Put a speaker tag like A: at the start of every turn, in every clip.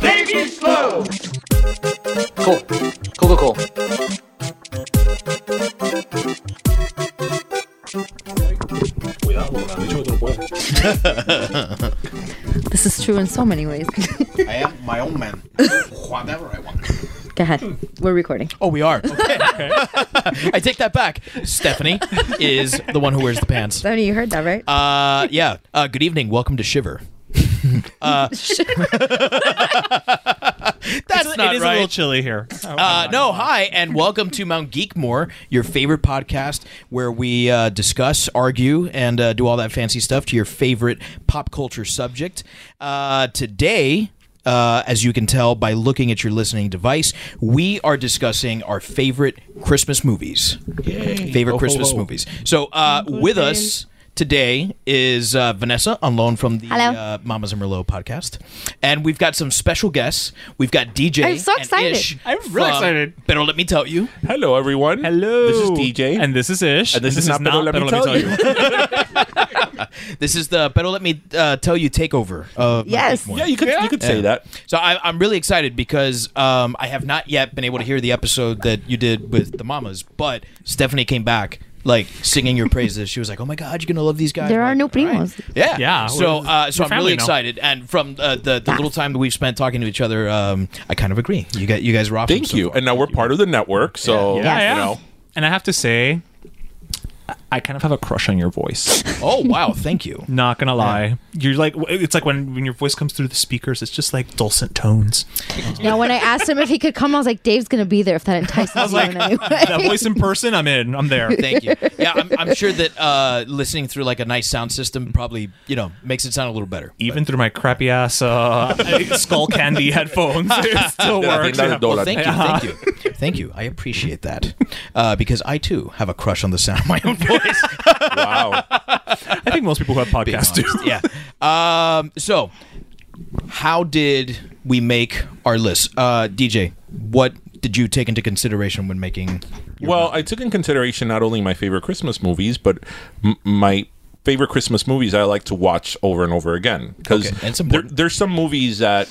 A: They be slow.
B: Cool. Cool, cool, cool.
C: Cuidado, me han dicho que tú no puedes.
D: This is true in so many ways.
E: I am my own man. Whatever I want.
D: Go ahead. We're recording.
F: Oh, we are. Okay. I take that back. Stephanie is the one who wears the pants.
D: Tony, you heard that, right?
F: Uh, yeah. Uh, good evening. Welcome to Shiver. Uh, That's not
G: it is
F: right.
G: a little chilly here.
F: Uh, no, hi, and welcome to Mount Geekmore, your favorite podcast where we uh, discuss, argue, and uh, do all that fancy stuff to your favorite pop culture subject. Uh, today, uh, as you can tell by looking at your listening device, we are discussing our favorite Christmas movies. Favorite
C: Ho, ho,
F: Christmas
C: ho.
F: movies. So, uh, with us. Today is uh, Vanessa on loan from the
D: Hello.
F: uh, Mamas and Merlot podcast, and we've got some special guests. We've got DJ.
D: I'm so
F: and
D: excited.
F: Ish
G: I'm really
F: from-
G: excited.
F: Better let me tell you.
C: Hello, everyone.
G: Hello.
C: This is DJ.
G: And this is Ish.
C: And this is not Pero Let Me
G: Pero
C: Tell
F: This is the better let me uh, tell you takeover. Of my
D: Yes.
F: Geekmore.
C: yeah, you could you could say that.
F: So I, I'm really excited because um, I have not yet been able to hear the episode that you did with the Mamas, but Stephanie came back like singing your praises. She was like, "Oh my God, you're gonna love these guys."
D: There
F: I'm
D: are
F: like,
D: no
F: "All right."
D: primos.
F: Yeah,
G: Yeah,
F: So
G: we're-
F: uh, so
G: we're
F: I'm really
G: family now.
F: excited, and from uh, the the little time that we've spent talking to each other, um, I kind of agree. You got you guys rock.
C: Thank you. And now we're part of the network, so
G: Yeah, yeah.
C: you know.
G: And I have to say, I- I kind of have a crush on your voice.
F: Oh wow, thank you.
G: Not gonna lie, you're like it's like when when your voice comes through the speakers, it's just like dulcet tones.
D: Now, when I asked him if he could come, I was like, Dave's going to be there if that entices
G: I was like,
D: him in any way.
G: that voice in person, I'm in, I'm there.
F: Thank you. Yeah, I'm, I'm sure that uh, listening through like a nice sound system probably you know makes it sound a little better.
G: Even through my crappy ass uh, skull candy headphones, it still
C: Yeah, I think
G: works.
C: that's
F: Well,
C: dollar.
F: thank you, thank you, thank you. I appreciate that uh, because I too have a crush on the sound of my own voice.
C: Wow.
G: I think most people who have
F: being
G: podcasts do.
F: honest. yeah. Um, so, how did we make our list, uh, DJ? What did you take into consideration when making? Your
C: Well, I took in consideration not only my favorite Christmas movies, but m- my favorite Christmas movies I like to watch over and over again because
F: Okay, that's
C: there,
F: important.
C: there's some movies that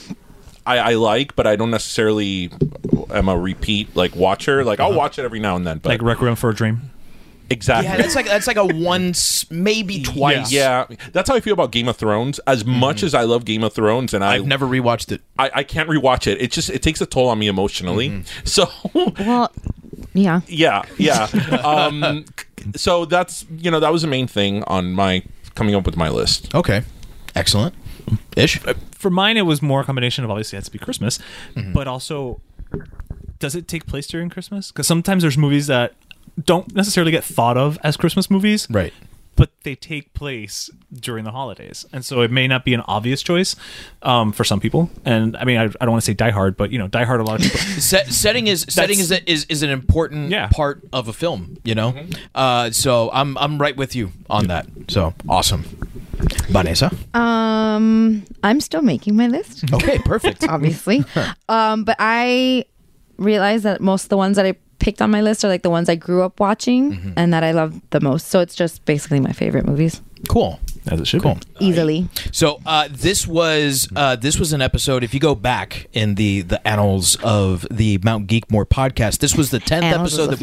C: I, I like, but I don't necessarily am a repeat like watcher. Like I'll watch it every now and then, but
G: Like Requiem for a Dream.
C: exactly.
F: yeah, that's like that's like a once, maybe twice.
C: Yeah, that's how I feel about Game of Thrones. As much as I love Game of Thrones, and I,
F: I've never rewatched it.
C: I, I can't rewatch it. It just it takes a toll on me emotionally. So
D: well, yeah.
C: yeah, yeah. um, so that's you know that was the main thing on my coming up with my list.
F: Okay, excellent. Ish.
G: For mine, it was more a combination of obviously it has to be Christmas, but also does it take place during Christmas? Because sometimes there's movies that don't necessarily get thought of as Christmas movies,
F: Right.
G: But they take place during the holidays, and so it may not be an obvious choice um, for some people. And I mean, I, I don't want to say Die Hard, but you know, Die Hard a lot of people.
F: Set, setting is setting is, a, is is an important
G: Yeah.
F: part of a film, you know. Uh, so I'm I'm right with you on that. So awesome, Vanessa.
D: Uh, Um, I'm still making my list,
F: Okay, perfect.
D: uh, obviously. um, but I realized that most of the ones that I picked on my list are like the ones I grew up watching
F: Mm-hmm.
D: and that I love the most. So it's just basically my favorite movies,
F: cool.
G: As it should
F: Cool.
D: easily.
F: So uh, this was uh, this was an episode. If you go back in the the annals of the Mount Geekmore podcast, this was the tenth
D: Annals is
F: episode
D: a
F: that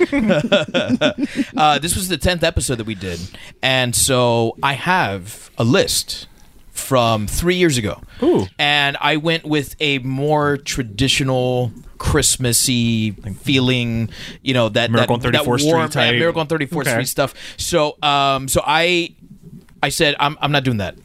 F: we
D: fun
F: did. uh, this was the tenth episode that we did, and so I have a list from three years ago. Ooh. And I went with a more traditional Christmassy feeling, you know that
G: Miracle on
F: that, that
G: 34th Street
F: warm- yeah,
G: type.
F: Miracle on 34th
G: Okay.
F: Street stuff. So um, so I I said I'm I'm not doing that.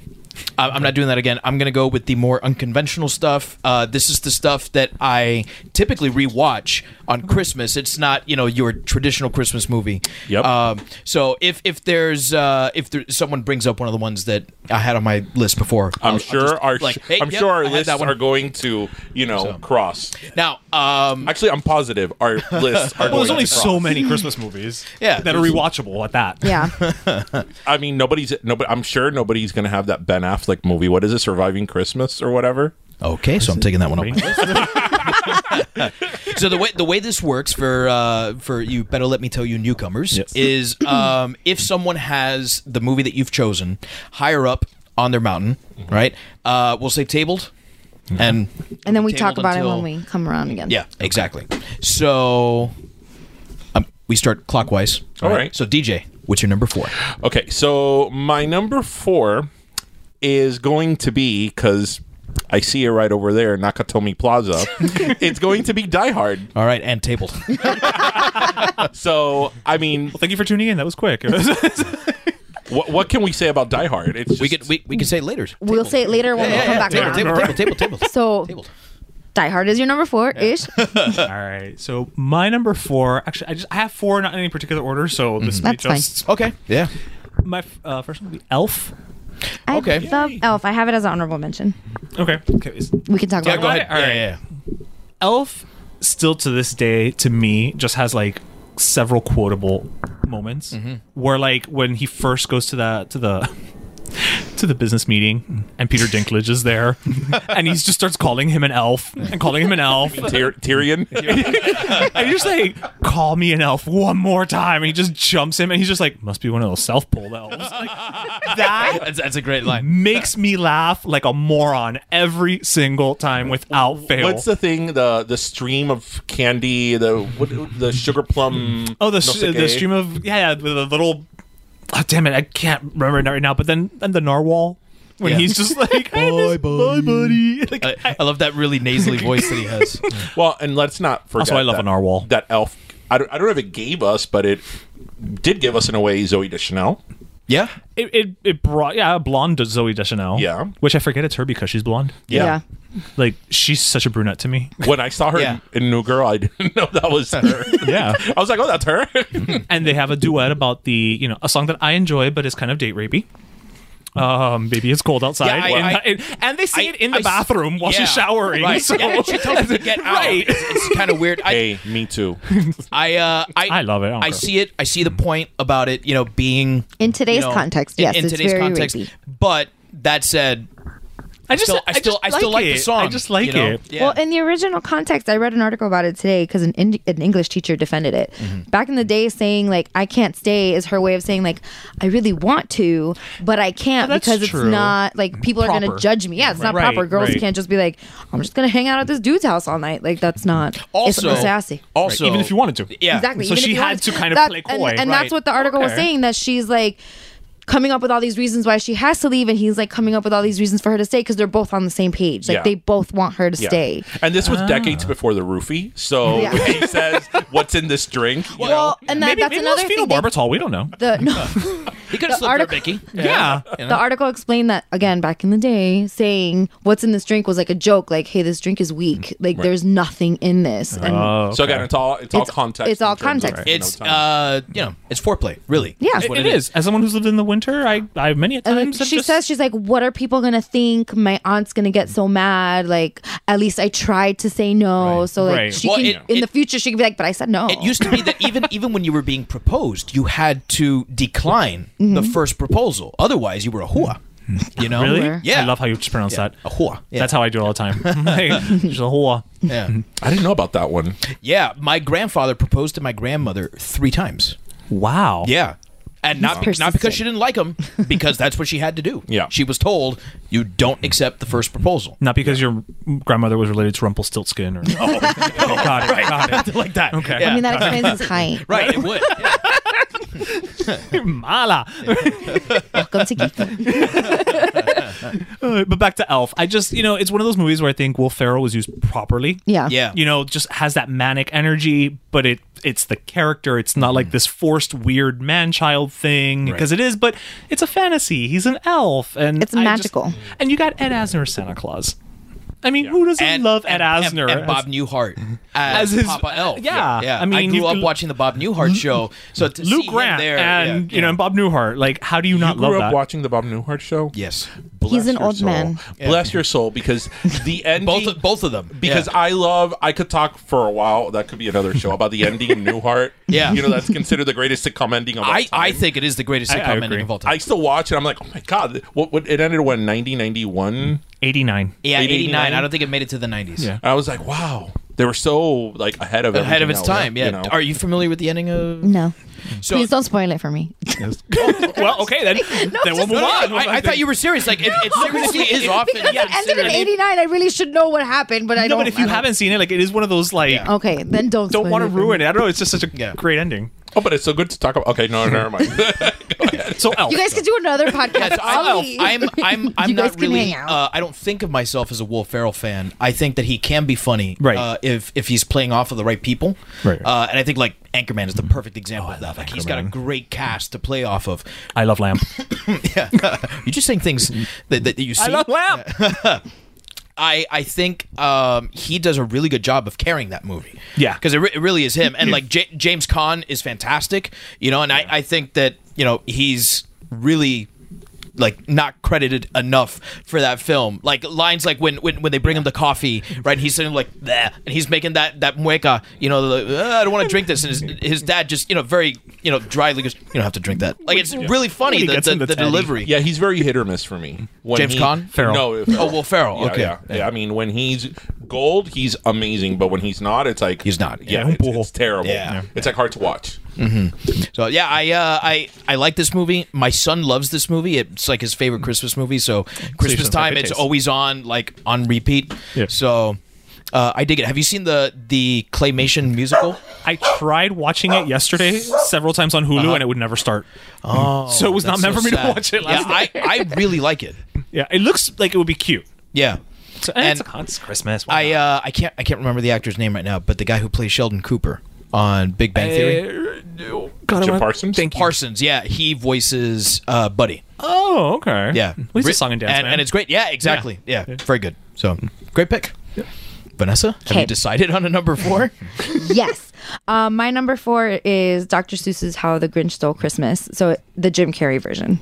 F: I- I'm not doing that again. I'm going to go with the more unconventional stuff. Uh, this is the stuff that I typically rewatch on Christmas. It's not you know your traditional Christmas movie.
C: Yep.
F: Um, so if if there's uh, if there, someone brings up one of the ones that I had on my list before, I'll-
C: I'm
F: I'll
C: sure
F: Oh, just
C: our
F: like, hey,
C: I'm
F: yep,
C: sure our
F: I had
C: lists
F: that one.
C: are going to you know cross.
F: now. Um,
C: Actually, I'm positive our lists are.
G: Well,
D: Oh,
C: going
G: there's only
C: to cross.
G: so many Christmas movies
F: Yeah,
G: that are
F: there's-
G: rewatchable at that.
D: Yeah.
C: I mean, nobody's nobody. I'm sure nobody's going to have that Ben Affleck movie. What is it, Surviving Christmas or whatever?
F: okay, so I'm taking that one off. my list. so the way the way this works for uh, for you better let me tell you newcomers is um, if someone has the movie that you've chosen higher up on their mountain, right? Uh, we'll say tabled, and
D: And then we talk
F: tabled
D: about
F: until-
D: it when we come around again.
F: yeah exactly. So um, we start clockwise.
C: All right.
F: So DJ, what's your number four?
C: Okay, so my number four is going to be because I see it right over there, Nakatomi Plaza. it's going to be Die Hard.
F: All right, and tabled.
C: So I mean,
G: Thank you for tuning in. That was quick.
C: what, what can we say about Die Hard? It's just,
F: we could we, we could say it later.
D: We'll say it later when we come back
F: Table,
D: around.
F: table, table, table, table.
D: So,
F: Tabled.
D: Die Hard is your number four ish.
G: All right. So my number four. Actually, I just I have four, not in any particular order. So this will be
D: That's fine.
G: just
F: Okay. Yeah.
G: my f- uh, first one will be Elf.
D: I
F: Okay.
D: love Elf. I have it as an honorable mention.
G: Okay. Okay. is-
D: We can talk
F: Yeah,
D: about
F: go
D: it.
F: ahead.
G: All right.
F: Yeah, yeah,
G: Elf still to this day to me just has like several quotable moments
C: Mm-hmm.
G: where like when he first goes to the to the to the business meeting and Peter Dinklage is there and he just starts calling him an elf and calling him an elf
C: Tyr- Tyrion.
G: and he's like call me an elf one more time and he just jumps him and he's just like must be one of those South Pole elves like, that
F: That's, that's a great line.
G: makes me laugh like a moron every single time without fail
C: What's the thing? The the stream of candy. The what, the sugar plum.
G: Oh, the,
C: nosake.
G: the stream of yeah, yeah, with the little. Oh, damn it, I can't remember it right now. But then, and the narwhal when
F: Yeah.
G: he's just like, "I miss- bye, buddy." Like,
F: I, I love that really nasally voice that he has.
C: Well, and let's not forget.
G: Also, I love
C: that,
G: a narwhal.
C: That elf. I don't, I don't know if it gave us, but it did give us in a way Zoe Deschanel.
F: Yeah.
G: it, it it brought yeah, blonde Zoe Deschanel.
C: Yeah.
G: which I forget it's her because she's blonde.
D: Yeah.
G: Like she's such a brunette to me.
C: When I saw her
F: Yeah.
C: in, in New Girl, I didn't know that was her.
G: Yeah,
C: I was like, oh, that's her.
G: and they have a duet about the you know a song that I enjoy, but it's kind of date rapey. Um, baby, it's cold outside,
F: Yeah, I-
G: and,
F: I-
G: and- and they say
F: I-
G: it in the
F: I-
G: bathroom while
F: yeah.
G: she's showering.
F: Right.
G: so-
F: Yeah, she tells him to get out.
G: Right.
F: It's, kind of weird. I,
C: hey, me too.
F: I, uh, I,
G: I love it. I don't
F: I,
G: care.
F: see it. I see the point about it. You know, being
D: In today's
F: you know,
D: context,
F: in-
D: yes,
F: in
D: it's
F: today's
D: very
F: context.
D: rapey.
F: But that said,
G: I just,
F: still- I still-
G: just
F: I still like the
G: it.
F: song,
G: I just like
F: you know?
G: it.
F: Yeah.
D: Well, in the original context, I read an article about it today because an, Ind- an English teacher defended it.
G: Mm-hmm.
D: Back in the day, saying like "I can't stay" is her way of saying like "I really want to, but I can't
G: Well, that's
D: because
G: true.
D: it's not like people are going
G: Proper.
D: to judge me." Yeah, it's not
G: Right,
D: proper. Girls
G: right.
D: can't just be like, "I'm just going to hang out at this dude's house all night." Like that's not. it's
F: also
D: not sassy.
F: Also,
G: Even if you wanted to.
F: Yeah.
D: Exactly.
G: oh, So
D: Even if
G: she
D: you
G: had
D: wanted-
G: to kind of play
D: and-
G: coy,
D: and,
F: right.
D: that's what the article was
G: Okay.
D: saying that she's like coming up with all these reasons why she has to leave, and he's like coming up with all these reasons for her to stay because they're both on the same page. Like
C: Yeah.
D: they both want her to
C: Yeah.
D: stay.
C: And this was
G: Ah.
C: decades before the roofie. So
D: Yeah.
C: when he says, what's in this drink? you know,
D: Well, and that,
G: maybe,
D: that's
G: maybe
D: another
G: it was
D: thing. they-
G: phenobarbital. We don't know.
D: the no,
F: he could have slipped her,
D: article-
F: Vicky.
G: Yeah.
D: the article explained that again back in the day, saying what's in this drink was like a joke, like hey, this drink is weak, like there's nothing in this, and
C: So again, it's all, it's all context.
D: it's all
C: in terms of,
D: context.
C: you know,
F: It's,
C: time.
F: uh, you know, it's foreplay, really.
D: Yeah.
F: is what
G: it is. As someone who's lived in the winter, I, I many a
D: And, like,
G: times. have
D: she
G: just-
D: says she's like, what are people gonna think? My aunt's gonna get so mad. Like at least I tried to say no, so like
G: Right.
D: she
F: Well,
D: can
F: it-
D: in
F: it-
D: the future she can be like, but I said no.
F: It used to be
G: Oh.
F: that even even when you were being proposed, you had to decline the first proposal. Otherwise, you were a whore. You know?
G: Mm-hmm. Really?
F: Yeah.
G: I love how you just pronounce that.
F: A whore. Yeah.
G: That's how I do it all the time. Like, she's a whore.
F: Yeah.
C: I didn't know about that one.
F: Yeah, my grandfather proposed to my grandmother three times.
G: Wow.
F: Yeah. And not, be- not because
D: persistent.
F: she didn't like him, because that's what she had to do.
C: Yeah.
F: She was told, you don't accept the first proposal.
G: Not because your grandmother was related to Rumpelstiltskin or. Oh, got it. Got it.
F: Like that.
G: Okay.
F: Yeah.
D: I mean that explains his height.
F: right, it would. Yeah.
G: Mala.
D: Welcome to geek.
G: Uh, but back to Elf. I just, you know, it's one of those movies where I think Will Ferrell was used properly.
D: Yeah.
F: Yeah.
G: You know, just has that manic energy, but it it's the character. It's not
F: Mm-hmm.
G: like this forced weird man-child thing because it is, but it's a fantasy. He's an elf and
D: It's
G: I just-
D: magical.
G: and you got Ed Asner as Santa Claus. I mean, who doesn't love Ed
F: and-
G: Asner?
F: and,
G: as-
F: Bob Newhart
G: As
F: as,
G: his-
F: Papa Elf.
G: yeah, I mean,
F: I grew
G: you
F: up
G: can-
F: watching the Bob Newhart show, so to see
G: Luke
F: him
G: Grant
F: there,
G: and
F: yeah,
G: you know
F: yeah.
G: and Bob Newhart. Like, how do you not
C: you grew
G: love
C: up
G: that?
C: watching the Bob Newhart show.
F: yes,
D: He's an
C: your
D: old
C: soul.
D: man.
C: Bless your soul, because the ending.
F: both of, both of them
C: because
F: yeah.
C: I love. I could talk for a while. That could be another show about the ending of Newhart.
F: Yeah.
C: you know that's considered the greatest sitcom ending of all
F: I,
C: time.
F: I think it is the greatest
G: I- I
F: sitcom ending
G: agree.
F: of all time.
C: I still watch it. I'm like, oh my god, what? what it ended when 1991.
G: Eighty-nine.
F: yeah,
C: 89?
F: 89. I don't think it made it to the 90s.
G: Yeah.
C: I was like, wow, they were so like ahead of
F: Ahead of its
C: everything else,
F: time, yeah.
C: you know?
F: Are you familiar with the ending of?
D: No.
F: So,
D: Please don't spoil it for me.
G: well, okay then. then we'll
D: just-
G: move
F: No, no,
G: on.
F: no, I, I thought you were serious. Like, it, it seriously is often
D: Because it ended in
F: considered-
D: '89, I really should know what happened, but I
G: No,
D: don't.
G: but if you
D: I don't-
G: haven't seen it, like it is one of those like
D: okay, then don't.
G: don't want to ruin it. I don't know. It's just such a
F: Yeah.
G: great ending.
C: Oh, but it's so good to talk about. Okay, no, never mind.
G: So Elf.
D: You guys could do another podcast.
F: Yes,
D: on
F: I,
D: me.
F: I'm, I'm, I'm
D: You guys
F: not
D: can
F: really.
D: hang out.
F: Uh, I don't think of myself as a Will Ferrell fan. I think that he can be funny,
G: Right.
F: Uh, if if he's playing off of the right people,
G: Right.
F: Uh, and I think like Anchorman is the perfect example of that. Like he's got a great cast to play off of.
G: I love Lamp.
F: yeah, you're just saying things that, that you see.
G: I love Lamp.
F: I, I think um, he does a really good job of carrying that movie.
G: Yeah.
F: because it, re- it really is him. And like J- James Caan is fantastic, you know. And I, I think that you know he's really like not credited enough for that film. Like lines like when when, when they bring him the coffee, right? And he's sitting like "Bleh," and he's making that that mueca, you know, the, "Uh, I don't want to drink this, and his, his dad just you know very you know dryly goes, you don't have to drink that. Like it's really funny
G: When he
F: the,
G: gets
F: the,
G: into
F: the
G: Teddy.
F: delivery.
C: yeah, he's very hit or miss for me. When
F: James
C: he-
F: Caan?
G: Ferrell.
C: No,
F: Oh, Will Ferrell.
C: Yeah,
F: okay.
C: yeah, yeah. I mean, when he's gold, he's amazing, but when he's not, it's like
F: He's not.
C: Yeah,
G: Yeah.
C: it's, it's terrible.
F: Yeah. Yeah.
C: It's like hard to watch.
F: So yeah, I uh, I I like this movie. My son loves this movie. It's like his favorite Christmas movie. So Christmas
G: perfect
F: time, it's
G: taste.
F: always on like on repeat.
G: Yeah.
F: So uh, I dig it. Have you seen the the claymation musical?
G: I tried watching it yesterday several times on Hulu, and it would never start. Oh, so it was not
F: Uh-huh.
G: meant
F: That's so
G: for me to
F: sad.
G: watch it last
F: yeah,
G: night.
F: I I really like it.
G: yeah, it looks like it would be cute.
F: Yeah.
G: So, and, it's,
F: And
G: a, it's Christmas. why
F: I
G: not?
F: uh, I can't I can't remember the actor's name right now, but the guy who plays Sheldon Cooper on Big Bang Theory,
G: God, I
C: Jim
G: want-
C: Parsons.
G: Thank you.
F: Parsons. Yeah, he voices uh, Buddy.
G: Oh, okay.
F: Yeah,
G: Well, he's a
F: Ri-
G: song and dance
F: and,
G: man.
F: and it's great. Yeah, exactly. Yeah. very good. So great pick. Vanessa, have
D: Okay.
F: you decided on a number four?
D: yes. Um, my number four is Dr. Seuss's How the Grinch Stole Christmas. So the Jim Carrey version.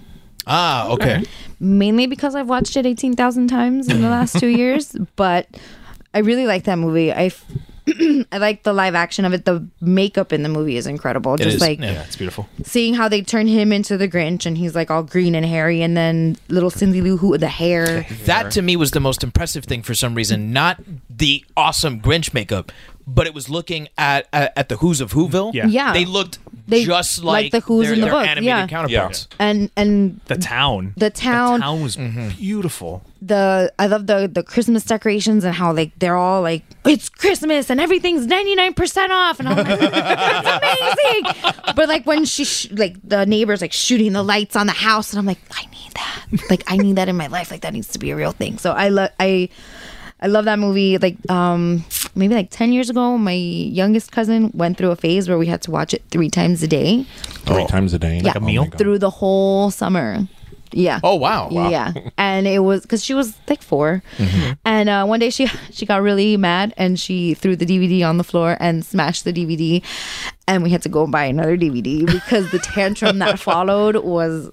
F: ah, okay.
D: Mainly because I've watched it 18,000 times in the last two years, but I really like that movie. I, f- I like the live action of it. The makeup in the movie is incredible. Just
F: is,
D: like
F: yeah.
G: it's beautiful.
D: seeing how they turn him into the Grinch and he's like all green and hairy, and then little Cindy Lou Who, the hair.
F: That to me was the most impressive thing for some reason. Not the awesome Grinch makeup, but it was looking at at, at the Who's of Whoville.
G: Yeah.
D: Yeah.
F: they looked
D: They-
F: just
D: like
F: like,
D: the Who's
F: their,
D: in the
F: their
D: book,
F: animated
D: yeah.
F: counterparts.
D: And and
G: The town.
D: The town.
G: The town was
F: Mm-hmm.
G: beautiful.
D: the I love the the Christmas decorations and how like they're all like it's Christmas and everything's ninety nine percent off and I'm like that's amazing. But like when she sh- like the neighbors like shooting the lights on the house and I'm like I need that like I need that in my life like that needs to be a real thing. So I love I. I love that movie. Like, um, maybe like ten years ago, my youngest cousin went through a phase where we had to watch it three times a day
C: Three times a day.
D: yeah. through the whole summer. Yeah.
F: Oh wow, wow. Mm-hmm.
D: Yeah, and it was because she was like 4 and uh, one day she she got really mad and she threw the DVD on the floor and smashed the DVD, and we had to go buy another DVD because the tantrum that followed was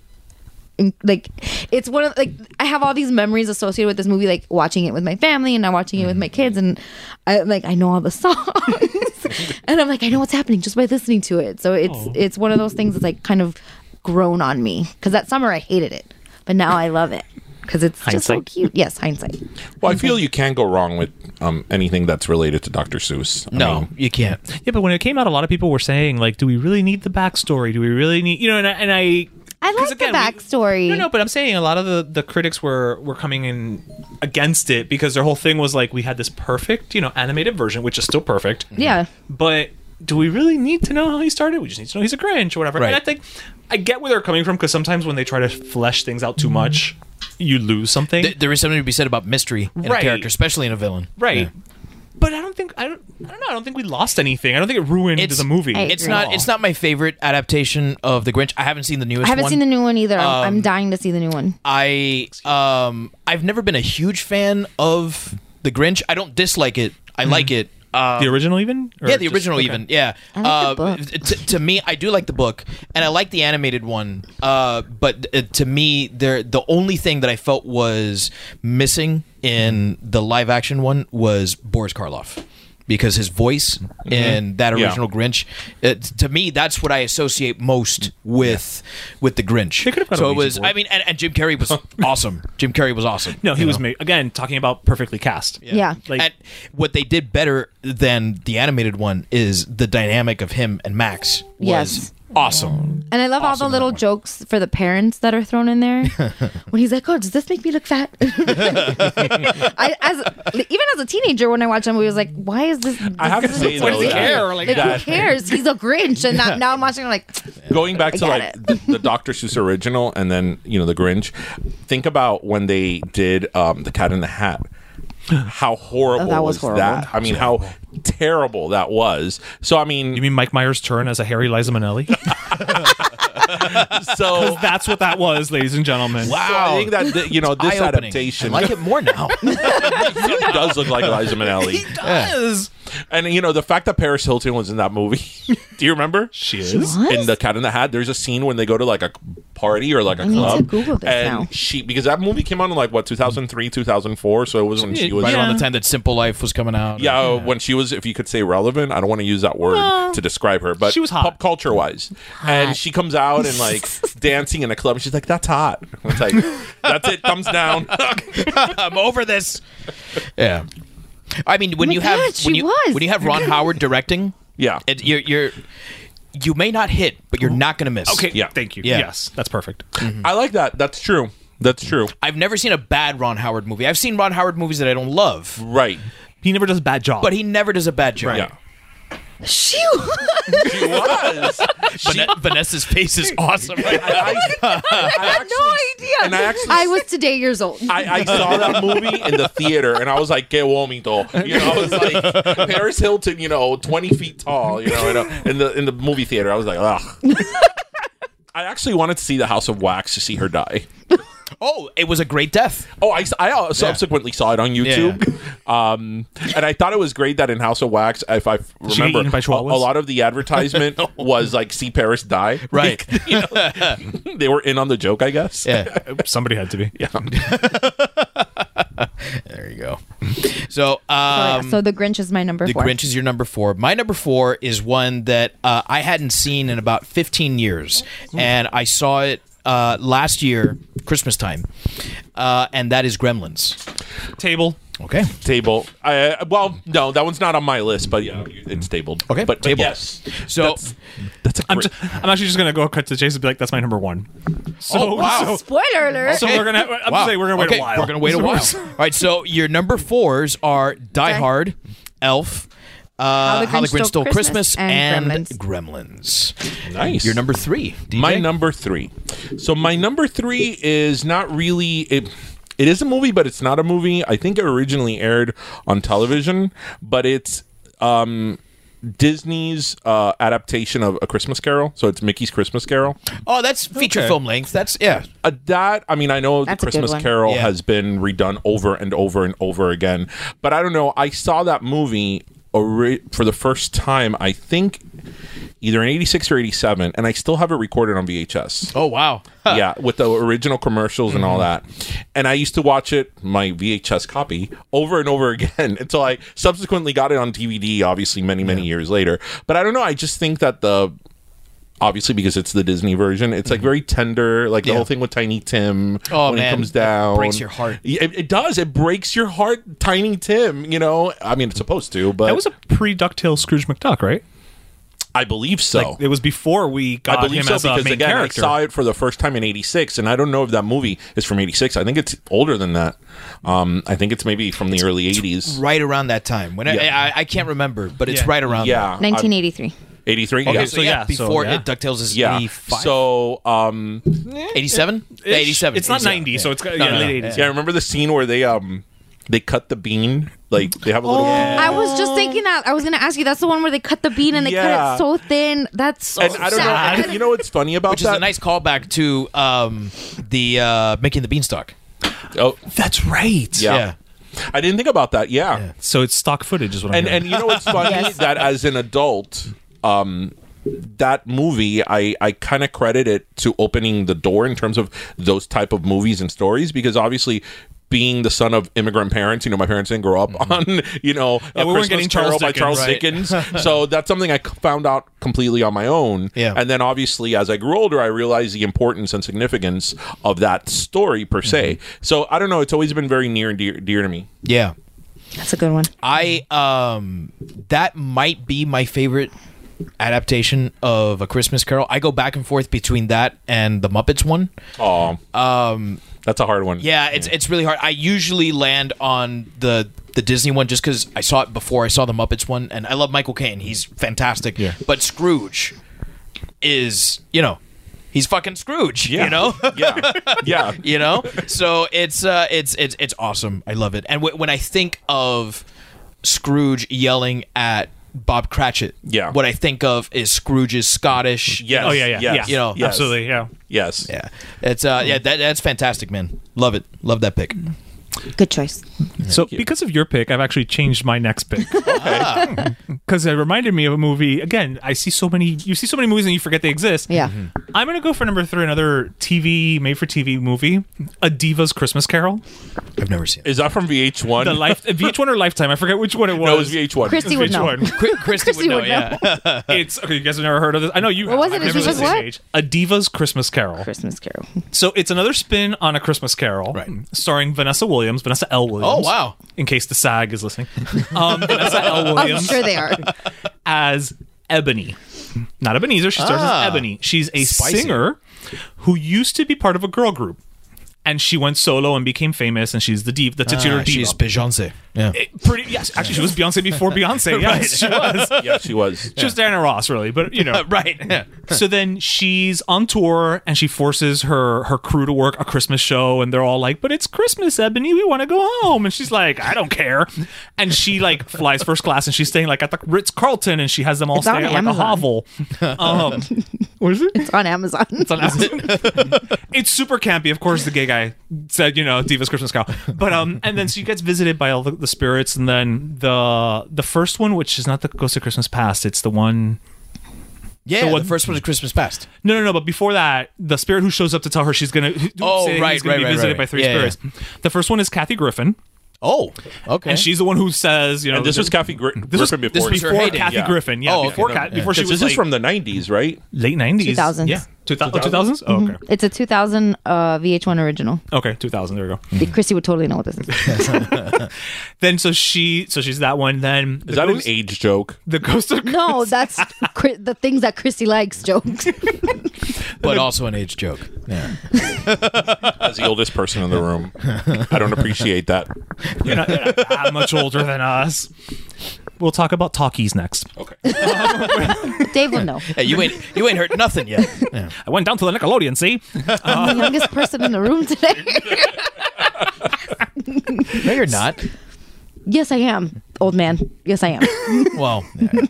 D: in- like it's one of like I have all these memories associated with this movie, like watching it with my family and now watching it with
G: Mm.
D: my kids, and I like I know all the songs, and I'm like I know what's happening just by listening to it. So it's it's one of those things that's like kind of grown on me because that summer I hated it, but now I love it because it's just so
G: Hindsight.
D: cute. Yes, hindsight.
C: Well, I feel you can't go wrong with um, anything that's related to Dr. Seuss. I
F: No,
C: mean,
F: you can't.
G: Yeah, but when it came out, a lot of people were saying, like, do we really need the backstory? Do we really need, you know, and I, and I,
D: I
G: 'cause
D: like the
G: again, we-
D: backstory.
G: no, no, but I'm saying a lot of the, the critics were, were coming in against it because their whole thing was like, we had this perfect, you know, animated version, which is still perfect.
D: Yeah,
G: But do we really need to know how he started? We just need to know he's a Grinch or whatever.
F: Right.
G: And I think I get where they're coming from because sometimes when they try to flesh things out too much, you lose something.
F: Mm-hmm. Th- there is something to be said about mystery in a
G: Right.
F: character, especially in a villain.
G: right.
F: Yeah.
G: But I don't think I don't, I don't know. I don't think we lost anything. I don't think it ruined the movie.
D: I
F: It's
D: agree.
F: not. It's not my favorite adaptation of The Grinch. I haven't seen the newest.
D: I haven't
F: one.
D: seen the new one either. I'm,
G: Um,
D: I'm dying to see the new one.
F: I um I've never been a huge fan of The Grinch. I don't dislike it. I like it. Uh,
G: the original even? Or
F: yeah, the
G: just-
F: original
G: okay.
F: even. Yeah.
D: I like the
F: uh,
D: book.
F: t- to me, I do like the book, and I like the animated one. Uh, but uh, to me, there the only thing that I felt was missing in the live action one was Boris Karloff. Because his voice
G: Mm-hmm.
F: in that
C: Yeah.
F: original Grinch, it, to me, that's what I associate most with with the Grinch.
G: They could have got
F: so
G: a
F: it was.
G: Ouija
F: I
G: board.
F: mean, and, and Jim Carrey was awesome. Jim Carrey was awesome.
G: No, he
F: you
G: was
F: know?
G: ma- again talking about perfectly cast.
D: Yeah.
G: Like-
F: and what they did better than the animated one is the dynamic of him and Max was
D: Yes.
F: awesome.
D: And I love all the little jokes for the parents that are thrown in there. when he's like, "Oh, does this make me look fat?" I, as even as a teenager, when I watched that movie, I was like, "Why is this?"
C: I have to
D: this-
C: say,
D: what
C: though,
D: does he
C: that-
D: care?
C: like
D: Like,
C: that-
D: who cares? He's a Grinch, and now, now I'm watching. I'm like,
C: going back to
D: got
C: like the, the Doctor Seuss original and then you know the Grinch. Think about when they did um, the Cat in the Hat. How horrible
D: Oh, that was horrible.
C: that? I mean, how terrible that was. So I mean,
G: You mean Mike Myers' turn as a Harry Liza Minnelli?
C: so
G: That's what that was, ladies and gentlemen.
C: wow. I think that th- you know this
F: Eye-opening.
C: adaptation
F: I like it more now.
C: it does look like Liza Minnelli.
F: does.
C: And you know the fact that Paris Hilton was in that movie. Do you remember? She is
D: was?
C: in the Cat in the Hat. There's a scene when they go to like a party or like a
D: need to
C: club.
D: Google this
C: and
D: now.
C: she because that movie came out in like what 2003, 2004. So it was when she was
F: Right
C: yeah.
F: around the time that Simple Life was coming out.
C: uh, when she was, if you could say relevant, I don't want to use that word to describe her, but
G: she was hot.
C: pop culture wise. And she comes out and like dancing in a club, and she's like, "That's hot." It's like, "That's it, thumbs down."
F: I'm over this. Yeah. I mean,
D: Oh
F: when
D: my
F: you have
D: God, she
F: when you
D: was.
F: when you have Ron Howard directing,
C: yeah,
F: it, you're, you're you may not hit, but you're not going to miss.
G: Okay.
C: Yeah.
G: Thank you.
F: Yeah.
G: Yes, that's perfect.
C: I like that. That's true. That's true.
F: I've never seen a bad Ron Howard movie. I've seen Ron Howard movies that I don't love,
C: Right.
G: He never does a bad job.
F: but he never does a bad job.
C: Yeah.
D: "Shoo!"
C: She was. She-
F: Vane- Vanessa's face is awesome. Right now.
C: I, I actually-
D: no idea.
C: And I actually- Um,
D: I was today years old.
C: I, I saw that movie in the theater, and I was like, "Qué vomito," you know. I was like, Paris Hilton, you know, twenty feet tall, you know, in, a, in the in the movie theater. I was like, ugh. I actually wanted to see The House of Wax to see her die.
F: Oh, it was a great death.
C: Oh, I, s- I, uh, subsequently saw it on YouTube, um, and I thought it was great that in House of Wax, if I f-
G: she get
C: remember,
G: eaten by
C: a,
G: chihuahuas?
C: a lot of the advertisement was like "See Paris die."
F: Right.
C: You know, they were in on the joke, I guess.
F: Yeah.
G: Oh, Somebody had to be. Yeah.
F: There you go. So,
D: So, yeah,
F: um,
D: so the Grinch is my number
F: The
D: four.
F: Grinch is your number four. My number four is one that uh, I hadn't seen in about 15 years, and I saw it uh, last year, Christmas time, uh, and that is Gremlins.
G: Table.
F: Okay.
C: Table. I, uh, well, no, that one's not on my list, but yeah, it's tabled.
F: Okay,
C: but, but
F: tabled.
C: yes,
F: So,
C: that's a
G: I'm,
C: great.
G: ju- I'm actually just gonna go cut to Jason and be like, "That's my number one." So,
C: Oh.
G: so,
D: Spoiler alert.
C: uh,
G: so we're gonna. I'm
F: oh, wow.
G: just saying we're gonna wait
F: Okay,
G: a while.
F: We're gonna wait a while. All right. So your number fours are Die
D: Okay.
F: Hard, Elf, uh, How the Grinch, Stole, Christmas, and,
D: and
F: Gremlins.
C: nice.
F: Your number three. DJ?
C: My number three. So my number three is not really it. It is a movie, but it's not a movie. I think it originally aired on television, but it's um, Disney's uh, adaptation of A Christmas Carol. So it's Mickey's Christmas Carol.
F: Oh, that's feature film length. That's yeah.
C: Uh, that I mean, I know
D: That's
C: the
D: a good
C: Christmas
D: one.
C: Carol
F: Yeah.
C: has been redone over and over and over again, but I don't know. I saw that movie ori- for the first time, I think, either in '86 or '87, and I still have it recorded on VHS.
F: Oh wow.
C: Yeah, with the original commercials and all
F: Mm-hmm.
C: that. And I used to watch it, my VHS copy, over and over again until I subsequently got it on DVD, obviously, many, many years later. But I don't know. I just think that the. Obviously, because it's the Disney version, it's like very tender, like the
F: Mm-hmm. Yeah.
C: whole thing with Tiny Tim
F: Oh,
C: when
F: man.
C: he comes
F: It
C: down
F: breaks your heart.
C: Yeah, It, it does. It breaks your heart, Tiny Tim. You know, I mean, it's supposed to, but
G: That was a pre Ducktail Scrooge McDuck, right?
C: I believe so.
G: It was before we got
C: I believe
G: him
C: so
G: as a
C: because
G: main
C: again,
G: character.
C: I saw it for the first time in '86, and I don't know if that movie is from '86. I think it's older than that. Um, I think it's maybe from the early '80s.
F: right around that time. When I,
C: Yeah.
F: I, I can't remember, but it's
G: Yeah.
F: right around.
C: Yeah, I-
D: 1983.
C: 83.
F: Okay,
C: yeah.
F: so,
G: so
F: yeah,
G: yeah, so
F: before
G: yeah.
F: it, Ducktales is
C: yeah.
F: 85,
C: So, um,
F: 87,
G: Ish.
F: 87.
G: It's not
F: 87,
G: 90,
F: yeah.
G: so it's got
F: No,
G: yeah,
F: no, no.
G: late 80s.
C: yeah, remember the scene where they, um, they cut the bean? Like, they have a little.
D: I was just thinking that. I was gonna ask you. That's the one where they cut the bean and they cut
C: Oh. Yeah.
D: it so thin. That's so
C: And I don't know.
D: sad.
C: and you know what's funny about
F: which is
C: that?
F: a nice callback to um, the uh, making the beanstalk.
C: oh,
G: That's right.
C: yeah. I didn't think about that. Yeah.
G: So it's stock footage, is what I'm
C: And
G: hearing.
C: and you know what's funny that as an adult, um, that movie I I kind of credit it to opening the door in terms of those type of movies and stories because obviously. Being the son of immigrant parents, you know, my parents didn't grow up on, you know,
G: Mm-hmm. Yeah,
C: A
G: we weren't
C: Christmas
G: getting Charles
C: Carol by
G: Dickens, right.
C: Charles Dickens. so that's something I c- found out completely on my own.
F: Yeah.
C: And then obviously, as I grew older, I realized the importance and significance of that story per se.
G: Mm-hmm.
C: So I don't know. It's always been very near and dear, dear to me.
F: Yeah.
D: That's a good one.
F: I um that might be my favorite adaptation of a Christmas Carol. I go back and forth between that and the Muppets one.
C: Oh, um, that's a hard one.
F: Yeah, it's it's really hard. I usually land on the the Disney one just because I saw it before I saw the Muppets one, and I love Michael Caine. He's fantastic. Yeah. But Scrooge is you know he's fucking Scrooge.
C: Yeah.
F: You know.
C: yeah, yeah.
F: you know so it's uh it's it's it's awesome i love it and w- when i think of scrooge yelling at bob cratchit
C: Yeah.
F: what i think of is scrooge's scottish
C: Yes.
G: Oh yeah, yeah,
C: yes,
G: yeah.
F: You know,
C: yes,
G: absolutely, yeah.
C: Yes.
F: yeah it's uh yeah that, that's fantastic man love it love that pick
D: Good choice.
G: So because of your pick, I've actually changed my next pick.
D: Ah.
G: Because it reminded me of a movie. Again, I see so many. You see so many movies and you forget they exist.
D: Yeah.
G: I'm gonna go for number three, another TV made for TV movie, A Diva's Christmas Carol.
F: i've never seen it
C: Is that from VH1?
G: The life VH1 or Lifetime, I forget which one it was.
C: No, it was VH1.
D: Christy would know.
G: VH1.
F: Chris, Christy,
D: Christy
F: would know,
D: would know.
F: yeah
G: it's okay. You guys have never heard of this. I know you.
D: What was
G: have.
D: it?
G: I've never
D: A
G: been
D: Diva's
G: the same
D: what?
G: age. A Diva's Christmas Carol.
D: Christmas Carol.
G: So it's another spin on a Christmas Carol,
F: Right. Oh,
G: Starring Vanessa Williams, Vanessa L. Williams.
F: wow. Oh,
G: In case the SAG is listening, um, Vanessa L.
D: I'm
G: Williams
D: sure they are.
G: as Ebony. Not Ebenezer, she starts
F: Ah,
G: as Ebony. She's a singer who used to be part of a girl group. And she went solo and became famous, and she's the diva, the titular
F: Ah,
G: diva. Eh,
F: she's Beyonce. yeah
G: Pretty, yes, actually, she was Beyonce before Beyonce. Yes, she was.
C: yeah, she was.
G: She was Diana Ross, really, but you know,
F: right yeah.
G: so then she's on tour and she forces her her crew to work a Christmas show and they're all like, "But it's Christmas, Ebony. We want to go home." And she's like, "I don't care." And she like flies first class and she's staying like at the Ritz Carlton and she has them all
D: It's
G: stay
D: on
G: at like a
D: Amazon.
G: hovel. Um, what is it?
D: It's on Amazon.
G: it's super campy. Of course, the gay guy said, you know, Diva's Christmas Carol. But um, and then she gets visited by all the, the spirits, and then the the first one, which is not the Ghost of Christmas Past, it's the one.
F: yeah
G: what-
F: the first one is christmas past
G: No, no, no. But before that, the spirit who shows up to tell her she's gonna, who- who
F: Oh,
G: say
F: right,
G: he's gonna
F: right,
G: be
F: right,
G: visited
F: right.
G: by three
F: Yeah,
G: spirits. The first one is Kathy Griffin,
F: oh okay
G: and she's the one who says, you know,
C: And this
G: the-
C: was Kathy Gri- Griffin
G: was-
C: before.
F: this was her
G: before
F: heyday.
G: Kathy
C: Yeah.
G: Griffin. Yeah,
F: Oh, okay.
G: before Kat,
F: Yeah.
G: before she
C: 'Cause
G: was
C: this
G: like
C: is from the 90s, right?
G: late nineties,
D: 2000s.
G: yeah, two thousands. Oh, okay,
D: It's a 2000 uh, VH1 original.
G: okay, two thousand. There we go.
D: Christy would totally know what this is.
G: Then so she, so she's that one. Then
C: Is that an age joke?
G: the ghost of
D: No, that's Chri- the things that Christy likes jokes.
F: but also an age joke yeah
C: As the oldest person in the room, I don't appreciate that.
G: You're not, you're not that much older than us. We'll talk about talkies next.
D: Dave will know.
F: hey you ain't you ain't heard nothing yet yeah.
G: I went down to the Nickelodeon, see?
D: I'm the youngest person in the room today.
F: no you're not
D: yes, I am, old man. Yes, I am.
F: well yeah.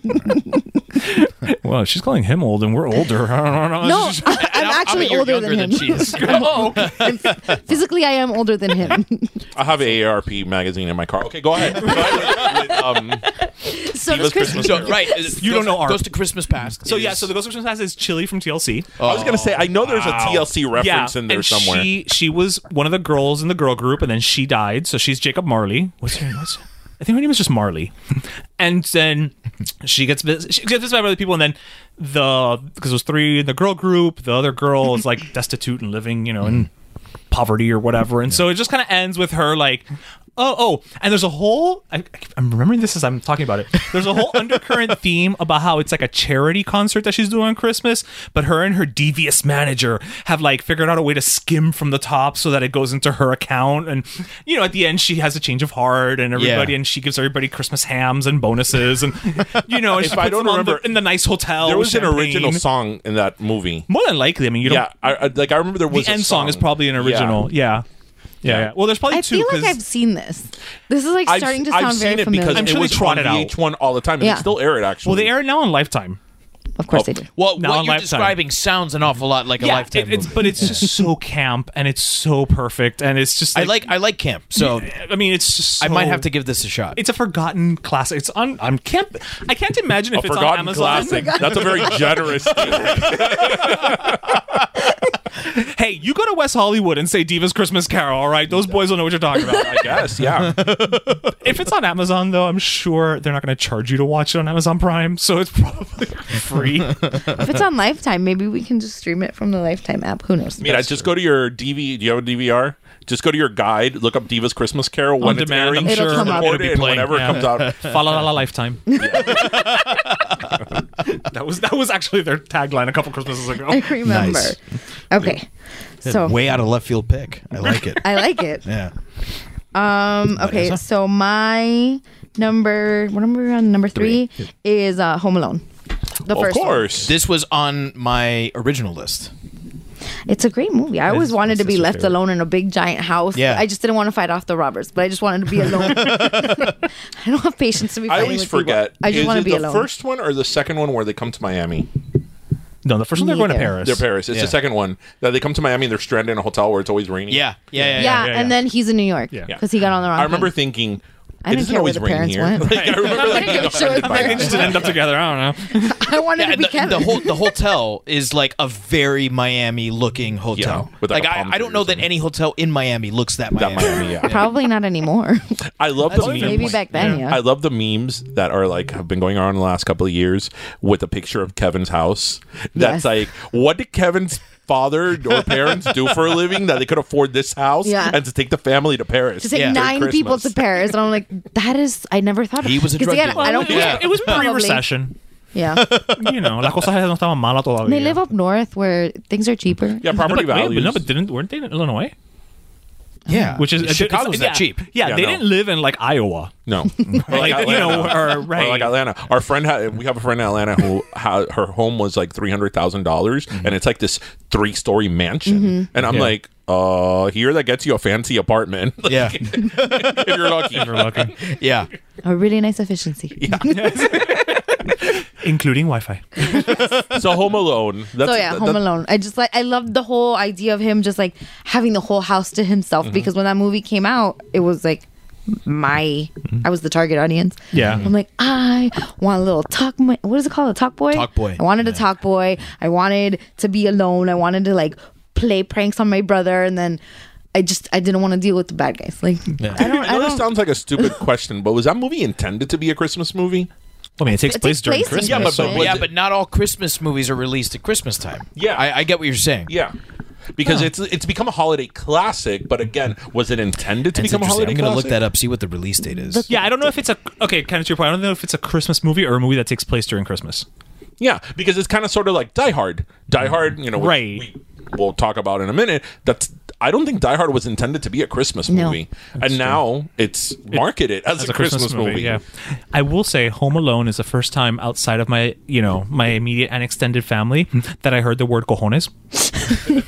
G: Well, she's calling him old and we're older. I don't know.
D: No, I- I'm
F: I'm- I'm a
D: actually
F: year
D: older
F: younger
D: than him.
F: than she is.
D: I'm- Physically, I am older than him.
C: I have a AARP magazine in my car. Okay, go ahead. Go ahead with- with, um,
D: So does Christy.
C: Diva's Christmas
F: So, right. You
G: don't know art.
F: Goes to Christmas past.
G: So Oh, yeah, so the Ghost of Christmas Past is Chili from TLC.
C: I was going to say, I know there's a TLC reference
G: yeah,
C: in there
G: and
C: somewhere.
G: She she was one of the girls in the girl group, and then she died. So she's Jacob Marley. What's her name? What's her- I think her name is just Marley. And then she gets vis- she gets visited by other people, and then the because it was three in the girl group, the other girl is like destitute and living, you know, in poverty or whatever. And so it just kind of ends with her like. oh, oh, and there's a whole. I, I'm remembering this as I'm talking about it. There's a whole undercurrent theme about how it's like a charity concert that she's doing on Christmas, but her and her devious manager have like figured out a way to skim from the top so that it goes into her account. And you know, at the end, she has a change of heart, and everybody,
F: Yeah.
G: and she gives everybody Christmas hams and bonuses, and you know, and
C: If
G: she
C: I
G: puts
C: don't
G: them on the-
C: remember-
G: in the nice hotel.
C: There
G: with
C: was an original
G: champagne.
C: song in that movie.
G: More than likely, I mean, you don't.
C: Yeah, I, I- like I remember there was
G: the
C: a
G: end song. is probably an
C: Yeah.
G: original. Yeah. Yeah. yeah. Well, there's probably
D: I
G: two.
D: feel like
G: 'cause-
D: I've seen this. This is like
C: I've-
D: starting to
C: I've
D: sound very
C: seen it
D: familiar.
C: because
G: I'm
C: it
G: sure they
C: was
G: trot it
C: on
G: out.
C: VH1 all the time. And
D: Yeah.
C: they still air it actually.
G: well, they air it now on Lifetime.
D: of course they do.
F: Well,
G: Now
F: what
G: on
F: you're
G: Lifetime.
F: describing sounds an awful lot like a lifetime.
G: it- it's
F: movie.
G: but it's just so camp and it's so perfect and it's just.
F: I
G: Like,
F: like I like camp, so
G: I mean, it's just.
F: I
G: so-
F: might have to give this a shot.
G: It's a forgotten classic. It's on. I'm can't. I can't imagine
C: a
G: if it's on
C: forgotten
G: Amazon.
C: classic. That's a very generous. statement.
G: Hey, you go to West Hollywood and say Diva's Christmas Carol. All right, those boys will know what you're talking about.
C: I guess. Yeah.
G: if it's on Amazon, though, I'm sure they're not going to charge you to watch it on Amazon Prime, so it's probably free.
D: If it's on Lifetime, maybe we can just stream it from the Lifetime app. Who knows?
C: I mean, I just go to your DV. Do you have a DVR? Just go to your guide. Look up Diva's Christmas Carol when it's
G: demand,
C: airing.
G: I'm
D: It'll sure. come up.
G: It'll
C: record
G: be
C: it, and
G: playing,
C: whenever
G: yeah.
C: it comes out.
G: Fa la la la lifetime. that was that was actually their tagline a couple Christmases
D: I
G: ago.
D: remember.
F: Nice.
D: Okay, so
F: Way out of left field pick. I like it.
D: I like it.
F: yeah.
D: Um, okay,
F: Vanessa?
D: so my number, what number are we on? Number three, is uh, Home Alone. The
C: Of
D: first one.
C: course.
F: This was on my original list.
D: It's a great movie. I always wanted to be left alone in a big giant house.
F: Yeah.
D: I just didn't want to fight off the robbers, but I just wanted to be alone. I don't have patience to be.
C: I
D: fighting
C: always
D: with people.
C: forget.
D: I just
C: Is
D: want
C: it
D: to be
C: the
D: alone.
C: first one or the second one where they come to Miami?
G: No, the first one they're going to
D: Neither.
G: Paris.
C: They're Paris. It's
F: Yeah.
C: the second one that they come to Miami and they're stranded in a hotel where it's always raining.
F: Yeah. Yeah. Yeah.
D: yeah,
G: yeah, yeah.
D: and then he's in New York because
G: Yeah.
D: he got on the wrong.
C: I remember
D: plane.
C: thinking
D: I
C: it
D: didn't care
C: doesn't
D: where
C: always
D: the
C: rain
D: parents
C: here.
D: went.
C: Like, I remember
D: I
C: like,
D: didn't
C: being
D: care where the
C: offended by
D: parents
C: that.
G: Just end up together. I don't know.
D: I wanted
F: Yeah,
D: to be
F: the,
D: Kevin.
F: the whole the hotel is like a very Miami looking hotel.
C: Yeah, with,
F: like
C: like, a
F: I,
C: palm
F: I
C: tree
F: don't
C: or
F: know that
C: something.
F: any hotel in Miami looks that
C: That
F: Miami.
C: Miami, yeah.
D: Probably not anymore.
C: I love the memes.
D: Maybe back then, yeah.
C: I love the memes that are like have been going on the last couple of years with a picture of Kevin's house.
D: Yes.
C: That's like, what did Kevin's father or parents do for a living that they could afford this house
D: Yeah.
C: and to take the family to Paris?
D: to take
F: Yeah.
D: nine
C: During
D: people to
C: Christmas.
D: Paris, and I'm like, that is. I never thought.
F: He was a
D: 'cause
F: drug
D: again,
F: dealer.
D: I don't.
G: It was,
F: Yeah.
G: it was
D: Probably.
G: pre-recession.
D: Yeah,
G: You know, la cosa no estaba mala todavía.
D: they live up north where things are cheaper.
C: Yeah,
G: No,
C: property
G: but, wait,
C: values.
G: but no, but didn't weren't they in Illinois?
F: Yeah,
G: Which is it's-
F: Chicago's
G: it's-
F: that
G: yeah.
F: cheap.
G: Yeah,
C: Yeah,
G: they
C: no.
G: didn't live in like Iowa.
C: No. Or
G: Like, you know, or,
C: Or
G: right.
C: like Atlanta. Our friend, ha- we have a friend in Atlanta who ha- her home was like three hundred thousand dollars,
G: Mm-hmm.
C: and it's like this three story mansion.
D: Mm-hmm.
C: And I'm like, uh, here that gets you a fancy apartment. Like,
F: Yeah,
C: if you're lucky.
F: yeah.
D: A really nice efficiency.
G: including Wi-Fi.
C: So Home Alone. That's,
D: So yeah,
C: that-
D: Home
C: that-
D: Alone. I just like I loved the whole idea of him just like having the whole house to himself
G: Mm-hmm.
D: because when that movie came out, it was like my I was the target audience.
G: Mm-hmm. Yeah.
D: I'm like I want a little talk. My, what is it called? A talk boy.
F: Talk boy.
D: I wanted a talk boy. I wanted to be alone. I wanted to like play pranks on my brother, and then I just I didn't want to deal with the bad guys. Like I don't.
C: I
D: I
C: know this
D: don't.
C: sounds like a stupid question, but was that movie intended to be a Christmas movie?
G: I mean, it takes
D: It
G: place
D: takes
G: during
D: place
G: Christmas.
D: in
C: but-
D: Christmas.
C: but-
F: yeah, but not all Christmas movies are released at Christmas time.
C: Yeah.
F: I, I get what you're saying.
C: Yeah. Because it's it's become a holiday classic, but again, was it intended to
F: That's
C: become a
F: interesting.
C: holiday
F: I'm gonna
C: classic?
F: look that up, see what the release date is.
G: yeah, I don't know if it's a okay. Kind of to your point, I don't know if it's a Christmas movie or a movie that takes place during Christmas.
C: Yeah, because it's kind of sort of like Die Hard. Die Hard, you know, which
G: Right.
C: we, we'll talk about in a minute. That's I don't think Die Hard was intended to be a Christmas
D: No.
C: movie, and now it's marketed as, a, Christmas, movie.
G: Yeah, I will say Home Alone is the first time outside of my you know my immediate and extended family that I heard the word cojones.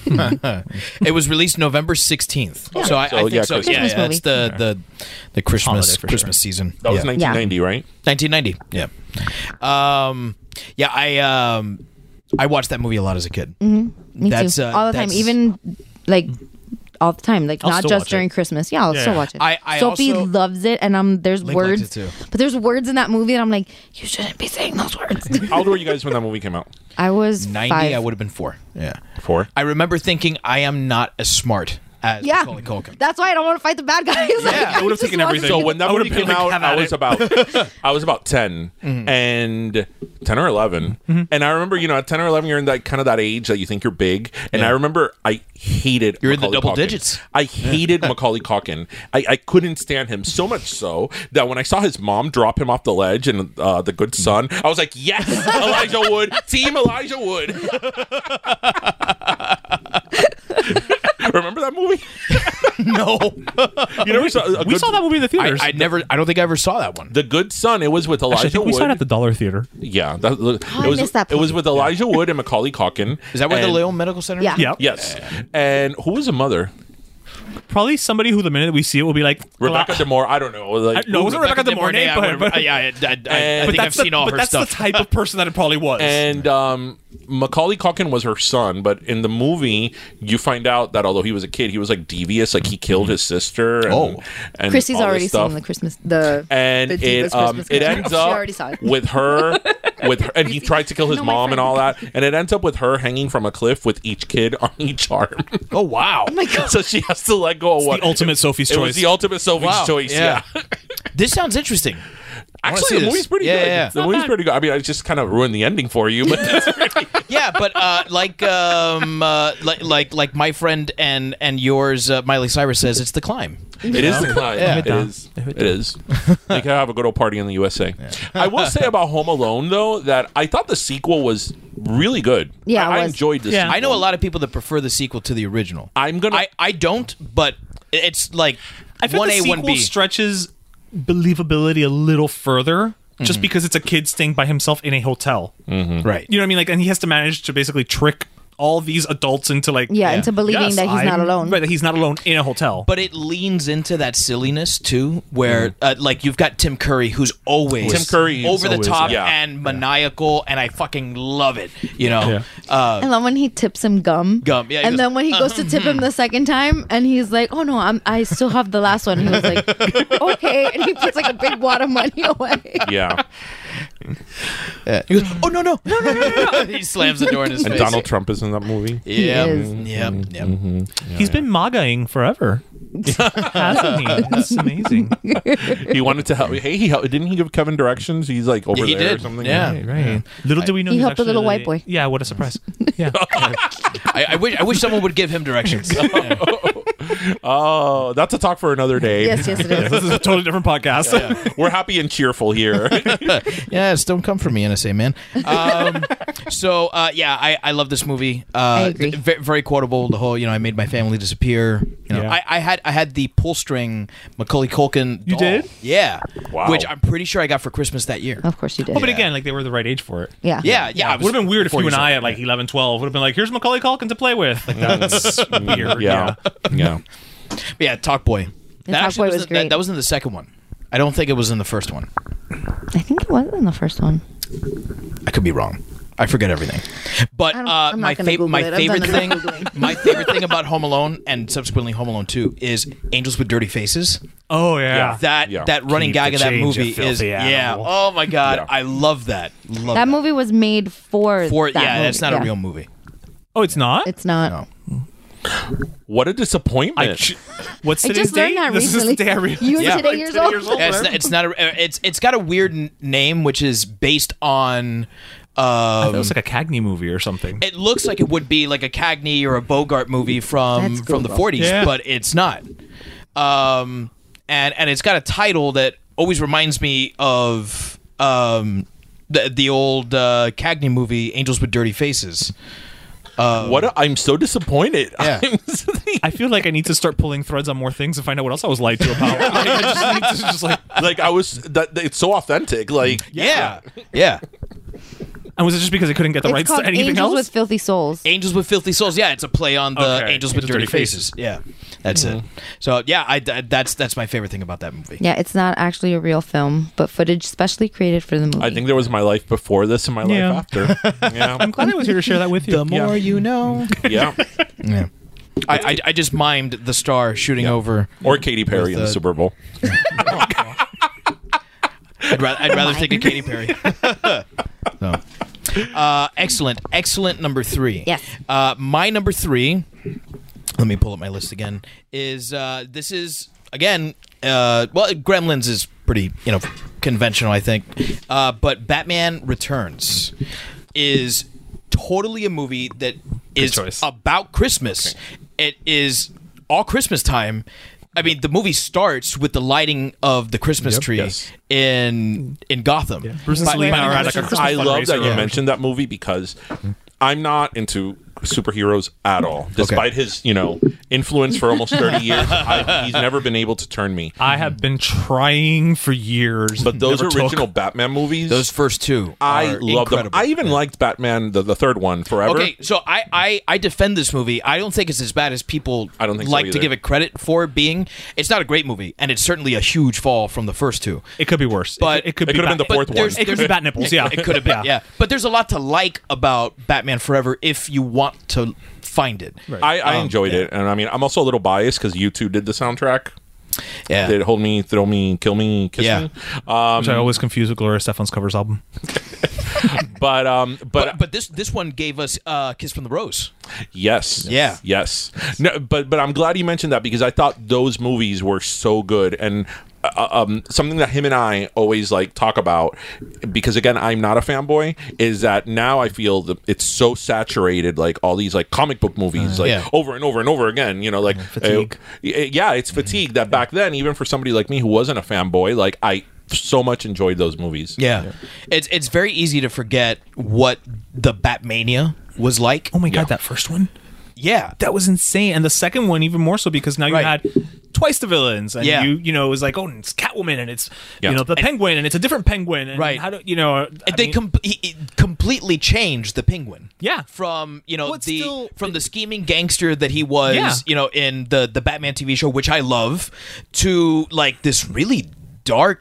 F: It was released November 16th. So I,
C: So,
F: I think
C: yeah,
F: so.
C: Christmas
F: Yeah, yeah, that's
D: movie.
F: the the the Christmas
G: Holiday for sure.
F: Christmas season.
C: That was
F: yeah.
C: 1990, right?
F: 1990. Yeah. Um, yeah, I um, I watched that movie a lot as a kid.
D: Me
F: That's,
D: too.
F: uh,
D: all the time.
F: that's-
D: Even like all the time. Like
F: I'll
D: not
F: still
D: just
F: watch
D: during
F: it.
D: Christmas. Yeah, I'll still
G: yeah.
D: watch it.
F: I- I
D: Sophie
F: also-
D: loves it, and um, there's
F: Link liked
D: words,
F: it too.
D: but there's words in that movie that I'm like, you shouldn't be saying those words.
C: How old were you guys when that movie came out?
D: I was
F: 90,
D: five.
F: I would have been four. Yeah.
C: Four.
F: I remember thinking I am not as smart as
D: Yeah,
F: Macaulay Culkin.
D: that's why I don't want to fight the bad guys. Like,
F: Yeah,
G: I would have taken
D: just
G: everything.
C: So when that
G: I
C: movie
G: would've been
C: came
G: like,
C: out,
G: have
C: I
G: at
C: was
G: it. Mm-hmm.
C: about I was about 10 and ten or 11 and I remember you know at ten or eleven you're in that kind of that age that you think you're big and I remember I hated
F: You're in the
C: Macaulay
F: double
C: Culkin.
F: digits.
C: I hated Macaulay Culkin. I, I couldn't stand him so much so that when I saw his mom drop him off the ledge in uh, the Good Son, I was like, yes, Elijah Wood, Team Elijah Wood. Remember that movie?
F: No,
C: You never saw? a
G: We
C: Good-
G: saw that movie in the
F: I,
G: theaters.
F: I never. I don't think I ever saw that one.
C: The Good Son. It was with Elijah
G: Actually, I think we
C: Wood.
G: saw it at the Dollar Theater.
C: Yeah, that, look,
D: Oh,
C: it
D: I
C: was.
D: missed that
C: it was with Elijah Wood and Macaulay Calkin.
F: Is that where the
C: and-
F: Leon Medical Center? is?
D: Yeah.
G: Yeah.
C: Yes, and who was the mother?
G: Probably somebody who the minute we see it will be like
C: Rebecca
G: "Gla-
C: De Moore. I don't know. Like,
G: I- no, it wasn't Rebecca, De Mornay,
F: I
G: but,
F: remember-
G: but,
F: I- yeah, I, I- I- I
C: And-
G: but
F: think I've
G: that's the,
F: seen all
G: but
F: her
G: that's
F: stuff.
G: the type of person that it probably was.
C: And um, Macaulay Calkin was her son, but in the movie, you find out that although he was a kid, he was like devious. Like he killed his sister. And,
F: Oh.
C: and
D: Christy's
C: all this
D: already
C: stuff.
D: seen the Christmas the
C: and
D: the
C: it
D: Divas
C: um,
D: Christmas
C: it
D: Carol.
C: ends
D: She
C: up
D: already saw it.
C: with her with her, and he tried to kill his
D: know my
C: mom and
D: friend.
C: all that, and it ends up with her hanging from a cliff with each kid on each arm.
F: oh wow!
D: Oh my god!
C: so she has to let go of
G: the
C: what
G: ultimate Sophie's
C: It
G: choice.
C: was the ultimate Sophie's
F: Wow,
C: choice.
F: yeah.
C: Yeah.
F: this sounds interesting. see
C: Actually, the
F: this.
C: movie's pretty
F: Yeah,
C: good.
F: yeah, yeah.
C: The movie's pretty good. I mean, I just kind of ruined the ending for you, but it's really-
F: Yeah, but uh, like um, uh, like like like my friend and and yours, uh, Miley Cyrus says it's the climb.
C: it is the climb.
F: Yeah.
C: It is. It is. You can have a good old party in the USA. I will say about Home Alone though that I thought the sequel was really good.
D: Yeah,
C: I,
D: it
C: I
D: was.
C: enjoyed this.
G: Yeah.
F: I know a lot of people that prefer the sequel to the original.
C: I'm gonna.
F: I, I don't, but it's like
G: I feel
F: one A,
G: the
F: one
G: sequel
F: B.
G: stretches believability a little further, just because it's a kid staying by himself in a hotel.
F: Right.
G: You know what I mean? Like, and he has to manage to basically trick all these adults into like,
D: yeah, into believing
G: yes,
D: that he's not
G: I'm-
D: alone.
G: right? That he's not alone in a hotel.
F: But it leans into that silliness too, where uh, like you've got Tim Curry, who's always
C: Mm-hmm. Tim Curry is
F: over the
C: always,
F: top
C: yeah.
F: and maniacal, and I fucking love it. You know,
D: I love when he tips him gum.
F: Uh, Gum, yeah, he
D: And
F: goes,
D: then when he goes to tip him the second time, and he's like, "Oh no, I'm I still have the last one." He was like, "Okay," and he puts like a big wad of money away.
C: yeah.
D: Uh,
F: He goes, oh no no no no no no! he slams the door in his
C: And
F: face.
C: Donald Trump Mm-hmm. is in that movie.
F: Yeah,
D: He is.
F: yeah, yeah.
G: he's been magaing forever, hasn't he? That's amazing.
C: He wanted to help. Hey, he helped. Didn't he give Kevin directions? He's like over
F: he
C: there or
F: did.
C: something.
F: Yeah.
G: Right, right. Little do we know
D: He
G: he's
D: helped a little
G: actually-
D: white boy.
G: Yeah, what a surprise. Yeah.
F: I, I wish I wish someone would give him directions. Yeah.
C: Oh, that's a talk for another day.
D: yes, yes, it is.
G: this is a totally different podcast.
C: We're happy and cheerful here.
F: Yes, don't come for me, NSA man. Um, so uh, yeah, I, I love this movie. Uh, I
D: agree.
F: Very, quotable. The whole you know, I made my family disappear. You know,
G: Yeah.
F: I, I had I had the pull string Macaulay Culkin.
G: You
F: doll.
G: did?
F: Yeah.
C: Wow.
F: Which I'm pretty sure I got for Christmas that year.
D: Of course you did.
G: Oh, but again, like they were the right age for it.
D: yeah,
F: Yeah, yeah. I
G: It
F: was
G: would have been weird if you and
F: 47.
G: I at like 11, 12 would have been like, here's Macaulay Culkin to play with. Like, that's weird.
C: yeah. Yeah.
F: Yeah, Talk Boy.
D: Talk
F: actually
D: Boy was
F: in- that- That,
D: great.
F: was in the second one. I don't think it was in the first one.
D: I think it was in the first one.
F: I could be wrong. I forget everything. But
D: I don't-
F: uh,
D: I'm not
F: my,
D: gonna
F: fav-
D: Google
F: my
D: it. I'm
F: favorite
D: done
F: thing,
D: enough Googling.
F: my favorite thing about Home Alone and subsequently Home Alone Two is Angels with Dirty Faces.
G: Oh, yeah.
F: That
C: Yeah.
F: that running
G: Keep
F: gag
G: the
F: of that
G: change, you
F: movie is
G: filthy
F: yeah.
G: animal.
F: Oh my god,
C: Yeah.
F: I love that. Love
D: That movie was made for.
F: For
D: that
F: yeah,
D: movie.
F: that's not
D: yeah.
F: a real movie.
G: Oh, it's not?
D: It's not.
F: No.
C: What a
G: I,
C: disappointment.
G: ch- what's
D: I
G: today's
D: just
G: date?
D: learned that
G: this
D: recently.
G: is the day I realized.
D: You
F: Yeah.
D: today years old.
F: Yeah, it's, not, it's not a. uh, It's it's got a weird n- name, which is based on.
G: It
F: Um,
G: was like a Cagney movie or something.
F: it looks like it would be like a Cagney or a Bogart movie from
D: That's
F: from the
D: Google.
F: 40s,
G: Yeah.
F: but it's not. Um, and and it's got a title that always reminds me of um, the the old uh, Cagney movie, Angels with Dirty Faces.
C: what
G: Oh.
C: a, I'm so disappointed.
F: Yeah.
C: I'm-
G: I feel like I need to start pulling threads on more things and find out what else I was lied to about. I just need to just like,
C: like I was that that- it's so authentic. Like
F: Yeah, yeah.
G: and was it just because I couldn't get the
D: It's
G: rights
D: called
G: to anything
D: Angels
G: else?
D: with Filthy Souls.
F: Angels with Filthy Souls. Yeah, it's a play on the
G: Okay.
F: Angels with Dirty, Faces. Yeah, that's it. So yeah, I, I- that's that's my favorite thing about that movie.
D: Mm-hmm. Yeah, it's not actually a real film, but footage specially created for the movie.
C: I think there was my life before this and my
G: Yeah.
C: life after. Yeah.
G: I'm glad I was here to share that with you.
F: more you know.
C: yeah.
F: I, I, I just mimed the star shooting over.
C: Or Katy Perry in the
F: uh,
C: Super Bowl.
F: I'd, ra- I'd rather take a Katy Perry. no. Uh, excellent, excellent number three.
D: Yes.
F: Uh, my number three let me pull up my list again. Is uh, this is again? Uh, well, Gremlins is pretty you know conventional, I think. Uh, but Batman Returns is totally a movie that is
G: choice.
F: about Christmas. It is all Christmas time. I mean, the movie starts with the lighting of the Christmas tree
C: Yes.
F: in in Gotham.
G: Bruce and
F: By-
G: Selena are at like a Christmas
C: I love that
G: fundraiser.
C: you
G: Yeah.
C: mentioned that movie because I'm not into superheroes at all. Despite his, you know, influence for almost 30 years, I, he's never been able to turn me.
G: I have been trying for years,
C: But those
G: never took.
C: original Batman movies,
F: Those first two,
C: I
F: are
C: love them.
F: incredible.
C: I even liked Batman, the, the third one, forever.
F: Okay, so I, I I defend this movie. I don't think it's as bad as people
C: I don't think so
F: like
C: either.
F: to give it credit for being. It's not a great movie, and it's certainly a huge fall from the first two.
G: It could be worse.
F: But-
G: it, could
C: It
G: be
C: could have been
G: bat-
C: the fourth
F: But
C: one.
F: there's-
G: It could be bat nipples. Yeah,
F: It could have been, yeah. But there's a lot to like about Batman Forever if you want to find it.
C: I, I enjoyed it, and I mean, I'm also a little biased because you two did the soundtrack.
F: Yeah.
C: Did hold me, throw me, kill me, kiss
F: Yeah.
C: me. Uh,
G: Which I always confuse with Gloria Stefan's covers album.
C: But um, but,
F: but, but this this one gave us uh, Kiss from the Rose.
C: Yes.
F: Yeah.
C: Yes. No, but but I'm glad you mentioned that because I thought those movies were so good and uh, um, something that him and I always like talk about because again I'm not a fanboy is that now I feel that it's so saturated like all these like comic book movies like
F: Uh, yeah.
C: over and over and over again you know like
G: Fatigue.
C: uh, y- yeah it's fatigue that back then even for somebody like me who wasn't a fanboy like I so much enjoyed those movies
F: Yeah. It's it's very easy to forget what the Batmania was like.
G: Oh my god, that first one.
F: Yeah.
G: That was insane, and the second one even more so because now you
F: Right.
G: had twice the villains, and
F: Yeah.
G: you you know it was like oh and it's Catwoman and it's
C: Yeah.
G: you know the Penguin and it's a different Penguin, and
F: Right.
G: How do you know? uh, I
F: And they
G: mean-
F: com- he, he completely changed the penguin.
G: Yeah.
F: From you know
G: Well, it's
F: the
G: still-
F: from the scheming gangster that he was,
G: Yeah.
F: you know, in the the Batman TV show, which I love, to like this really dark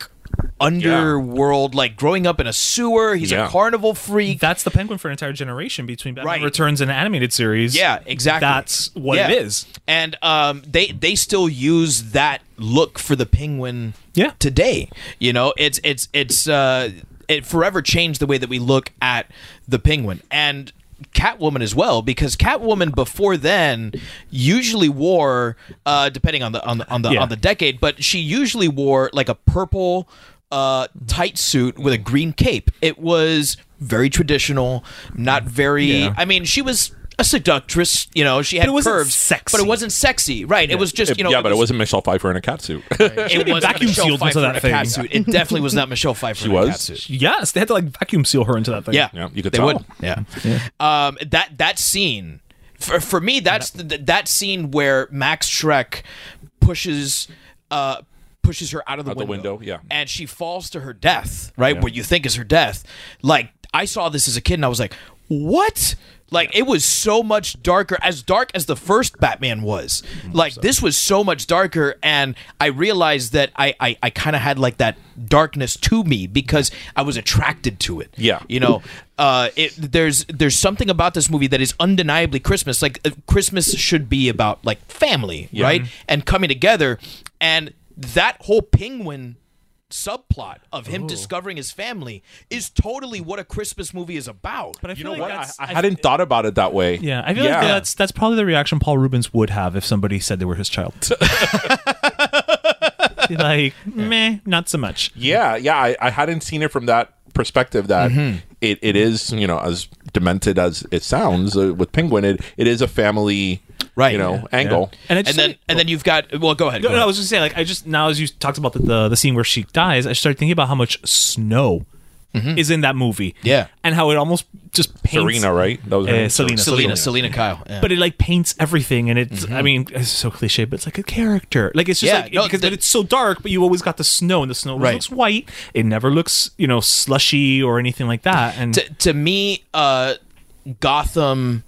F: underworld, like growing up in a sewer. He's
C: Yeah.
F: a carnival freak.
G: that's the Penguin for an entire generation between Batman
F: Right.
G: Returns and animated series.
F: Yeah, exactly.
G: That's what
F: Yeah.
G: it is.
F: And um, they they still use that look for the penguin.
G: Yeah.
F: Today, you know, it's it's it's uh, it forever changed the way that we look at the penguin and Catwoman as well because Catwoman before then usually wore uh, depending on the on the on the
G: Yeah.
F: on the decade, but she usually wore like a purple uh, tight suit with a green cape. It was very traditional, not very. I mean, she was. A seductress, you know, she had
G: it wasn't
F: curves,
G: sexy.
F: but it wasn't sexy, right? It was just, you know,
C: yeah but it
F: was-
C: wasn't Michelle Pfeiffer in a cat suit
F: It was
G: vacuum
F: Michelle
G: sealed into
F: Pfeiffer
G: that
F: in a
G: thing.
F: cat suit. It definitely was not Michelle Pfeiffer. in a
C: was?
F: cat suit.
G: Yes, they had to like vacuum seal her into that thing.
F: Yeah,
C: Yeah, you could
F: they
C: tell.
F: would. Yeah. Um, that that scene for, for me that's th- that scene where Max Shrek pushes uh pushes her out of the,
C: Out the
F: window,
C: window, yeah.
F: and she falls to her death. Right, what you think is her death. Like I saw this as a kid, and I was like, what? Like it was so much darker, as dark as the first Batman was.
C: Mm-hmm.
F: Like this was so much darker, and I realized that I I, I kind of had like that darkness to me because I was attracted to it.
C: Yeah.
F: you know, uh, it, there's there's something about this movie that is undeniably Christmas. Like uh, Christmas should be about like family, right, and coming together, and that whole penguin subplot of him
G: Oh.
F: discovering his family is totally what a Christmas movie is about.
G: But I feel
C: you know
G: like
C: what I,
G: that's-
C: I hadn't thought about it that way
G: Yeah, I feel like that's that's probably the reaction Paul Rubens would have if somebody said they were his child. Be like, meh, not so much.
C: Yeah, yeah. I, I hadn't seen it from that perspective that
F: Mm-hmm.
C: it, it is, you know, as demented as it sounds uh, with Penguin, it, it is a family,
F: Right.
C: you know, angle.
G: And, I
F: and
G: just
F: then and then you've got well, go ahead.
G: No,
F: go
G: no, I
F: ahead.
G: was just saying, like, I just now as you talked about the the, the scene where she dies, I started thinking about how much snow is in that movie.
F: Mm-hmm. Yeah.
G: and how it almost just paints
C: Serena, right? That was her
G: Uh,
C: name.
G: Selena,
F: Selena, Selena Kyle. yeah. Mm-hmm.
G: But it like paints everything, and it's I mean it's so cliche, but it's like a character. Like it's just
F: Yeah,
G: like
F: no,
G: because
F: the-
G: but it's so dark, but you always got the snow, and the snow always
F: Right.
G: looks white. It never looks you know slushy or anything like that. And
F: to, to me, uh, Gotham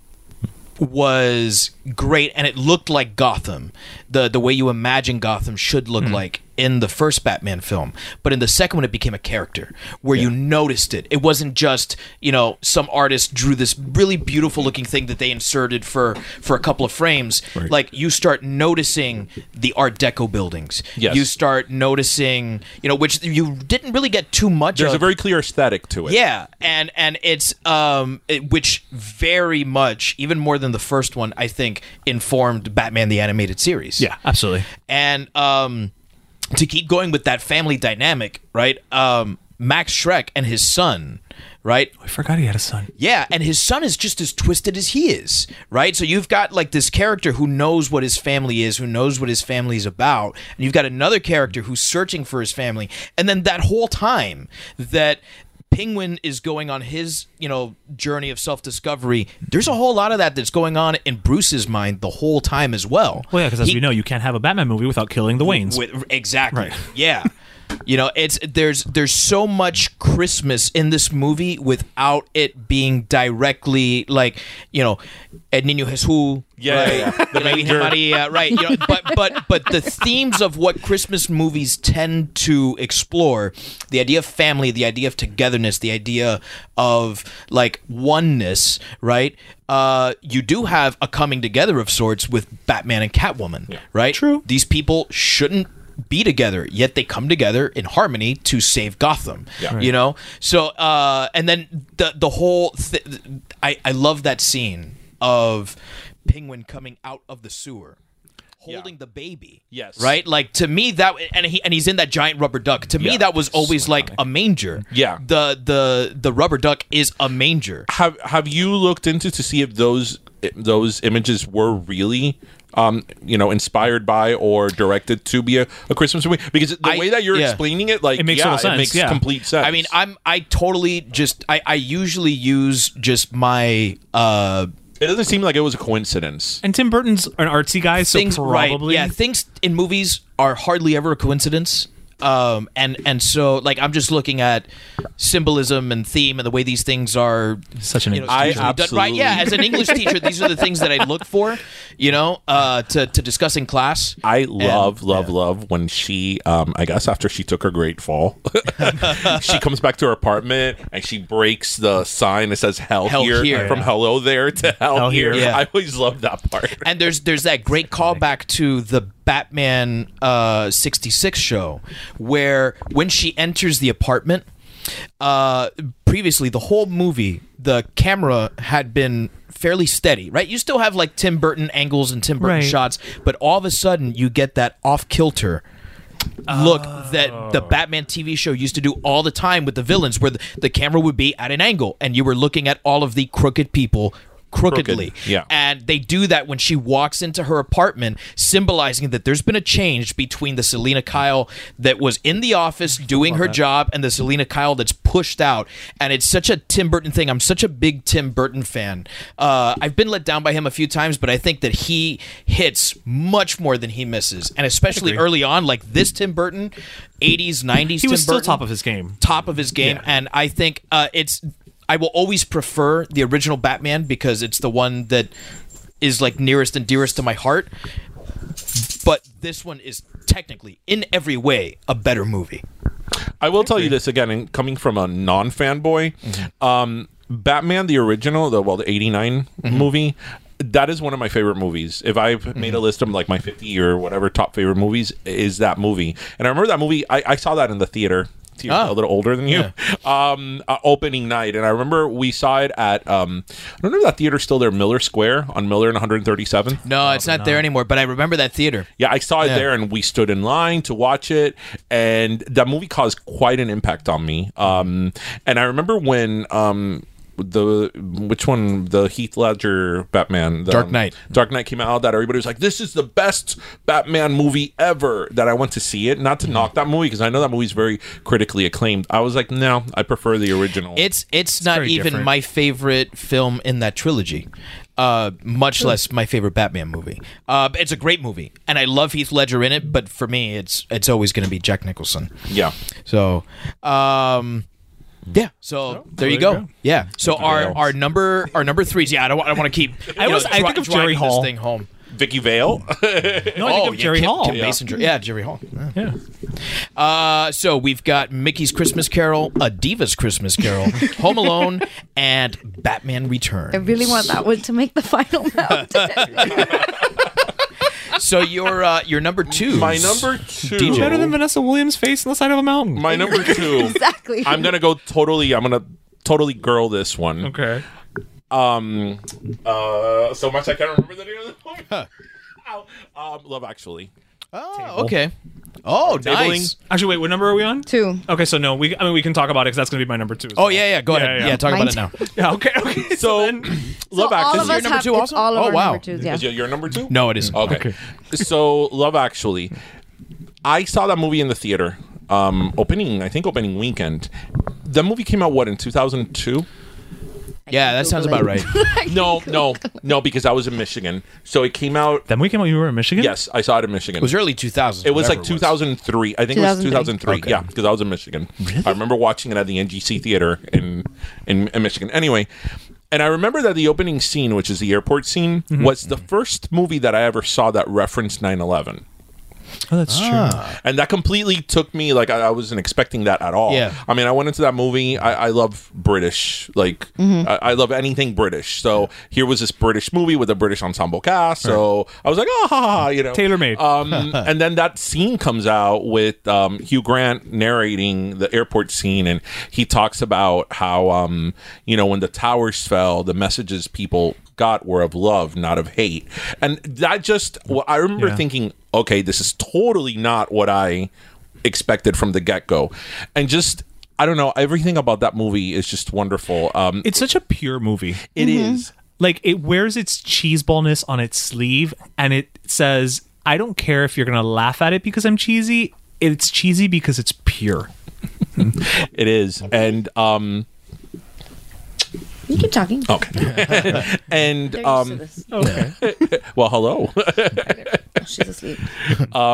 C: Hmm.
F: was great, and it looked like Gotham. the The way you imagine Gotham should look like in the first Batman film, but in the second one, it became a character where you noticed it. It wasn't just you know some artist drew this really beautiful looking thing that they inserted for for a couple of frames. Like you start noticing the Art Deco buildings.
C: Yes.
F: You start noticing you know which you didn't really get too much.
C: There's a
F: of.
C: very clear aesthetic to it.
F: Yeah, and and it's um, it, which very much, even more than the first one, I think, informed Batman the animated series.
G: Yeah, absolutely.
F: and um, to keep going with that family dynamic, right? Um, Max Shrek and his son, right?
G: I forgot he had a son.
F: Yeah, and his son is just as twisted as he is, right? So you've got like this character who knows what his family is, who knows what his family is about, and you've got another character who's searching for his family. And then that whole time that Penguin is going on his, you know, journey of self-discovery, there's a whole lot of that that's going on in Bruce's mind the whole time as well.
G: Well, yeah, because as
F: He-
G: we know, you can't have a Batman movie without killing the Waynes.
F: with, exactly.
G: Right.
F: Yeah. You know, it's there's there's so much Christmas in this movie without it being directly like you know, El Niño Jesús.
C: Yeah,
F: right?
C: yeah, yeah. The
F: You know, Virgen
C: manger.
F: Maria, uh, right? You know, but but but the themes of what Christmas movies tend to explore, the idea of family, the idea of togetherness, the idea of like oneness, right? Uh, you do have a coming together of sorts with Batman and Catwoman, right? True. These people shouldn't be together yet they come together in harmony to save gotham you know so uh and then the the whole th- i i love that scene of penguin coming out of the sewer holding the baby
C: Yes.
F: right like to me that and he and he's in that giant rubber duck to me
C: Yeah.
F: that was always like a manger
C: Yeah.
F: the the the rubber duck is a manger
C: have have you looked into to see if those those images were really um you know inspired by or directed to be a, a christmas movie because the
F: I-
C: way that you're
F: yeah.
C: explaining it like
G: It makes
C: yeah,
G: total sense,
C: it makes
G: yeah.
C: complete sense
F: I mean, I'm I totally just I I usually use just my uh
C: it doesn't seem like it was a coincidence
G: And Tim Burton's an artsy guy, so
F: things
G: probably.
F: right. Yeah, things in movies are hardly ever a coincidence. Um, and and so like I'm just looking at symbolism and theme and the way these things are
G: Such an
F: you know,
C: I
F: usually done- right. Yeah, as
C: absolutely-
F: an English teacher, these are the things that I look for, you know, uh, to to discuss in class.
C: I love, love, love when she, um, I guess after she took her great fall, she comes back to her apartment and she breaks the sign that says hell,
F: Hell
C: here,
F: here.
C: from hello there to hell,
G: Hell
C: here.
G: here.
F: Yeah.
C: I always love that part.
F: and there's there's that great callback to the Batman uh, 66 show where when she enters the apartment uh, previously the whole movie the camera had been fairly steady right you still have like Tim Burton angles and Tim Burton
G: Right.
F: shots but all of a sudden you get that off kilter look that the Batman TV show used to do all the time with the villains, where the, the camera would be at an angle and you were looking at all of the crooked people crookedly.
C: yeah.
F: And they do that when she walks into her apartment, symbolizing that there's been a change between the Selena Kyle that was in the office doing her job and the Selena Kyle that's pushed out. And it's such a Tim Burton thing. I'm such a big Tim Burton fan. Uh, I've been let down by him a few times, but I think that he hits much more than he misses. And especially early on, like this Tim Burton, 80s, 90s
G: He
F: Tim
G: was still
F: Burton
G: top of his game.
F: top of his game, and I think uh, it's. I will always prefer the original Batman because it's the one that is like nearest and dearest to my heart. But this one is technically, in every way, a better movie.
C: I will tell you this again, and coming from a non fanboy, um, Batman the original, the well, the '89 movie. That is one of my favorite movies. If I've made a list of like my 50 or whatever top favorite movies, is that movie. And I remember that movie. I, I saw that in the theater. You're
F: Ah.
C: A little older than you. Um, uh, opening night, and I remember we saw it at. Um, I don't know if that theater's still there, Miller Square on Miller and 137th.
F: No, it's not there anymore. But I remember that theater.
C: Yeah, I saw it
F: Yeah.
C: there, and we stood in line to watch it, and that movie caused quite an impact on me. Um, and I remember when um, the which one the Heath Ledger Batman the,
F: Dark Knight.
C: Dark Knight came out that everybody was like, "This is the best Batman movie ever." That I went to see it, not to knock that movie because I know that movie's very critically acclaimed. I was like, "No, I prefer the original."
F: It's it's, not
G: very
F: even
G: different.
F: my favorite film in that trilogy. Uh, much less my favorite Batman movie. Uh, but it's a great movie, and I love Heath Ledger in it. But for me, it's it's always going to be Jack Nicholson.
C: yeah,
F: So, um, yeah. So there you go. Yeah. So our our number our number threes. Yeah, I don't wa- I don't want to keep.
G: I
F: you
G: was-
F: know,
G: I
F: dri-
G: think of
F: driving
G: Jerry
F: this
G: Hall.
F: thing home. Oh,
C: Vicky Vale.
G: No, I think of Jerry
F: Kip-
G: Hall.
F: Kip
G: yeah.
F: Mason Jer- yeah, Jerry Hall. Yeah. Uh, so we've got Mickey's Christmas Carol, A Diva's Christmas Carol, Home Alone, and Batman Returns.
D: I really want that one to make the final mount.
F: So your uh, your number two.
C: my number two.
G: Better than Vanessa Williams' face on the side of a mountain.
C: my number two.
D: exactly.
C: I'm gonna go totally. I'm gonna totally girl this one.
G: okay.
C: Um. Uh. So much I can't remember the name of the movie. Ow. Um, Love Actually.
F: Oh, okay. Oh, nice.
G: Actually, wait. What number are we on?
D: Two.
G: Okay, so no, we. I mean, we can talk about it because that's gonna be my number two. as
F: Oh
G: well.
F: yeah, yeah. Go
G: Yeah,
F: ahead. Yeah,
G: yeah.
F: talk about it now.
D: Mine-
G: Yeah. Okay. Okay.
C: So,
G: then-
D: all
C: Love Actually.
D: of us
F: number
D: have
F: two
D: it's
F: also?
D: all of
F: Oh,
D: our
F: wow.
D: number twos. Yeah.
C: Is your, your number two?
F: No, it isn't.
C: Okay. So Love Actually, I saw that movie in the theater. Um, opening, I think opening weekend. The movie came out what in 2002?
F: Yeah, that sounds about right.
C: No, no, no, because I was in Michigan. So it came out.
G: Then we came out. You were in Michigan.
C: Yes, I saw it in Michigan.
F: It was early 2000s.
C: It was like
F: whatever
C: 2003. I think it was
D: 2003.
C: 2003. Yeah, because I was in Michigan. I remember watching it at the NGC Theater in, in in Michigan. Anyway, and I remember that the opening scene, which is the airport scene, was the first movie that I ever saw that referenced 9/11.
G: Oh, that's
C: And that completely took me like I, I wasn't expecting that at all.
F: Yeah.
C: I mean, I went into that movie. I, I love British, like I, I love anything British. So here was this British movie with a British ensemble cast. So I was like, oh, ha, ha, ha," you know,
G: Tailor-made.
C: Um, and then that scene comes out with um, Hugh Grant narrating the airport scene, and he talks about how um, you know when the towers fell, the messages people got were of love, not of hate, and that just well, I remember
G: Yeah.
C: thinking thinking, okay, this is totally not what I expected from the get go. And just, I don't know, everything about that movie is just wonderful. Um,
G: It's such a pure movie.
C: it is.
G: Like it wears its cheeseballness on its sleeve, and it says, "I don't care if you're gonna laugh at it because I'm cheesy. It's cheesy because it's pure."
C: It is. And, um,
D: You keep talking. They're used
C: and,
D: to
C: um,
D: this.
C: well, hello.
D: She's asleep.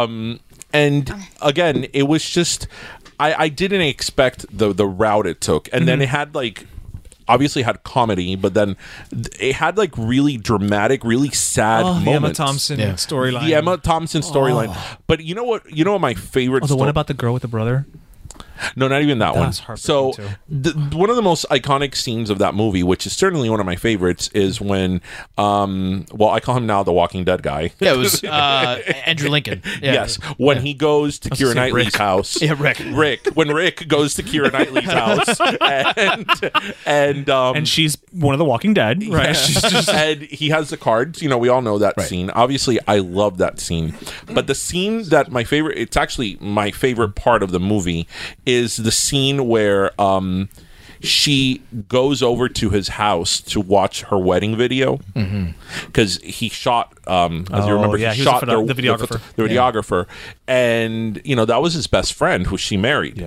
C: and again, it was just, I, I didn't expect the, the route it took. And then it had like, obviously had comedy, but then it had like really dramatic, really sad
G: Oh, the Emma
C: moments.
G: Thompson
F: Yeah.
G: storyline.
C: The Emma Thompson storyline, but you know what? You know what my favorite.
G: Oh, the one
C: sto-
G: about the girl with the brother.
C: No, not even that
G: That's
C: one.
G: heartbreaking,
C: So,
G: too.
C: the, one of the most iconic scenes of that movie, which is certainly one of my favorites, is when, um, well, I call him now the Walking Dead guy.
F: Yeah, it was uh, Andrew Lincoln. Yeah.
C: Yes, when he goes to Kira
G: gonna say
C: Knightley's
G: Rick.
C: house.
F: Yeah, Rick.
C: Rick. When Rick goes to Kira Knightley's house, and and um,
G: And she's one of the Walking Dead, right? She's just
C: and he has the cards. You know, we all know that scene. Obviously, I love that scene. But the scene that my favorite, it's actually my favorite part of the movie, is the scene where um, she goes over to his house to watch her wedding video. Because he shot, um, as
G: Mm-hmm.
C: you
G: Oh,
C: remember,
G: yeah, he
C: he,
G: was a
C: shot
G: photo-
C: their-
G: the
C: The,
G: videographer.
C: photo- the videographer. And, you know, that was his best friend who she married.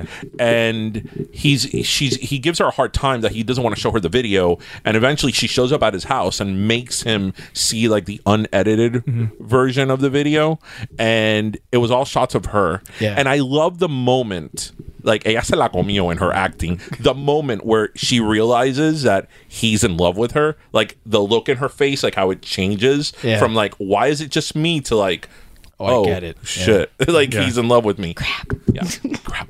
C: And he's she's he gives her a hard time that he doesn't want to show her the video. And eventually she shows up at his house and makes him see like the unedited
F: Mm-hmm.
C: version of the video. And it was all shots of her.
F: Yeah.
C: And I love the moment. Like ella se la comió in her acting. The moment where she realizes that he's in love with her, like the look in her face, like how it changes
F: Yeah.
C: from like why is it just me to like oh,
F: I get it. Yeah.
C: shit like he's in love with me crap yeah crap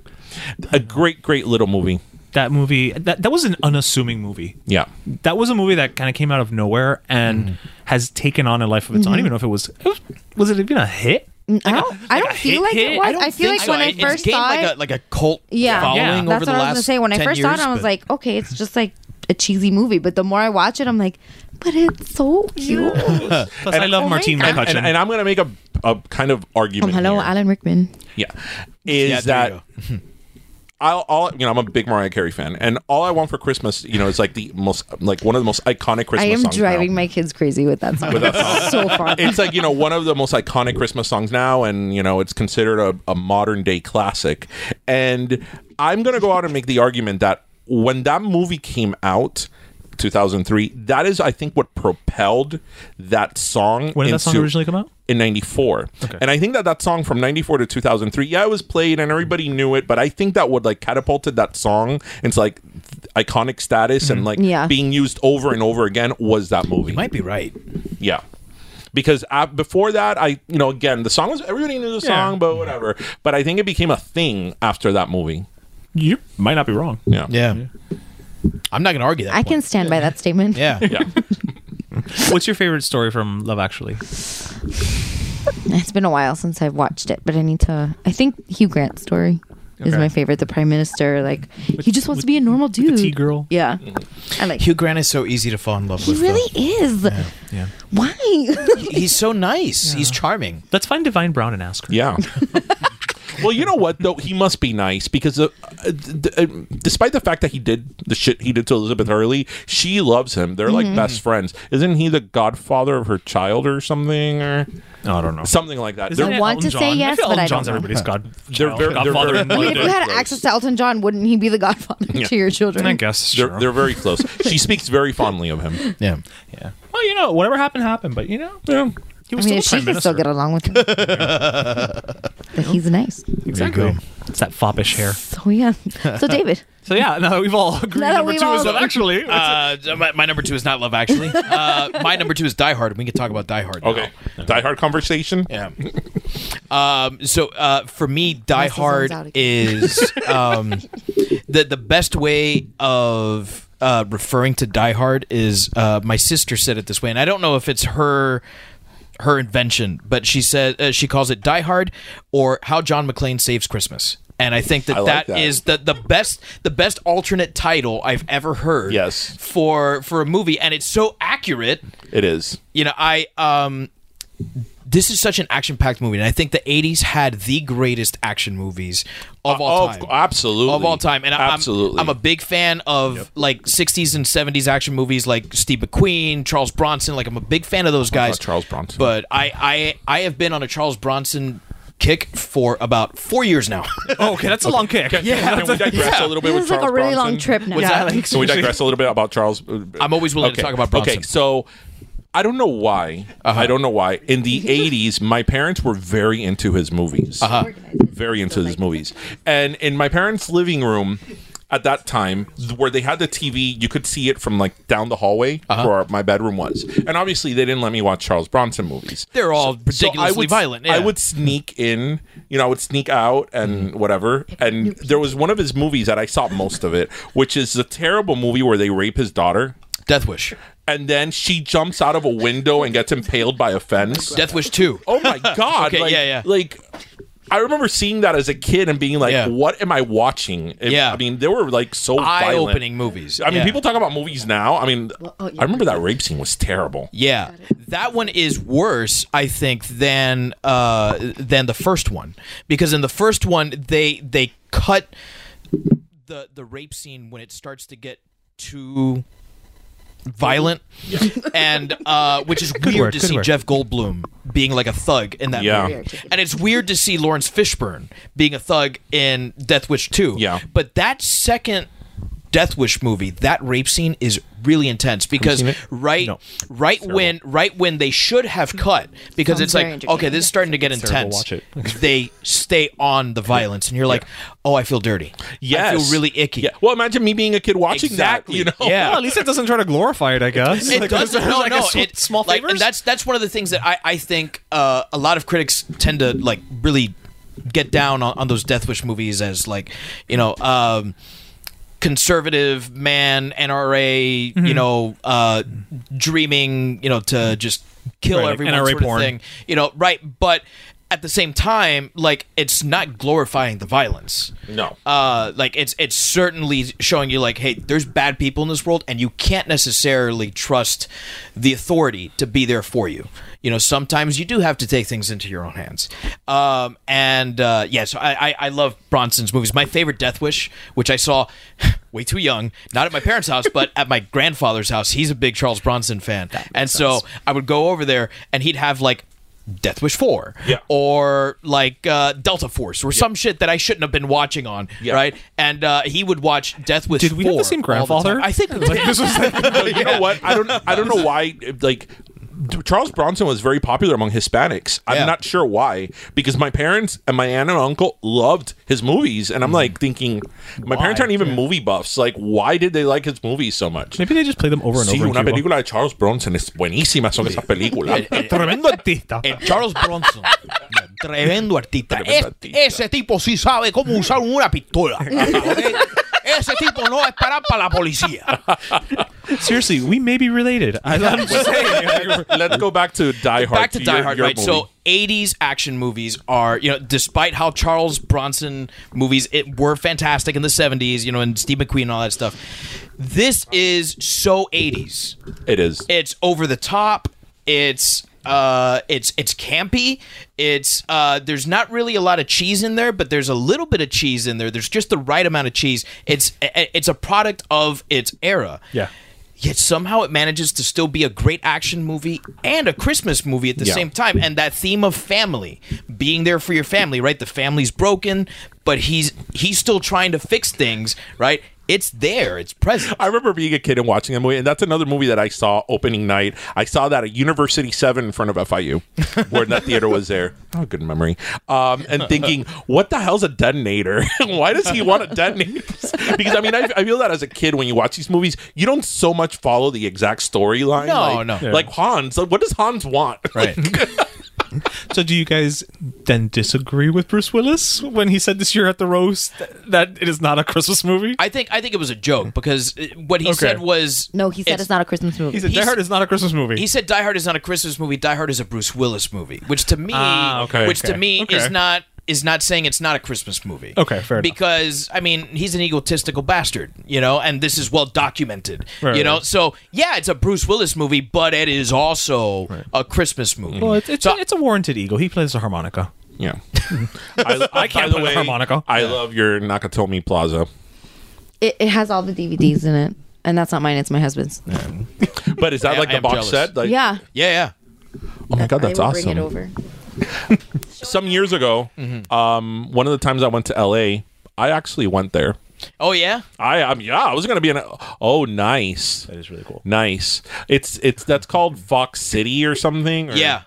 C: a great great little movie
G: that movie. That that was an unassuming movie.
C: yeah
G: that was a movie that kind of came out of nowhere and has taken on a life of its own. I don't even know if it was, it was was it even a hit?
D: I don't. I don't feel like
G: hit?
D: it was.
G: I
D: I, feel like
F: so.
D: when I
F: It-
D: first
F: it's gained
D: saw
F: like
D: it,
F: a, like a cult
D: yeah,
F: following
G: Yeah.
F: over
D: that's
F: the
D: what I was
F: last
D: gonna say. When I
F: 10
D: first saw it,
F: years,
D: I was
F: but-
D: like, okay, it's just like a cheesy movie. But the more I watch it, I'm like, but it's so cute.
G: Plus, I love
D: Oh my
G: Martine
D: God.
G: McCutcheon.
C: and, and i'm gonna make a, a kind of
D: Um,
C: argument
D: hello,
C: here.
D: Alan Rickman.
C: yeah is
F: Yeah, there you
C: that I'll, all you know, I'm a big Mariah Carey fan, and all I want for Christmas, you know, is like the most, like one of the most iconic Christmas.
D: I am
C: songs now.
D: driving my kids crazy with that song. It's so far.
C: it's like you know one of the most iconic christmas songs now and you know it's considered a, a modern day classic and i'm gonna go out and make the argument that when that movie came out 2003 that is i think what propelled that song
G: When did that song
C: into-
G: originally come out?
C: in 94 and i think that that song from 94 to 2003 yeah it was played and everybody knew it but i think that would like catapulted that song into like iconic status and like
D: Yeah.
C: being used over and over again was that movie
F: might be right.
C: yeah because uh before that, I you know again the song was everybody knew the
G: Yeah.
C: song, but whatever. But I think it became a thing after that movie.
G: You might not be wrong.
C: Yeah,
F: Yeah. I'm not going to argue that.
D: I
F: point.
D: can stand by that statement.
F: Yeah.
C: yeah.
G: What's your favorite story from Love Actually?
D: It's been a while since I've watched it, but I need to. I think Hugh Grant's story is
G: Okay.
D: my favorite. The prime minister, like he just wants to be a normal dude.
G: the tea girl?
D: Yeah, I like.
F: Mm-hmm. Hugh Grant is so easy to fall in love
D: he
F: with.
D: really is.
F: yeah.
D: Why?
F: though. He's so nice. He's charming.
G: Let's find Divine Brown and ask her.
C: Yeah. well, you know what though, he must be nice because uh, uh, d- uh, despite the fact that he did the shit he did to Elizabeth Hurley, she loves him. They're like best friends. Isn't he the godfather of her child or something or
G: I don't know.
C: something like that?
G: Isn't
C: They're-
G: it
D: want to
G: Elton
D: say
G: John?
D: yes,
G: I feel
D: but
G: Elton
D: I don't
G: John's
D: know.
G: everybody's god.
C: They're very- they're
G: godfather
C: very-
G: in
D: I mean, if
G: London.
D: you had
C: Gross.
D: access to Elton John, wouldn't he be the godfather
C: Yeah.
D: to your children?
G: I guess.
C: they're,
G: sure.
C: they're very close. she speaks very fondly of him.
F: Yeah.
G: yeah. Well, you know, whatever happened happened, but you know,
C: Yeah.
G: he
D: I
G: was
D: mean, if
G: still
D: she can
G: a prime minister.
D: still get along with him, but he's nice.
G: exactly. It's that foppish hair.
D: So yeah. So David,
G: So yeah, now that we've all agreed,
D: Now that
G: number
D: we've
G: two
D: all
G: is Love
D: agreed.
G: Actually.
F: Uh, my, my number two is not Love Actually. Uh, my number two is Die Hard. We can talk about Die Hard. now.
C: Okay. Die Hard conversation.
F: Yeah. um, so uh, for me, Die
D: Unless the sun's
F: Hard
D: out again.
F: is um, the the best way of. Uh, referring to Die Hard is uh, my sister said it this way, and I don't know if it's her her invention, but she said uh, she calls it Die Hard or How John McClane Saves Christmas, and I think that,
C: I
F: that
C: like that.
F: is the the best the best alternate title I've ever heard.
C: Yes.
F: for for a movie, and it's so accurate
C: It is.
F: you know, I um this is such an action-packed movie, and I think the '80s had the greatest action movies of all time,
C: Of, absolutely.
F: of all time. And I, I'm-
C: absolutely.
F: I'm, a big fan of like '60s and '70s action movies, like Steve McQueen, Charles Bronson. Like I'm a big fan of those guys.
C: Charles Bronson.
F: but I I I have been on a Charles Bronson kick for about four years now.
G: oh, okay, that's a long kick.
C: yeah, can we digress a little bit
D: this
C: with
D: is like
C: Charles
D: a really
C: Bronson?
D: long trip now.
F: that?
G: like-
C: Can we digress a little bit about Charles? uh,
F: I'm always willing to talk about Bronson. Uh-huh.
C: Okay, so I don't know why. I don't know why. In the 80s, my parents were very into his movies. Uh-huh. Very into his movies. And in my parents' living room at that time, th- where they had the TV, you could see it from like down the hallway
F: Uh-huh.
C: where our- my bedroom was. And obviously, they didn't let me watch Charles Bronson movies.
F: They're all ridiculously
C: I would,
F: violent. Yeah. Mm-hmm.
C: I would sneak in, you know, I would sneak out and whatever. And there was one of his movies that I saw most of it, which is the terrible movie where they rape his daughter.
F: Death Wish,
C: And then she jumps out of a window and gets impaled by a fence.
F: Death Wish Two.
C: Oh my god!
F: Okay,
C: like,
F: yeah, yeah.
C: Like, I remember seeing that as a kid and being like,
F: Yeah.
C: "What am I watching?" It-
F: Yeah.
C: I mean, they were like so violent.
F: Eye-opening movies.
C: I mean,
F: Yeah.
C: people talk about movies now. I mean,
D: oh, yeah.
C: I remember that rape scene was terrible.
F: Yeah, that one is worse, I think, than uh, than the first one because in the first one they they cut the the rape scene when it starts to get too violent, and uh, which is weird
G: word,
F: to
G: good
F: see
G: word.
F: Jeff Goldblum being like a thug in that
C: Yeah.
F: movie, and it's weird to see Lawrence Fishburne being a thug in Death Wish Two.
C: Yeah.
F: but that second Death Wish movie, that rape scene is really intense because right
G: No.
F: right when right when they should have cut because
D: Sounds
F: it's
D: very
F: like
D: entertaining.
F: okay, this is starting to get intense.
G: watch it.
F: they stay on the violence, and you're like, oh, I feel dirty.
C: Yes.
F: I feel really icky.
C: Yeah. Well, imagine me being a kid watching
F: Exactly.
C: that. You know.
F: Yeah.
G: Well, at least it doesn't try to glorify it, I guess.
F: It doesn't. No,
G: like a
F: no.
G: sw-
F: it,
G: small
F: like,
G: favors.
F: And that's that's one of the things that I I think uh, a lot of critics tend to like really get down on, on those Death Wish movies as like you know. Um, conservative man nra
G: Mm-hmm.
F: you know uh dreaming you know to just kill
G: Right, like
F: everyone
G: NRA
F: sort of
G: porn.
F: thing you know right but at the same time like it's not glorifying the violence
C: No.
F: uh, like it's it's certainly showing you like, hey, there's bad people in this world, and you can't necessarily trust the authority to be there for you. You know, sometimes you do have to take things into your own hands. Um, and uh, yeah, so I, I I love Bronson's movies. My favorite Death Wish, which I saw way too young, not at my parents' house, but at my grandfather's house. He's a big Charles Bronson fan, and so I would go over there, and he'd have like Death Wish 4
C: Yeah.
F: or like uh, Delta Force or some shit that I shouldn't have been watching on,
C: Yeah.
F: right? And uh, he would watch Death Wish
G: Did we have the
F: 4
G: same
F: all the time.
G: grandfather?
F: I think we did.
C: But you know what? I don't. I don't know why. Like Charles Bronson was very popular among Hispanics. I'm
F: Yeah.
C: not sure why, because my parents and my aunt and uncle loved his movies,
F: Mm-hmm.
C: and I'm like thinking, my parents aren't even movie buffs. Like, why did they like his movies so much?
G: Maybe they just play them over and
C: Sí,
G: over. in
C: una
G: Cuba.
C: película de Charles Bronson es buenísima. Son esas películas.
G: Tremendo artista.
F: El Charles Bronson. Tremendo artista.
C: Tremendo
F: Es-
C: artista.
F: Ese tipo sí sabe cómo usar una pistola. ¿ok? Ese tipo no va a esperar para la policía.
G: Seriously, we may be related. I, I'm just saying.
C: Let's go back to Die Hard.
F: Back to Die
C: your-
F: Hard,
C: your
F: right?
C: movie.
F: So, 80s action movies are, you know, despite how Charles Bronson movies it were fantastic in the 70s, you know, and Steve McQueen and all that stuff. This is so 80s.
C: it is.
F: It's over the top. It's uh it's it's campy. It's uh there's not really a lot of cheese in there, but there's a little bit of cheese in there. There's just the right amount of cheese. It's it's a product of its era.
G: yeah.
F: Yet somehow it manages to still be a great action movie and a Christmas movie at the
C: Yeah.
F: same time. And that theme of family, being there for your family, right? The family's broken, but he's he's still trying to fix things, right? It's there. It's present.
C: I remember being a kid and watching a movie, and that's another movie that I saw opening night. I saw that at University Seven in front of FIU, where that theater was there. Oh, good memory. Um, and thinking, what the hell's a detonator? Why does he want a detonator? because I mean, I, I feel that as a kid when you watch these movies, you don't so much follow the exact storyline.
F: No,
C: like,
F: no. Yeah.
C: Like Hans, like, what does Hans want?
F: Right.
G: So, do you guys then disagree with Bruce Willis when he said this year at the roast that it is not a Christmas movie?
F: I think I think it was a joke because uh, what he said was
D: No, he said it's, not a Christmas movie.
G: he said Die Hard is not a Christmas movie.
F: He said Die Hard is not a Christmas movie. Die Hard is a Bruce Willis movie, which to me,
G: Ah, okay,
F: which to
G: okay,
F: me
G: okay.
F: is not is not saying it's not a Christmas movie.
G: Okay, fair enough.
F: Because I mean, he's an egotistical bastard, you know, and this is well documented,
G: Right,
F: you know.
G: right.
F: So yeah, it's a Bruce Willis movie, but it is also a Christmas movie.
G: well, it's it's,
F: So-
G: a, it's a warranted ego. He plays the harmonica.
C: Yeah. I,
G: I can't
C: by the
G: play the
C: way,
G: harmonica.
C: I love your Nakatomi Plaza.
D: It, it has all the DVDs in it, and that's not mine; it's my husband's. Yeah,
C: But is that
F: I-
C: like
F: I
C: the
F: am
C: box
F: jealous.
C: set? Like,
F: yeah, yeah.
C: Oh my god, that's
D: I will
C: awesome.
D: Bring it over.
C: some years ago,
F: Mm-hmm.
C: um, one of the times I went to LA, I actually went there.
F: Oh yeah.
C: I um, yeah, I was gonna be in. A, oh, nice. That is really cool. Nice. It's it's that's called Fox City or something. or-
F: Yeah.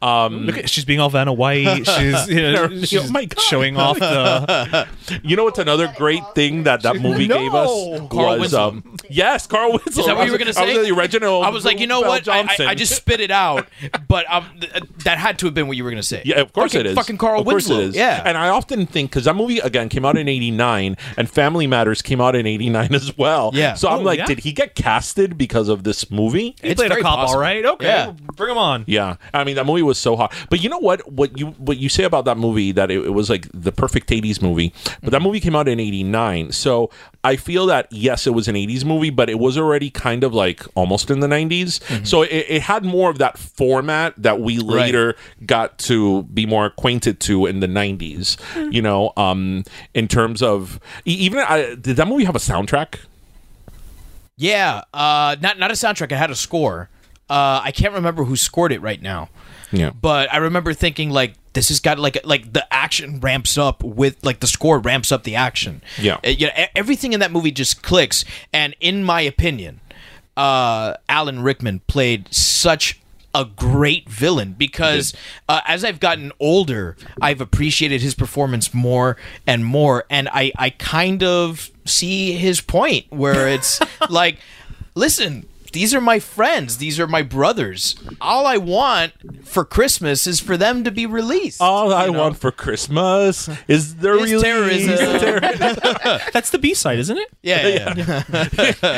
F: Mm.
G: Look, at, she's being all Vanna White. She's, you know, she's
C: Oh my God.
G: showing off the.
C: You know what's another great thing that that movie gave us
F: Carl
C: was
F: Winslow.
C: um yes Carl Winslow.
F: Is that what you were gonna
C: I was- I
F: say?
C: was the original.
F: I was like, you know
C: Bell
F: what? I, I-
C: Johnson.
F: I just spit it out, but um, th- that had to have been what you were going to say.
C: Yeah, of course
F: fucking,
C: it is.
F: Fucking Carl
C: of course
F: Winslow.
C: it is.
F: Yeah.
C: and I often think because that movie again came out in '89, and Family Matters came out in '89 as well.
F: Yeah.
C: So I'm
G: Oh,
C: like,
G: yeah.
C: did he get casted because of this movie?
G: He played a
F: very
G: cop, all
F: possible.
G: right. Okay,
F: Yeah.
G: bring him on.
C: Yeah, I mean that movie was so hot. But you know what? What you what you say about that movie that it, it was like the perfect '80s movie. But that movie came out in '89, so I feel that yes, it was an '80s movie, but it was already kind of like almost in the '90s. So it, it had more of that format that we later got to be more acquainted to in the '90s. You know, um, in terms of e- even I, did that movie have a soundtrack?
F: Yeah, uh, not not a soundtrack. It had a score. Uh, I can't remember who scored it right now,
C: Yeah,
F: but I remember thinking like this has got like like the action ramps up with like the score ramps up the action.
C: Yeah.
F: Uh, you know, e- everything in that movie just clicks. And in my opinion, uh, Alan Rickman played such a great villain because uh, as I've gotten older, I've appreciated his performance more and more, and I I kind of see his point where it's like, listen. These are my friends. These are my brothers. All I want for Christmas is for them to be released.
C: all I want for Christmas is the
F: Is
C: release.
F: terrorism.
G: That's the B side, isn't it?
F: yeah, yeah, yeah.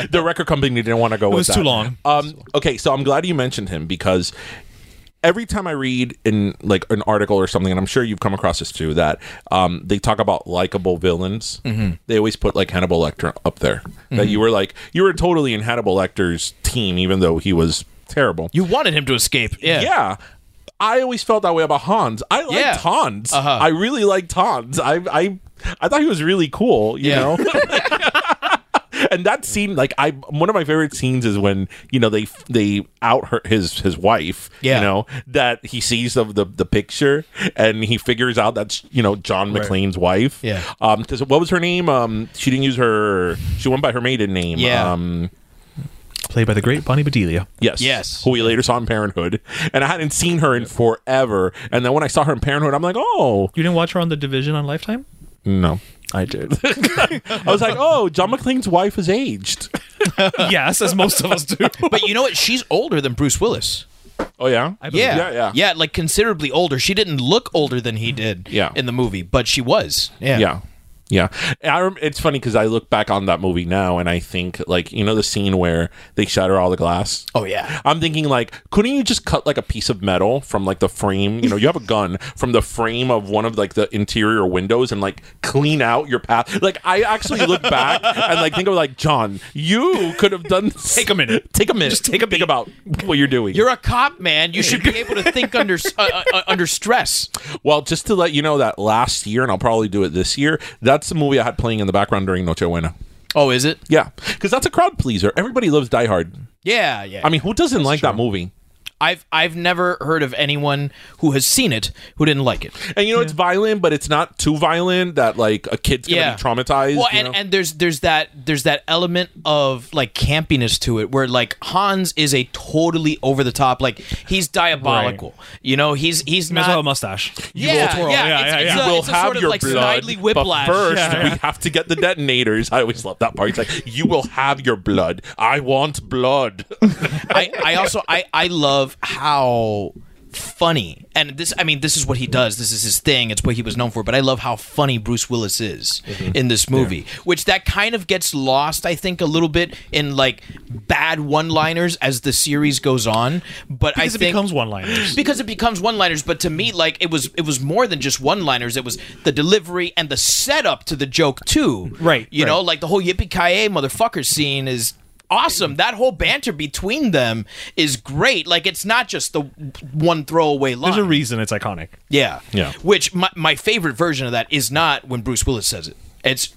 C: the record company didn't want to go it with
G: was
C: that.
G: too long.
C: Um, okay, so I'm glad you mentioned him because every time I read in like an article or something, and I'm sure you've come across this too, that um, they talk about likable villains.
G: Mm-hmm.
C: They always put like Hannibal Lecter up there. That you were like you were totally in Hannibal Lecter's team, even though he was terrible.
F: You wanted him to escape. Yeah.
C: yeah. I always felt that way about Hans. I liked
F: Yeah. Uh-huh.
C: Hans. I really liked Hans. I I I thought he was really cool, you
F: Yeah.
C: know. and that scene like I one of my favorite scenes is when, you know, they they out her his his wife,
F: Yeah.
C: you know, that he sees of the the picture and he figures out that's, you know, John McClane's wife.
F: Yeah.
C: Um cuz what was her name? Um she didn't use her she went by her maiden name.
F: Yeah.
C: Um
G: played by the great Bonnie Bedelia.
C: Yes.
F: Yes.
C: Who we later saw in Parenthood. And I hadn't seen her in forever. And then when I saw her in Parenthood, I'm like, oh,
G: You didn't watch her on The Division on Lifetime?
C: no.
G: I did.
C: I was like, oh, John McClane's wife is aged.
G: yes, as most of us do.
F: But you know what? She's older than Bruce Willis.
C: Oh, yeah?
G: believe
F: Yeah.
C: Yeah, yeah.
F: Yeah, like considerably older. She didn't look older than he did
C: Yeah.
F: in the movie, but she was. Yeah.
C: Yeah. Yeah. I rem- it's funny because I look back on that movie now and I think, like, you know, the scene where they shatter all the glass?
F: Oh, yeah.
C: I'm thinking, like, couldn't you just cut, like, a piece of metal from, like, the frame? You know, you have a gun from the frame of one of, like, the interior windows and, like, clean out your path. Like, I actually look back and, like, think of, like, John, you could have done.
G: Take a minute.
C: Take a minute.
G: Just take a
C: Think about what you're doing.
F: You're a cop, man. You should be able to think under uh, uh, under stress.
C: Well, just to let you know that last year, and I'll probably do it this year, that's the movie I had playing in the background during Noche Buena.
F: Oh, is it?
C: Yeah, because that's a crowd pleaser. Everybody loves Die Hard.
F: Yeah, yeah.
C: I mean, who doesn't like that movie?
F: I've I've never heard of anyone who has seen it who didn't like it.
C: And you know, it's violent, but it's not too violent that like a kid's gonna
F: yeah.
C: be traumatized.
F: Well,
C: you
F: and,
C: know?
F: and there's there's that there's that element of like campiness to it where like Hans is a totally over the top like he's diabolical. You know, he's he's
G: Might as well have a
F: not
G: mustache.
F: yeah, yeah,
G: Yeah,
F: it's,
G: yeah,
F: it's
G: yeah.
F: a-
C: we'll
F: it's a
C: have
F: sort of
C: your
F: like
C: blood,
F: snidely
C: but
F: whiplash.
C: first we have to get the detonators. I always love that part. It's like you will have your blood. I want blood.
F: I, I also I, I love how funny and this I mean this is what he does this is his thing it's what he was known for but I love how funny Bruce Willis is
G: Mm-hmm.
F: in this movie which that kind of gets lost I think a little bit in like bad one-liners as the series goes on but
G: Because
F: I
G: it
F: think
G: becomes one-liners.
F: because it becomes one-liners but to me like it was it was more than just one-liners it was the delivery and the setup to the joke too
G: Right,
F: you know
G: right.
F: like the whole yippee ki motherfucker scene is awesome that whole banter between them is great like it's not just the one throwaway line
G: There's a reason it's iconic.
F: yeah
C: Yeah.
F: which my, my favorite version of that is not when bruce willis says it it's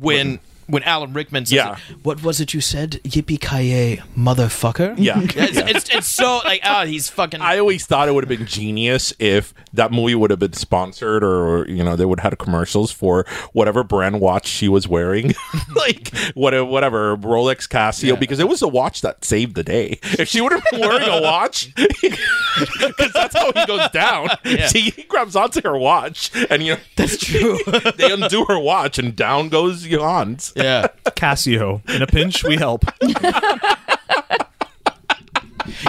F: when when Alan Rickman says,
C: Yeah.
F: it. "What was it you said? Yippee ki motherfucker!"
C: Yeah.
F: it's, It's, it's so like, oh, he's fucking.
C: I always thought it would have been genius if that movie would have been sponsored or, you know, they would have had commercials for whatever brand watch she was wearing. like, what, whatever, Rolex Casio, because it was the watch that saved the day. If she would have been wearing a watch, because that's how he goes down. She he grabs onto her watch and, you know, that's true. they undo her watch and down goes Hans.
F: yeah,
G: Casio. In a pinch, we help.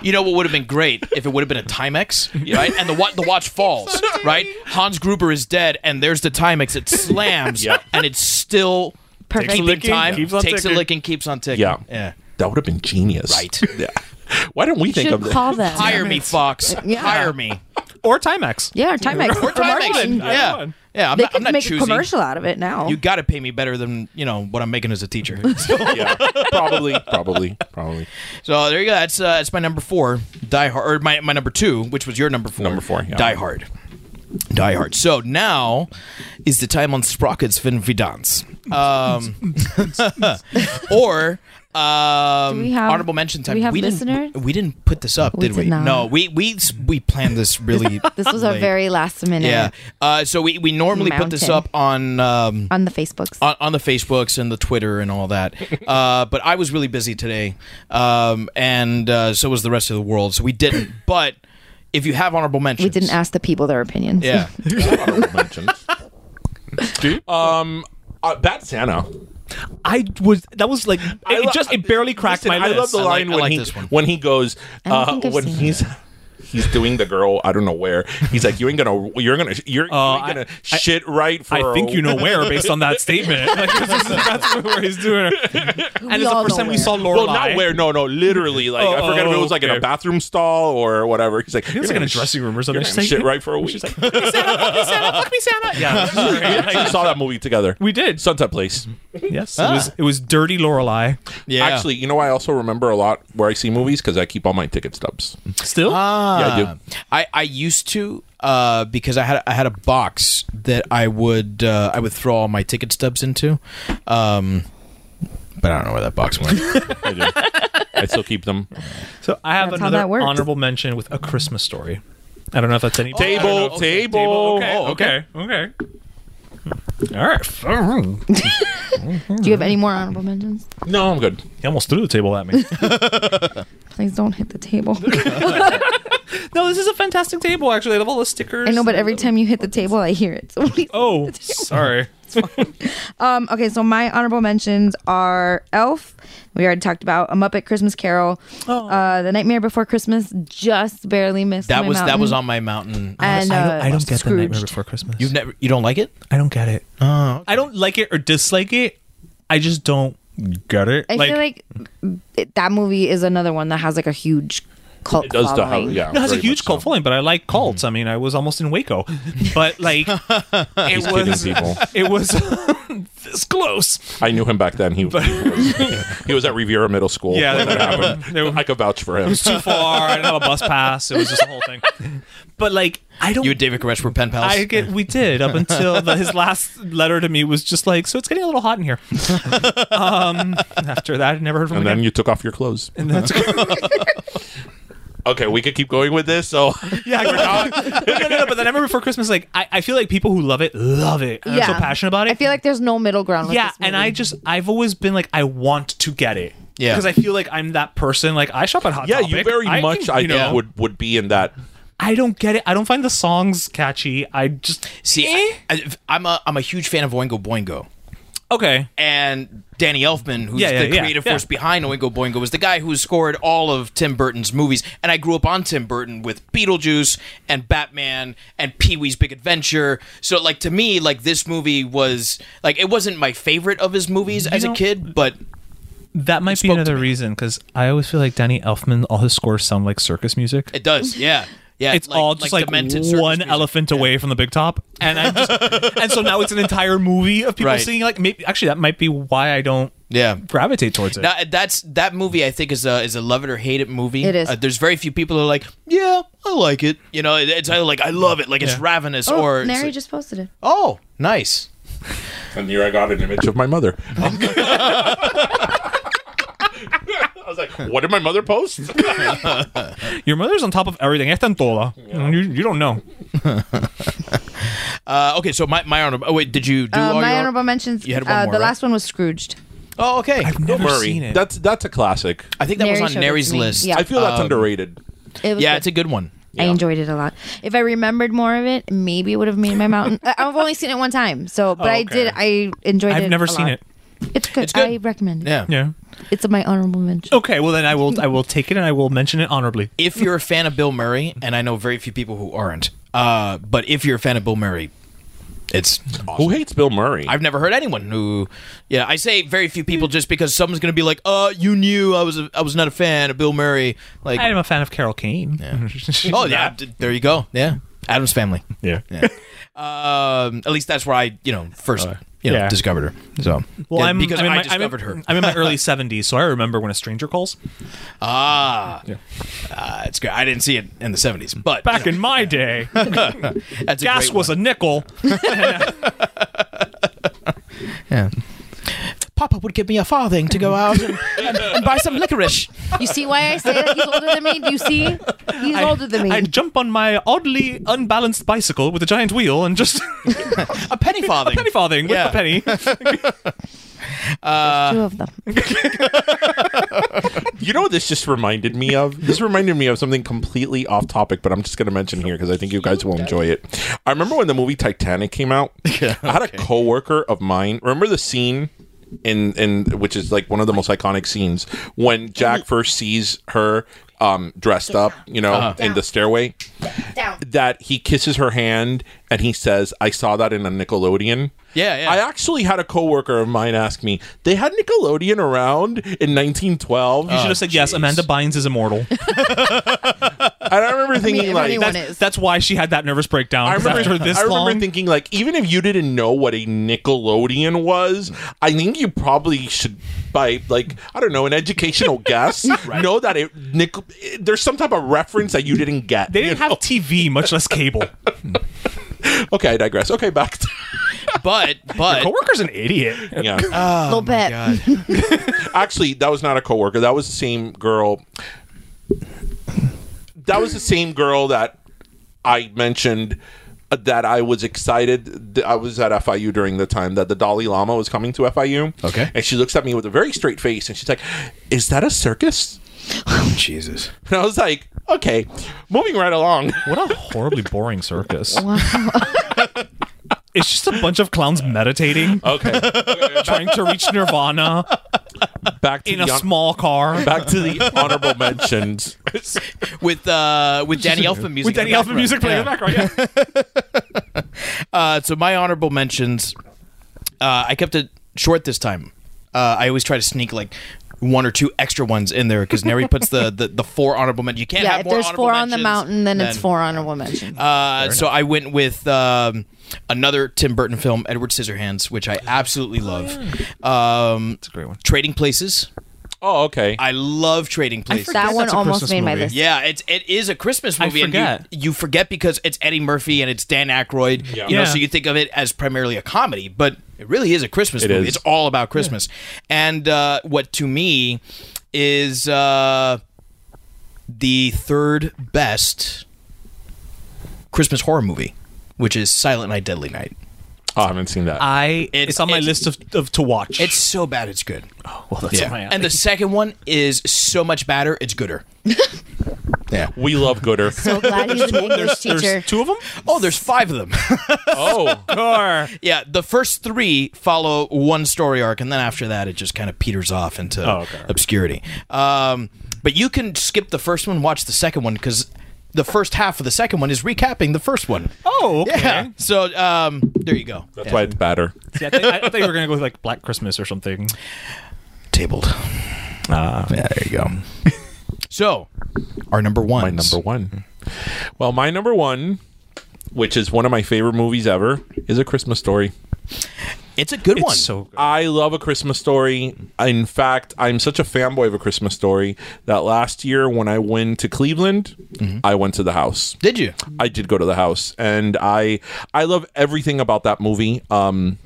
F: You know what would have been great if it would have been a Timex, right? And the wa- the watch falls, right? Hans Gruber is dead, and there's the Timex. It slams,
C: Yeah.
F: and it's still
D: Perfect.
F: keeping
G: licking,
F: time.
G: keeps on
F: takes
G: ticking.
F: a lick and keeps on ticking.
C: Yeah.
F: yeah.
C: That would have been genius.
F: Right.
C: Yeah. Why don't we think
D: should
C: of this?
D: call that.
F: Hire me, Fox.
D: Yeah.
F: Hire me.
G: Or Timex.
D: Yeah, or Timex.
F: Or
D: for marketing.
F: Timex. Yeah,
G: one.
F: yeah. I'm
D: They
F: not, I'm
D: could
F: not
D: make
F: choosy.
D: a commercial out of it now.
F: You got to pay me better than you know what I'm making as a teacher.
C: Yeah. Probably, probably, probably.
F: so there you go. That's uh, that's my number four, Die Hard, or my, my number two, which was your number four.
C: Number four, yeah.
F: Die Hard. Die Hard. So now is the time on Sprockets Vin Vidans. Um, or um,
D: Do we have-
F: honorable mention time.
D: do we have
F: didn't-
D: listeners?
F: we didn't put this up,
D: We
F: did,
D: did
F: we?
D: not.
F: No, we we we planned this really.
D: this was our
F: late.
D: very last minute
F: yeah. Uh, so we we normally put this
D: Mountain.
F: up on um,
D: on the Facebooks.
F: on, on the Facebooks and the Twitter and all that. Uh, but I was really busy today, um, and uh, so was the rest of the world. So we didn't. But if you have honorable mentions,
D: we didn't ask the people their opinions.
F: Yeah,
C: honorable mentions. um, uh, Bad Santa.
G: I was. That was like. It,
C: I lo-
G: just. It barely cracked
C: Listen,
G: my
C: I love
G: list.
C: the
F: I like-
C: line
F: I
C: when
F: like
C: he
F: this one.
C: when he goes
D: don't
C: uh,
D: think I've
C: when
D: seen
C: he's. He's doing the girl. I don't know where. He's like, you ain't gonna, you're gonna, you're,
G: Oh,
C: you ain't gonna
G: I-
C: shit right for.
G: I think
C: a-
G: you know where based on that statement. Like, 'cause this is- that's where he's doing it. And it's the
D: all
G: first
D: know
G: time we
D: where.
G: saw Lorelai.
C: Well, not where. No, no, literally. Like I
G: Oh,
C: forgot if it
G: oh,
C: was like in a
G: okay.
C: bathroom stall or whatever. He's like,
G: It's
C: "You're
G: like in a
C: gonna
G: dressing room or
C: You're
G: something.
C: gonna
G: She's like,
C: shit right for a week.
G: She's like, fuck me, Santa, fuck me, Santa, fuck me, Santa. Yeah, it was great.
C: we saw that movie together.
G: We did.
C: Sunset Place.
G: Yes,
D: Ah.
G: it was. It was dirty Lorelai.
F: yeah.
C: Actually, you know, I also remember a lot where I see movies because I keep all my ticket stubs.
G: Still,
D: Ah.
C: yeah, I do.
F: I, I used to uh, because I had I had a box that I would uh, I would throw all my ticket stubs into. Um, but I don't know where that box went.
C: I do. I still keep them.
G: so I have
D: That's how
G: another
D: that works.
G: honorable mention with a Christmas story. I don't know if that's any
C: Table, Oh, table.
G: Oh, Okay, Hmm. okay, okay. All right.
D: Do you have any more honorable mentions?
C: No, I'm good.
G: He almost threw the table at me.
D: Please don't hit the table.
G: no, this is a fantastic table, actually. I love all the stickers.
D: I know, but every time you hit the table, I hear it. So please-
G: Oh, sorry.
D: Um, okay, so my honorable mentions are Elf. We already talked about A Muppet Christmas Carol,
F: Oh.
D: uh, The Nightmare Before Christmas. Just barely missed
F: That
D: my
F: was that was
D: mountain.
F: on my mountain.
D: And uh, Scrooged.
G: Christmas.
F: You've never you don't like it?
G: I don't get it. I don't like it or dislike it. I just don't get it.
D: I feel like it, that movie is another one that has like a huge cult
C: It does the
D: following.
C: yeah.
G: it has a
C: very
G: huge
C: much
G: cult
C: so. Mm-hmm.
G: following, but I like cults. I mean, I was almost in Waco, but like it
C: Kidding
G: was
C: people.
G: it was this close.
C: I knew him back then. He was, he was at Riviera Middle School.
G: Yeah,
C: when
G: they
C: that
G: were-
C: happened.
G: they were-
C: I could vouch for him.
G: Too far. I didn't have a bus pass. It was just a whole thing. But like I don't
F: You and David Koresh were pen pals.
G: I get we did up until the, his last letter to me was just like, so it's getting a little hot in here. um, after that, I never heard from
C: And
G: him.
C: then
G: again.
C: you took off your clothes.
G: and that's
C: Okay, we could keep going with this. So
G: yeah, we're not. no, no, no. But then I remember before Christmas, like I, I feel like people who love it love it. And I'm so passionate about it.
D: I feel like there's no middle ground. With
G: yeah,
D: this
G: and
D: movie.
G: I just I've always been like I want to get it.
F: Yeah.
G: because I feel like I'm that person. Like I shop at Hot
C: yeah,
G: Topic.
C: you very
G: I
C: much
G: can-
C: I
G: you
C: think
G: know,
C: would would be in that.
G: I don't get it. I don't find the songs catchy. I just Eh?
F: See, I, I, am a I'm a huge fan of Oingo Boingo.
G: okay.
F: And Danny Elfman, who's
G: Yeah, yeah,
F: the
G: yeah,
F: creative
G: yeah.
F: force behind Oingo Boingo, was the guy who scored all of Tim Burton's movies. And I grew up on Tim Burton with Beetlejuice and Batman and Pee Wee's Big Adventure. So, like to me, like this movie was like it wasn't my favorite of his movies as
G: know-
F: a kid, but
G: That might be
F: spoke to
G: another
F: me.
G: reason because I always feel like Danny Elfman, all his scores sound like circus music.
F: it does, yeah, yeah.
G: it's all just like,
F: demented circus
G: one
F: music.
G: elephant away from the big top, and I just and so now it's an entire movie of people
F: Right.
G: singing. Like maybe actually that might be why I don't
F: Yeah,
G: gravitate towards it.
F: Now, uh, that's that movie. I think is a is a love it or hate it movie.
D: It is.
F: Uh, there's very few people who are like, yeah, I like it. You know, it- it's either like I love it, like it's ravenous,
D: Oh,
F: or it's
D: Nary
F: like,
D: just posted it.
F: oh, nice.
C: And here I got an image of my mother. I was like, what did my mother post?
G: Your mother's on top of everything. Es tan toda. You, you don't know.
F: Uh, okay, so my my honorable. Oh wait, did you do
D: Uh,
F: all
D: my
F: your
D: honorable mentions.
F: You had one
D: uh,
F: more,
D: the
F: right?
D: last one was Scrooged.
F: Oh, okay. I,
C: Bill
G: never
C: Murray.
G: seen it.
C: That's that's a classic.
F: think that was
D: Nary
F: on
D: showed it
F: Nary's
D: to me.
F: list.
D: Yeah,
C: I feel that's underrated.
D: it was
F: yeah,
D: good.
F: it's a good one.
D: I enjoyed it a lot. If I remembered more of it, maybe it would have made my mountain. I- I've only seen it one time, so
F: Oh,
D: but I
G: okay.
D: did. I enjoyed it.
G: I've never
D: a
G: seen
D: lot.
G: it.
D: It's good.
F: It's good.
D: I recommend it.
F: Yeah.
G: Yeah.
D: It's my honorable mention.
G: Okay. Well, then I will. I will take it and I will mention it honorably.
F: If you're a fan of Bill Murray, and I know very few people who aren't, uh, but if you're a fan of Bill Murray, it's
C: Who hates Bill Murray?
F: I've never heard anyone who, yeah, I say very few people just because someone's gonna be like, "Uh, you knew I was a, I was not a fan of Bill Murray." Like,
G: I am a fan of Carol Kane.
F: oh yeah, d- there you go, yeah, Adam's Family.
G: yeah.
F: Um, at least that's where I, you know, first you know
G: Uh, Yeah.
F: discovered her. So,
G: Well,
F: Yeah,
G: I'm
F: because
G: I'm in
F: I
G: my,
F: discovered
G: I'm in,
F: her.
G: I'm in my early 70s, so I remember when a stranger calls.
F: ah, uh, it's good. I didn't see it in the seventies, but
G: Back in my day,
F: that's a
G: gas
F: great
G: was
F: one.
G: a nickel.
F: Papa would give me a farthing to go out and, and, and buy some licorice.
D: You see why I say that he's older than me? Do you see? He's older than me.
G: I'd jump on my oddly unbalanced bicycle with a giant wheel and just
F: A penny farthing.
G: penny farthing with
F: Yeah.
G: a penny.
D: Two of them.
C: You know what this just reminded me of? This reminded me of something completely off topic, but I'm just going to mention here because I think you guys will enjoy it. I remember when the movie Titanic came out. I had a coworker of mine. Remember the scene in in which is like one of the most iconic scenes when
F: Mm-hmm.
C: Jack first sees her um, dressed up, you know, in the stairway.
D: Down.
C: That he kisses her hand and he says, "I saw that in a Nickelodeon."
F: Yeah, yeah.
C: I actually had a coworker of mine ask me, "They had Nickelodeon around in 1912."
G: You should have said yes. Amanda Bynes is immortal.
C: And I remember thinking,
D: everyone
C: like,
D: knew
C: that's-
D: it is.
G: That's why she had that nervous breakdown.
C: I
G: 'cause
C: remember,
G: after this
C: I remember
G: long,
C: thinking, like, even if you didn't know what a Nickelodeon was, I think you probably should, by like, I don't know, an educational guess, know that it, Nick, there's some type of reference that you didn't get.
G: they didn't
C: you know?
G: have TV, much less cable.
C: Okay, I digress. Okay, back. To,
F: But but
G: Coworker's an idiot.
C: yeah,
D: Little
F: oh
D: bit.
C: actually, that was not a coworker. That was the same girl. That was the same girl that I mentioned uh, that I was excited. th- I was at FIU during the time that the Dalai Lama was coming to FIU.
F: Okay.
C: And she looks at me with a very straight face and she's like, Is that a circus?
F: Oh, Jesus.
C: And I was like, Okay, moving right along.
G: What a horribly boring circus. it's just a bunch of clowns meditating,
C: Okay.
G: trying to reach nirvana
C: Back to
G: in
C: the
G: a
C: hon-
G: small car.
C: Back to the honorable mentions.
F: With uh, with Danny Elfman music.
G: With
F: in
G: Danny
F: the
G: Elfman
F: background.
G: music playing in
F: Yeah.
G: the background. Yeah.
F: Uh, so my honorable mentions. Uh, I kept it short this time. Uh, I always try to sneak like one or two extra ones in there because Neri puts the, the the four honorable mentions. You can't
D: yeah,
F: have
D: if
F: more
D: there's
F: honorable
D: four on the
F: mentions
D: mountain, then, it's
F: than-
D: four honorable mentions.
F: Uh, so I went with um, another Tim Burton film, Edward Scissorhands, which I absolutely love. Um,
G: It's a great one.
F: Trading Places.
C: Oh, okay.
F: I love Trading Places.
D: that
G: that's
D: one
G: a
D: almost
G: Christmas
D: made my
G: movie.
D: list.
F: Yeah, it's it is a Christmas
G: I
F: movie. And
G: forget.
F: you, you forget because it's Eddie Murphy and it's Dan Aykroyd. You know,
G: Yeah.
F: so you think of it as primarily a comedy, but it really is a Christmas
C: It
F: movie.
C: is.
F: It's all about Christmas. And uh, what to me is uh, the third best Christmas horror movie, which is Silent Night, Deadly Night.
C: oh, I haven't seen that.
G: I
F: It's-
G: it's, on my
F: it's-
G: list of, of to watch.
F: It's so bad, it's good.
G: well, that's
F: Yeah.
G: on Oh, my alley.
F: And the second one is so much badder, it's gooder. yeah.
C: we love Gooder.
D: So glad he's an English teacher.
G: there's two of them.
F: Oh, there's five of them.
C: oh,
G: Or
F: Yeah, the first three follow one story arc, and then after that, it just kind of peters off into
G: Oh, okay.
F: obscurity. Um, but you can skip the first one, watch the second one, because the first half of the second one is recapping the first one.
G: oh, okay.
F: Yeah. So um, there you go.
C: that's
F: Yeah.
C: why it's better.
G: See, I, think, I thought you were gonna go with like Black Christmas or something.
F: tabled. yeah, there you go. so our number one.
C: My number one. Well, my number one, which is one of my favorite movies ever, is A Christmas Story.
F: It's a good one.
G: So good.
C: I love A Christmas Story. In fact, I'm such a fanboy of A Christmas Story that last year when I went to Cleveland, I went to the house.
F: Did you?
C: I did go to the house, and I I love everything about that movie. Um,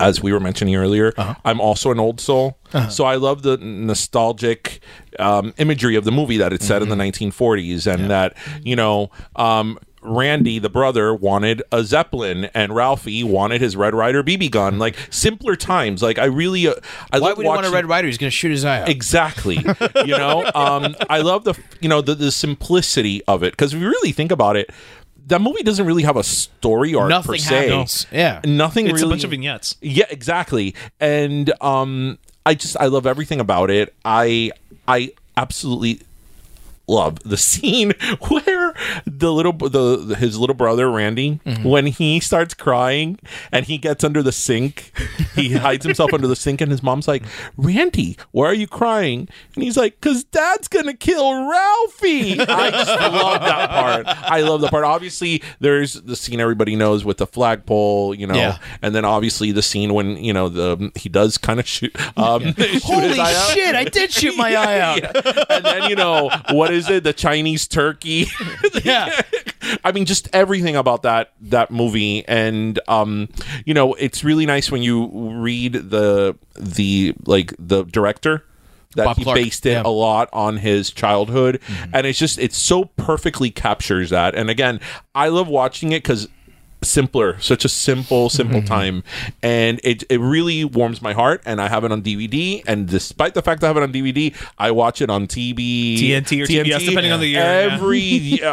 C: as we were mentioning earlier,
F: Uh-huh.
C: I'm also an old soul, so I love the nostalgic um, imagery of the movie that it set
F: Mm-hmm.
C: in the 1940s, and that you know. Um, Randy, the brother, wanted a Zeppelin, and Ralphie wanted his Red Rider BB gun. Like simpler times. Like I really, uh, I
F: Mm-hmm. Why
C: love
F: would you want a
C: watching-
F: Red Rider? He's going to shoot his eye out.
C: Exactly. you know, um, I love the you know the, the simplicity of it because if you really think about it, that movie doesn't really have a story arc per
F: Nothing
C: se.
F: happens. Yeah.
C: nothing.
G: it's a
C: really-
G: bunch of vignettes.
C: Yeah, exactly. And um, I just I love everything about it. I I absolutely love the scene where the little the, the- his little brother Randy
F: Mm-hmm.
C: when he starts crying and he gets under the sink he hides himself under the sink and his mom's like Randy why are you crying and he's like cuz dad's going to kill Ralphie I just love that part I love the part obviously there's the scene everybody knows with the flagpole you know
F: Yeah.
C: and then obviously the scene when you know the he does kind of shoot um shoot his
F: Holy
C: eye out.
F: shit! I did shoot my eye out.
C: Yeah. And then you know what is it? The Chinese turkey.
F: Yeah.
C: I mean, just everything about that that movie, and um, you know, it's really nice when you read the the like the director that
F: Bob
C: he
F: Clark.
C: based it
F: Yeah.
C: a lot on his childhood,
G: Mm-hmm.
C: and it's just it so perfectly captures that. And again, I love watching it because simpler such a simple simple
G: Mm-hmm.
C: time and it, it really warms my heart and i have it on dvd and despite the fact i have it on dvd i watch it on tb
G: TNT or TBS, depending on the year, yeah.
C: every yeah,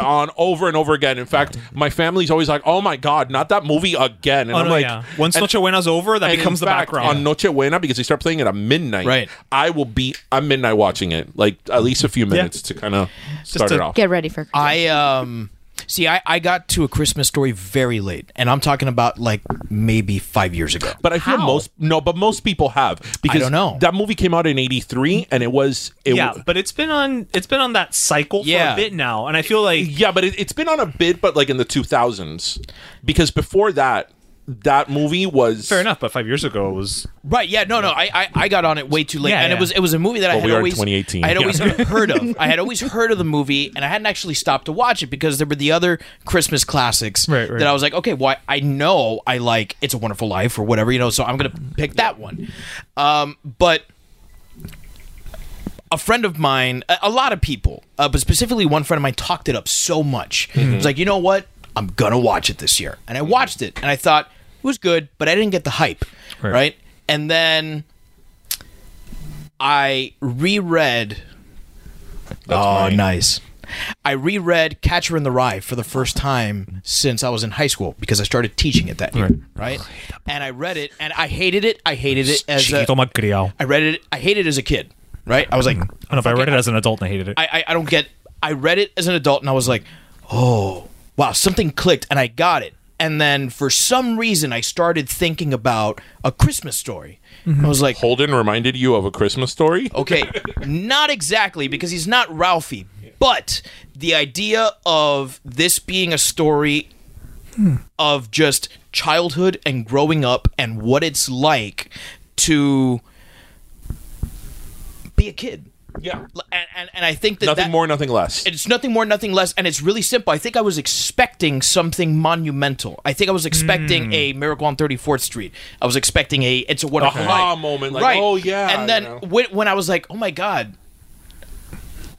C: on over and over again in fact my family's always like oh my god not that movie again and
G: Oh
C: i'm
G: no,
C: like
G: yeah. Once
C: and-
G: Noche Buena's over, that
C: and
G: becomes
C: in
G: the
C: fact,
G: background.
C: on Noche Buena because they start playing it at midnight.
F: Right.
C: I will be. I'm midnight watching it, like at least a few minutes to kind of start
G: to
C: it off.
D: Get ready for Christmas.
F: I um see I, I got to a Christmas story very late. And I'm talking about like maybe five years ago.
C: But I feel most no, but most people have because
F: don't know.
C: that movie came out in '83 and it was it
G: yeah,
C: w-
G: but it's been on it's been on that cycle
F: Yeah.
G: for a bit now, and I feel like
C: yeah, but it, it's been on a bit, but like in the 2000s because before that, that movie was
G: fair enough. But five years ago it was
F: Right, yeah, no, no. I I, I got on it way too late.
G: Yeah,
F: and it
G: yeah.
F: was it was a movie that I
C: Well,
F: had
C: we are in
F: always
C: 2018.
F: I had
C: Yeah.
F: always heard of. I had always heard of the movie and I hadn't actually stopped to watch it because there were the other Christmas classics
G: Right, right.
F: that I was like, okay, well I know I like It's a Wonderful Life or whatever, you know, so I'm gonna pick that one. Um but a friend of
G: Mm-hmm.
F: mine, a, a lot of people, uh, but specifically one friend of mine, talked it up so much. It's like, you know what? I'm gonna watch it this year. And I watched it, and I thought it was good, but I didn't get the hype, right?
G: Right.
F: And then I reread. oh, nice. I reread Catcher in the Rye for the first time since I was in high school because I started teaching it that year, right?
G: Oh,
F: And I read it, and I hated it. I hated it as a,
G: Chiquito Macriao.
F: I read it. I hated it as a kid, right? I was like,
G: I don't know if I read it as an adult and I hated it.
F: I, I, I don't get. I read it as an adult and I was like, oh, wow, something clicked and I got it. And then for some reason, I started thinking about a Christmas story. I was like,
C: Holden reminded you of a Christmas story.
G: Oh,
F: okay, not exactly because he's not Ralphie, but the idea of this being a story of just childhood and growing up and what it's like to be a kid.
C: Yeah.
F: L- And, and, and I think that
C: Nothing
F: that-
C: more, nothing less.
F: it's nothing more, nothing less, and it's really simple. I think I was expecting something monumental. I think I was expecting a Miracle on 34th Street. I was expecting a It's a Wonderful
C: Aha
F: Life
C: moment, like, oh, yeah,
F: And then
C: you know.
F: when, when I was like, oh my god,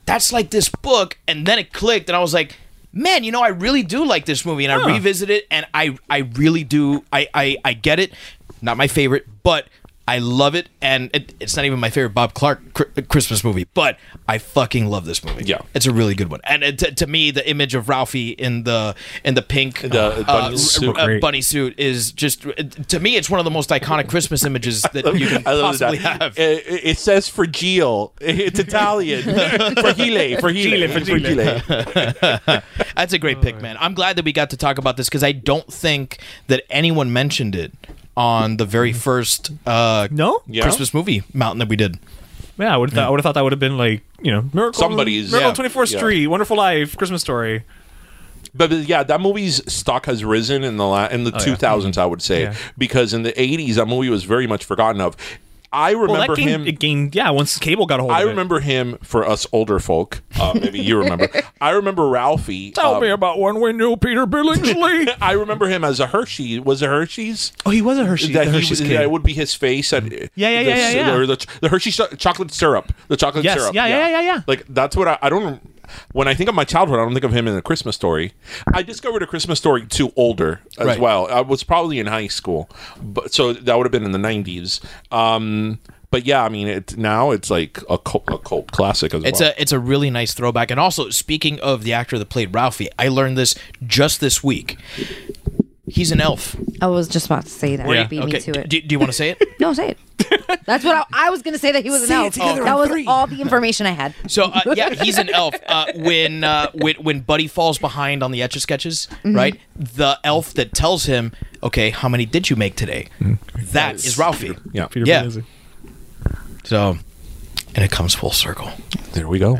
F: that's like this book, and then it clicked, and I was like. Man, you know, I really do like this movie, and I revisit it, and I, I really do, I, I, I get it. Not my favorite, but I love it, and it, it's not even my favorite Bob Clark cr- Christmas movie, but I fucking love this movie.
C: Yeah.
F: It's a really good one, and uh, to, to me, the image of Ralphie in the in the pink
C: The bunny suit.
F: uh, bunny suit is just uh, to me, it's one of the most iconic Christmas images that you can
C: I love
F: possibly
C: that.
F: have.
C: It, it- it says fragile. It's Italian. fragile. Fragile. Fragile.
F: That's a great pick, man. I'm glad that we got to talk about this because I don't think that anyone mentioned it on the very first uh,
G: no? Yeah.
C: Yeah.
F: Christmas movie mountain that we did.
G: I would have thought, I would've thought that would have been like, you know, Miracle
C: Somebody's-
G: Miracle
C: yeah.
G: 24th
C: Yeah.
G: Street, Wonderful Life, Christmas Story.
C: But, but yeah, that movie's stock has risen in the la- in the 2000s, I would say,
G: Oh, Yeah.
C: because in the 80s that movie was very much forgotten of. I remember
G: Well, that game,
C: him.
G: it gained, yeah, once cable got a hold of
C: I
G: it.
C: remember him for us older folk. Uh, maybe you remember. I remember Ralphie.
G: Tell
C: um,
G: me about when we knew Peter Billingsley.
C: I remember him as a Hershey. Was it Hershey's?
G: oh, he was a Hershey.
C: that
G: the
C: he
G: Hershey's
C: was-
G: kid.
C: that would be his face at yeah
G: yeah, yeah, yeah, yeah.
C: the, the Hershey cho- chocolate syrup the chocolate
G: Yes,
C: syrup
G: yeah, yeah, yeah, yeah.
C: like that's what I, I don't when I think of my childhood I don't think of him in a Christmas story I discovered a Christmas story too older as
F: Right.
C: well I was probably in high school but so that would have been in the 90s um but yeah I mean it now it's like a cult, a cult classic as
F: It's
C: well
F: a it's a really nice throwback. And also, speaking of the actor that played Ralphie, I learned this just this week. He's an elf.
D: I was just about to say that.
G: Yeah.
D: Beat me to it.
F: Do, do you want to say it?
D: no, say it. That's what I, I was gonna say. That he was an elf. That was all the information I had.
F: So uh, yeah, he's an elf. Uh, when uh, when when Buddy falls behind on the etch a sketches,
D: Mm-hmm.
F: right? The elf that tells him, "Okay, how many did you make today?"
D: Mm-hmm.
F: That is Ralphie.
C: yeah
G: Peter
F: yeah.
G: Billingsley.
F: So, and it comes full circle.
C: there we go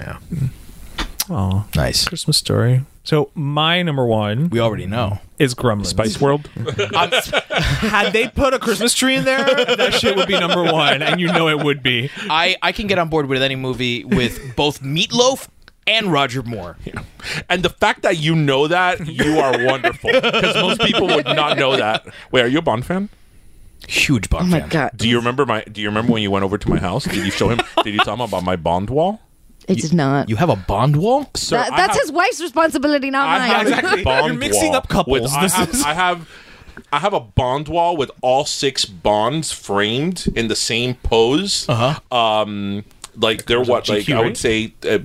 G: Oh,
F: Nice.
G: Christmas Story. So my number one
F: We already know.
G: is Gremlins.
C: Spice World
G: Had they put a Christmas tree in there, that shit would be number one, and you know it would be.
F: I I can get on board with any movie with both Meatloaf and Roger Moore.
C: and the fact that you know that you are wonderful because most people would not know that wait are you a Bond fan
F: Huge Bond
D: Oh my
F: fan.
D: god,
C: Do you remember my? Do you remember when you went over to my house? Did you show him? did you tell him about my bond wall?
D: it did not.
F: You have a Bond wall?
C: So
D: That, that's his wife's responsibility, not
C: I
D: mine.
C: have a bond
G: You're mixing
C: wall
G: up couples.
C: With, I,
G: This
C: have,
G: is-
C: I have. I have a bond wall with all six bonds framed in the same pose. Uh-huh. Um, like they're what? Like
G: GQ,
C: I would
G: right?
C: say, uh,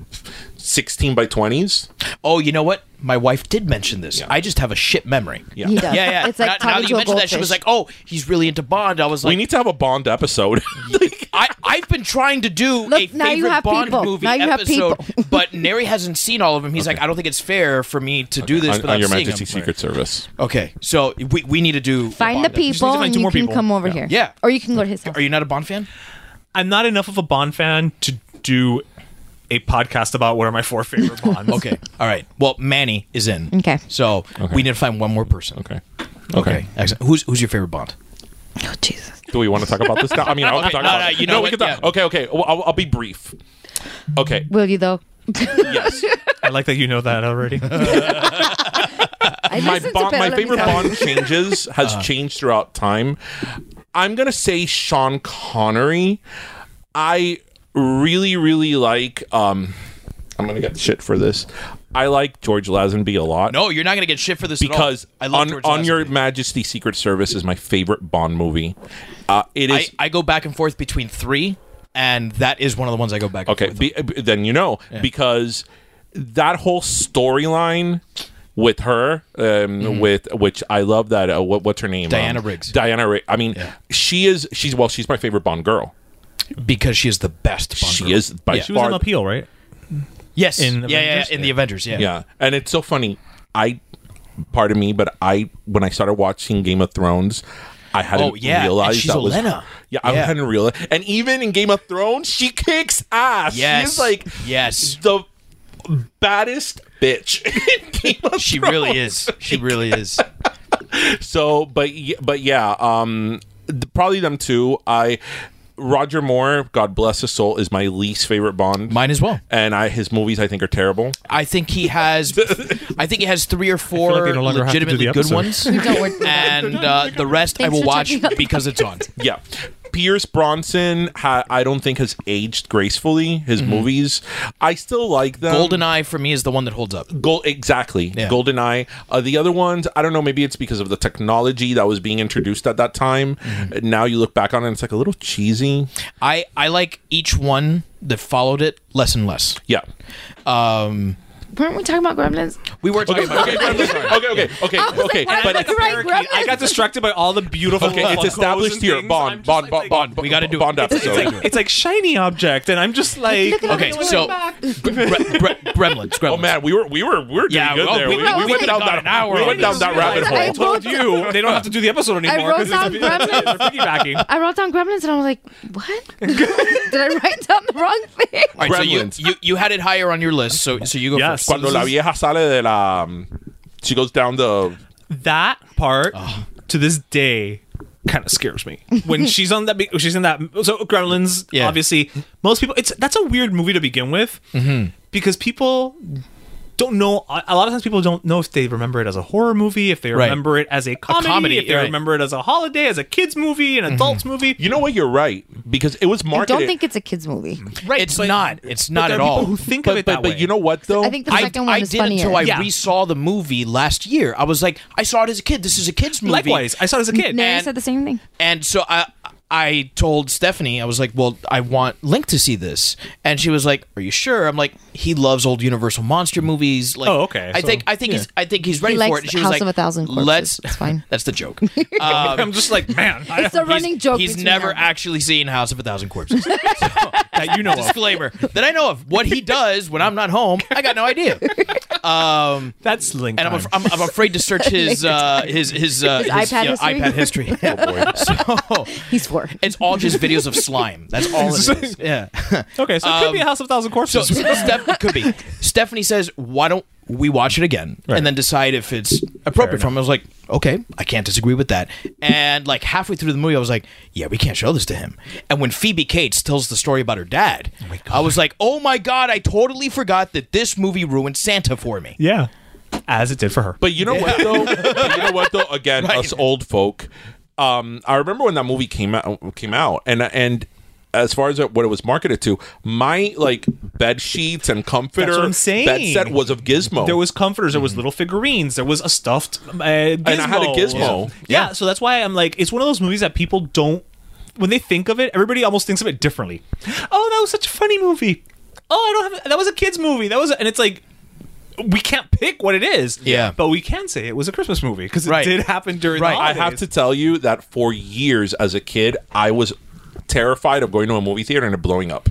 C: sixteen by twenties.
F: Oh, you know what? My wife did mention this. I just have a shit memory.
D: He does.
F: Yeah, yeah.
D: It's like talking
F: now, now
D: to
F: that you
D: a
F: mentioned that, she was like,
D: goldfish.
F: "Oh, he's really into Bond." I was like,
C: we need to have a bond episode. Like,
F: I, I've been trying to do a
D: Look, now
F: favorite
D: you have
F: Bond
D: people.
F: movie
D: Now you have
F: episode,
D: people.
F: but Neri hasn't seen all of them. He's like, I don't think it's fair for me to do this
C: on,
F: without
C: on Your
F: seeing
C: Majesty
F: them.
C: Secret Service.
F: Okay, so we, we need to do a
D: Find the
F: Bond episode.
D: people,
G: find
D: and
G: two
D: you
G: more
D: can
G: people.
D: come over here.
F: Yeah.
D: or you can go to his house.
F: Are you not a Bond fan?
G: I'm not enough of a Bond fan to do a podcast about what are my four favorite Bonds.
F: Okay, all right. Well, Manny is in.
D: Okay.
F: so we need to find one more person.
C: Okay.
F: okay, excellent. Who's who's your favorite Bond?
D: oh Jesus!
C: Do we want to talk about this now? I mean, I'll
F: Okay,
C: talk
F: no,
C: about
F: no,
C: it.
F: you know
C: we
F: what,
C: can talk.
F: yeah.
C: Okay, okay. Well, I'll, I'll be brief. Okay.
D: Will you though?
C: Yes.
G: I like that you know that already.
D: I
C: my
D: listened to
C: bond,
D: Bella
C: my favorite
D: Lugosi.
C: Bond changes has
F: Uh-huh.
C: changed throughout time. I'm gonna say Sean Connery. I really, really like. Um, I'm gonna get shit for this. I like George Lazenby a lot.
F: No, you're not gonna get shit for this at all.
C: because
F: I love
C: on,
F: George
C: on your
F: Lazenby.
C: Majesty Secret Service is my favorite Bond movie. Uh, it
F: I,
C: is
F: I go back and forth between three, and that is one of the ones I go back.
C: okay.
F: and forth
C: Be, b- then you know because that whole storyline with her, um, with which I love that. Uh, what, what's her name?
F: Mm-hmm. Diana
C: Um,
F: Riggs.
C: Diana Riggs. I mean, she is. She's well. She's my favorite Bond girl.
F: on. because she is the best. Bond
C: she
F: girl.
C: is by
F: Yeah.
G: She was
C: far
G: on appeal, right?
F: Yes.
G: In
F: yeah, yeah, yeah,
G: Avengers?
F: in the Avengers. Yeah.
C: Yeah, and it's so funny. I, pardon me, but I when I started watching Game of Thrones, I hadn't
F: Oh, yeah, and
C: realized
F: she's
C: that was
F: Olenna.
C: yeah, I
F: Yeah.
C: hadn't realized. And even in Game of Thrones, she kicks ass.
F: Yes.
C: she's like
F: yes.
C: the baddest bitch in Game of
F: She
C: Thrones.
F: really is. She really is.
C: So, but y- but yeah, um, th- probably them two. I. Roger Moore, God bless his soul, is my least favorite Bond,
F: Mine as well.
C: and I his movies I think are terrible.
F: I think he has. I think he has three or four
G: like they no longer have to do
F: legitimately
G: the
F: good
G: episode.
F: ones,
D: Don't worry.
F: and uh, the rest I
D: Thanks
F: will
D: for
F: watch
D: checking out the
F: because it's on.
C: Yeah. Pierce Bronson, ha- I don't think has aged gracefully. His movies, I still like them.
F: Mm-hmm. Goldeneye for me is the one that holds up.
C: Gold, exactly.
F: Yeah.
C: Goldeneye. Uh, the other ones, I don't know. Maybe it's because of the technology that was being introduced at that time.
F: Mm-hmm.
C: Now you look back on it, and it's like a little cheesy.
F: I I like each one that followed it less and less.
C: Yeah.
F: Um,
D: Weren't we talking about Gremlins?
F: we were talking about.
C: Okay. okay. Okay. Okay.
D: I was
C: Okay.
D: like, why am
C: but
D: I
C: it's,
D: right, Gremlins?
G: I got distracted by all the beautiful.
C: okay, it's established here. Bond. Bond. Bond. Bond.
F: We gotta do it.
C: Bond
F: It's- it's
C: episode.
F: like-
G: It's like shiny object, and I'm just like,
D: Look at
F: Okay,
D: everyone
F: so
D: in the back.
F: Gre- Gre- Gremlins, Gremlins.
C: Oh man, we were we were we were doing
F: Yeah,
C: good
F: oh,
C: there.
F: we
C: We,
F: went-
C: we
F: we
C: went
F: could've
C: down
F: gone
C: that
F: an hour
C: we
F: on
C: went
F: this.
C: down that rabbit
D: I
C: hole.
D: wrote down-
G: you they don't have to do the episode anymore.
D: wrote
G: 'cause
D: down
G: it's- they're piggybacking.
D: I wrote down Gremlins and I was like, what? Did I write down the wrong thing?
F: All right, so you,
C: Gremlins.
F: you you had it higher on your list, so so you go
G: Yes.
F: first.
C: Cuando la vieja sale de la, um, she goes down the
G: that part to this day kind of scares me when she's on that big, she's in that so gremlins
F: Yeah.
G: obviously most people it's that's a weird movie to begin with
F: Mm-hmm.
G: because people don't know a a lot of times people don't know if they remember it as a horror movie if they
F: Right.
G: remember it as a comedy,
F: comedy,
G: if they
F: right. Mm-hmm.
G: remember it as a holiday as a kids movie an adults movie
C: You know what? You're right because it was
D: I
C: marketed.
D: don't think it's a kids movie.
F: Right, it's not. It's not
G: there
F: at
G: are people
F: all.
G: who think
C: but,
G: of it
C: but,
G: that
C: but
G: way
C: you know what though?
D: I think the second one
F: I
D: is
F: did until I
D: funnier.
G: Yeah.
F: resaw the movie last year. I was like, I saw it as a kid. This is a kid's movie.
G: likewise i saw it as a kid
D: Mary
F: and-
D: said the same thing.
F: And so I I told Stephanie, I was like, Well, I want Link to see this. And she was like, Are you sure? I'm like, he loves old Universal Monster movies. Like
G: Oh, okay.
F: I
G: So-
F: think I think he's I think he's ready
D: likes
F: for it. And She was
D: House
F: like,
D: of a Thousand Corpses.
F: Let's
D: It's fine.
F: That's the joke.
G: i'm just like man I-
D: It's a
F: He's-
D: running joke.
F: He's
D: between
F: never
D: them.
F: actually seen House of a Thousand Corpses.
G: that you know of.
F: Disclaimer that I know of. What he does when I'm not home, I got no idea.
G: that's linked
F: and I'm, af- I'm, I'm afraid to search his uh, his his, uh, his,
D: iPad
F: yeah,
D: history?
F: iPad history. Oh, so
D: He's four.
F: it's all just videos of slime. That's all it is. Yeah.
G: okay so it could be a house of thousand
F: So
G: corpses
F: Steph it could be. Stephanie says, "Why don't we watch it again and then decide if it's appropriate for him?" I was like, "Okay, I can't disagree with that." And like halfway through the movie, I was like, "Yeah, we can't show this to him." And when Phoebe Cates tells the story about her dad, I was like, "Oh my god, I totally forgot that this movie ruined Santa for me."
G: yeah as it did for her
C: But you know what though? But you know what though? Again, us old folk. Um, I remember when that movie came out came out, and and as far as what it was marketed to, my like bed sheets and comforter
G: That's what I'm saying.
C: bed set was of Gizmo.
G: There was comforters. There was little figurines. There was a stuffed uh, gizmo.
C: I had a Gizmo.
G: Yeah. so that's why I'm like, it's one of those movies that people don't. When they think of it, everybody almost thinks of it differently. Oh, that was such a funny movie. Oh, I don't have. That was a kids movie. That was, and it's like. We can't pick what it is,
F: Yeah.
G: but we can say it was a Christmas movie because it
F: Right.
G: did happen during.
F: Right.
G: The
C: I
G: holidays.
C: have to tell you that for years as a kid, I was terrified of going to a movie theater and it blowing up.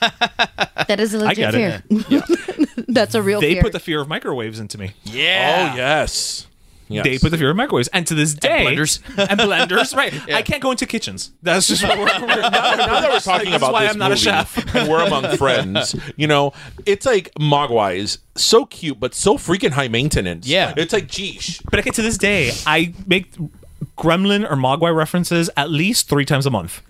D: That is a legit
G: get
D: fear.
G: it.
D: That's a real
G: They
D: fear.
G: put the fear of microwaves into me.
F: Yeah.
C: Oh yes. Yes.
G: They put the fear of microwaves, and to this day,
F: blenders.
G: and blenders, right? I can't go into kitchens. That's just what we're, we're
C: now, now that we're talking
G: This is
C: about
G: why
C: this
G: I'm not a
C: movie,
G: chef.
C: and we're among friends. You know, it's like Mogwai is so cute, but so freaking high maintenance.
F: Yeah.
C: it's like geesh.
G: But okay, to this day, I make Gremlin or Mogwai references at least three times a month.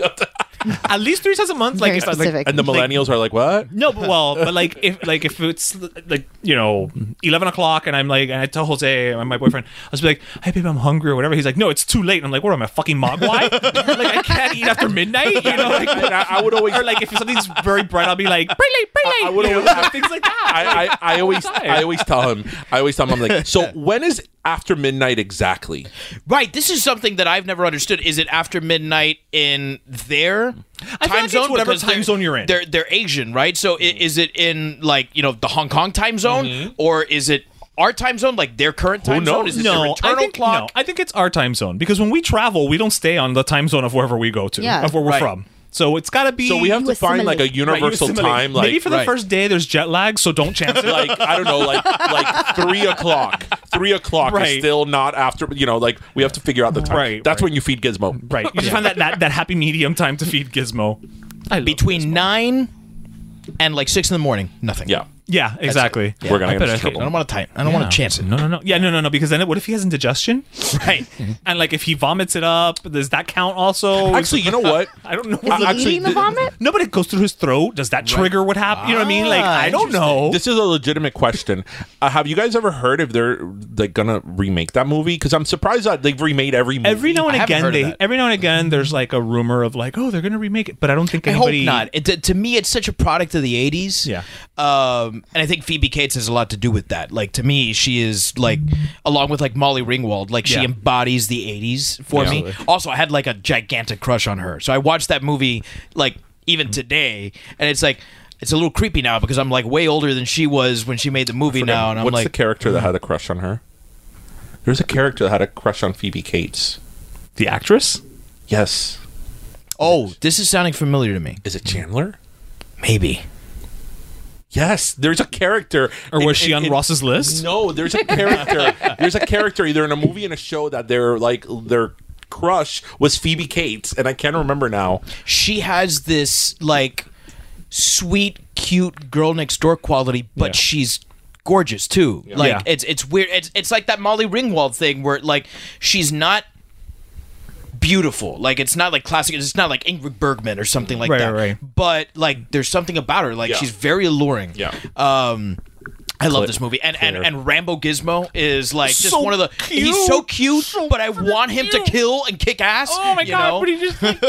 G: at least three times a month. Like
D: Very
G: if I, like
D: specific.
C: and the millennials are like, what?
G: no, but well, but like if like if it's like you know eleven o'clock and I'm like and I tell Jose and my boyfriend I'll just be like, hey babe, I'm hungry or whatever. He's like, no, it's too late. And I'm like, what am I a fucking mogwai? like I can't eat after midnight. You know, like I, would always or like if something's very bright, I'll be like, pretty late, pretty late.
C: I would
G: you know,
C: always-
G: like, things like that.
C: I, I, I always
G: Sorry.
C: I always tell him I always tell him I'm like so when is after midnight exactly
F: Right. This is something that I've never understood. Is it after midnight in their
G: I feel
F: time
G: like it's
F: zone?
G: whatever
F: Because
G: time
F: they're-
G: zone you're in.
F: They're they're Asian, right? So i- is it in like you know the Hong Kong time zone,
G: Mm-hmm.
F: or is it our time zone, like their current time zone? Is it their
G: No, I
F: internal
G: think
F: clock?
G: no, I think it's our time zone because when we travel, we don't stay on the time zone of wherever we go to,
D: Yeah.
G: of where we're
F: Right.
G: from. So it's got to be.
C: so we have to find like a
G: Right, you
C: universal
G: assimilate.
C: time like
G: maybe for the
F: right.
G: first day there's jet lag, so don't chance it.
C: like I don't know, like like three o'clock. Three o'clock is
G: Right.
C: still not after. You know, like we have to figure out the time.
G: Right,
C: That's
G: right.
C: when you feed Gizmo.
G: Right. You just find that, that that happy medium time to feed Gizmo. I love
F: Between
G: Gizmo.
F: nine and like six in the morning, nothing.
C: Yeah.
G: Yeah, exactly.
C: We're gonna
G: I
C: get
G: bet
C: into
G: I could-
F: I
C: trouble.
F: don't want to time. I don't want to chance it.
G: No, no, no. Yeah, no, no, no. Because then, it, what if he has indigestion? Right. and like, if he vomits it up, does that count also?
C: Actually, you know what?
G: I don't know.
D: Is he
C: actually,
D: eating the
C: th-
D: vomit?
G: No, but it goes through his throat. Does that trigger what happened? You know what I mean? Like,
F: Ah,
G: I don't know.
C: This is a legitimate question. Uh, have you guys ever heard if they're like gonna remake that movie? Because I'm surprised that they've remade every movie.
G: every now
F: I
G: and
F: haven't
G: again,
F: heard of
G: they
F: that.
G: every now and again, there's like a rumor of like, oh, they're gonna remake it, but I don't think
F: I
G: anybody.
F: hope not. It, to, to me, it's such a product of the '80s.
G: Yeah.
F: um, and I think Phoebe Cates has a lot to do with that. Like to me, she is like, along with like Molly Ringwald, like she
G: Yeah.
F: embodies the '80s for me. Also, I had like a gigantic crush on her, so I watched that movie like even today, and it's like. It's a little creepy now because I'm like way older than she was when she made the movie now, and I'm
C: What's the
F: like,
C: character
G: "Mm."
C: that had a crush on her? There's a character that had a crush on Phoebe Cates.
G: The actress.
C: Yes.
F: oh, this is sounding familiar to me.
C: Is it Chandler?
F: Maybe.
C: Yes, there's a character.
G: Or
C: in-
G: was she
C: in-
G: on
C: in-
G: Ross's list?
C: No, there's a character. there's a character either in a movie and a show that they're like their crush was Phoebe Cates, and I can't remember now.
F: she has this like sweet, cute girl next door quality, but
G: Yeah.
F: she's gorgeous too. Like
G: Yeah.
F: it's it's weird. It's it's like that Molly Ringwald thing where like she's not beautiful. Like it's not like classic. It's not like Ingrid Bergman or something like
G: Right,
F: that.
G: right, right.
F: But like there's something about her. Like
C: Yeah.
F: she's very alluring.
C: Yeah.
F: Um. I love
C: Clear-
F: this movie, and, and
C: clear.
F: and Rambo Gizmo is like just
G: So
F: one of the. He's so cute, but I want him to
G: cute.
F: kill and kick ass.
G: Oh my
F: you
G: god!
F: know?
G: But he just like,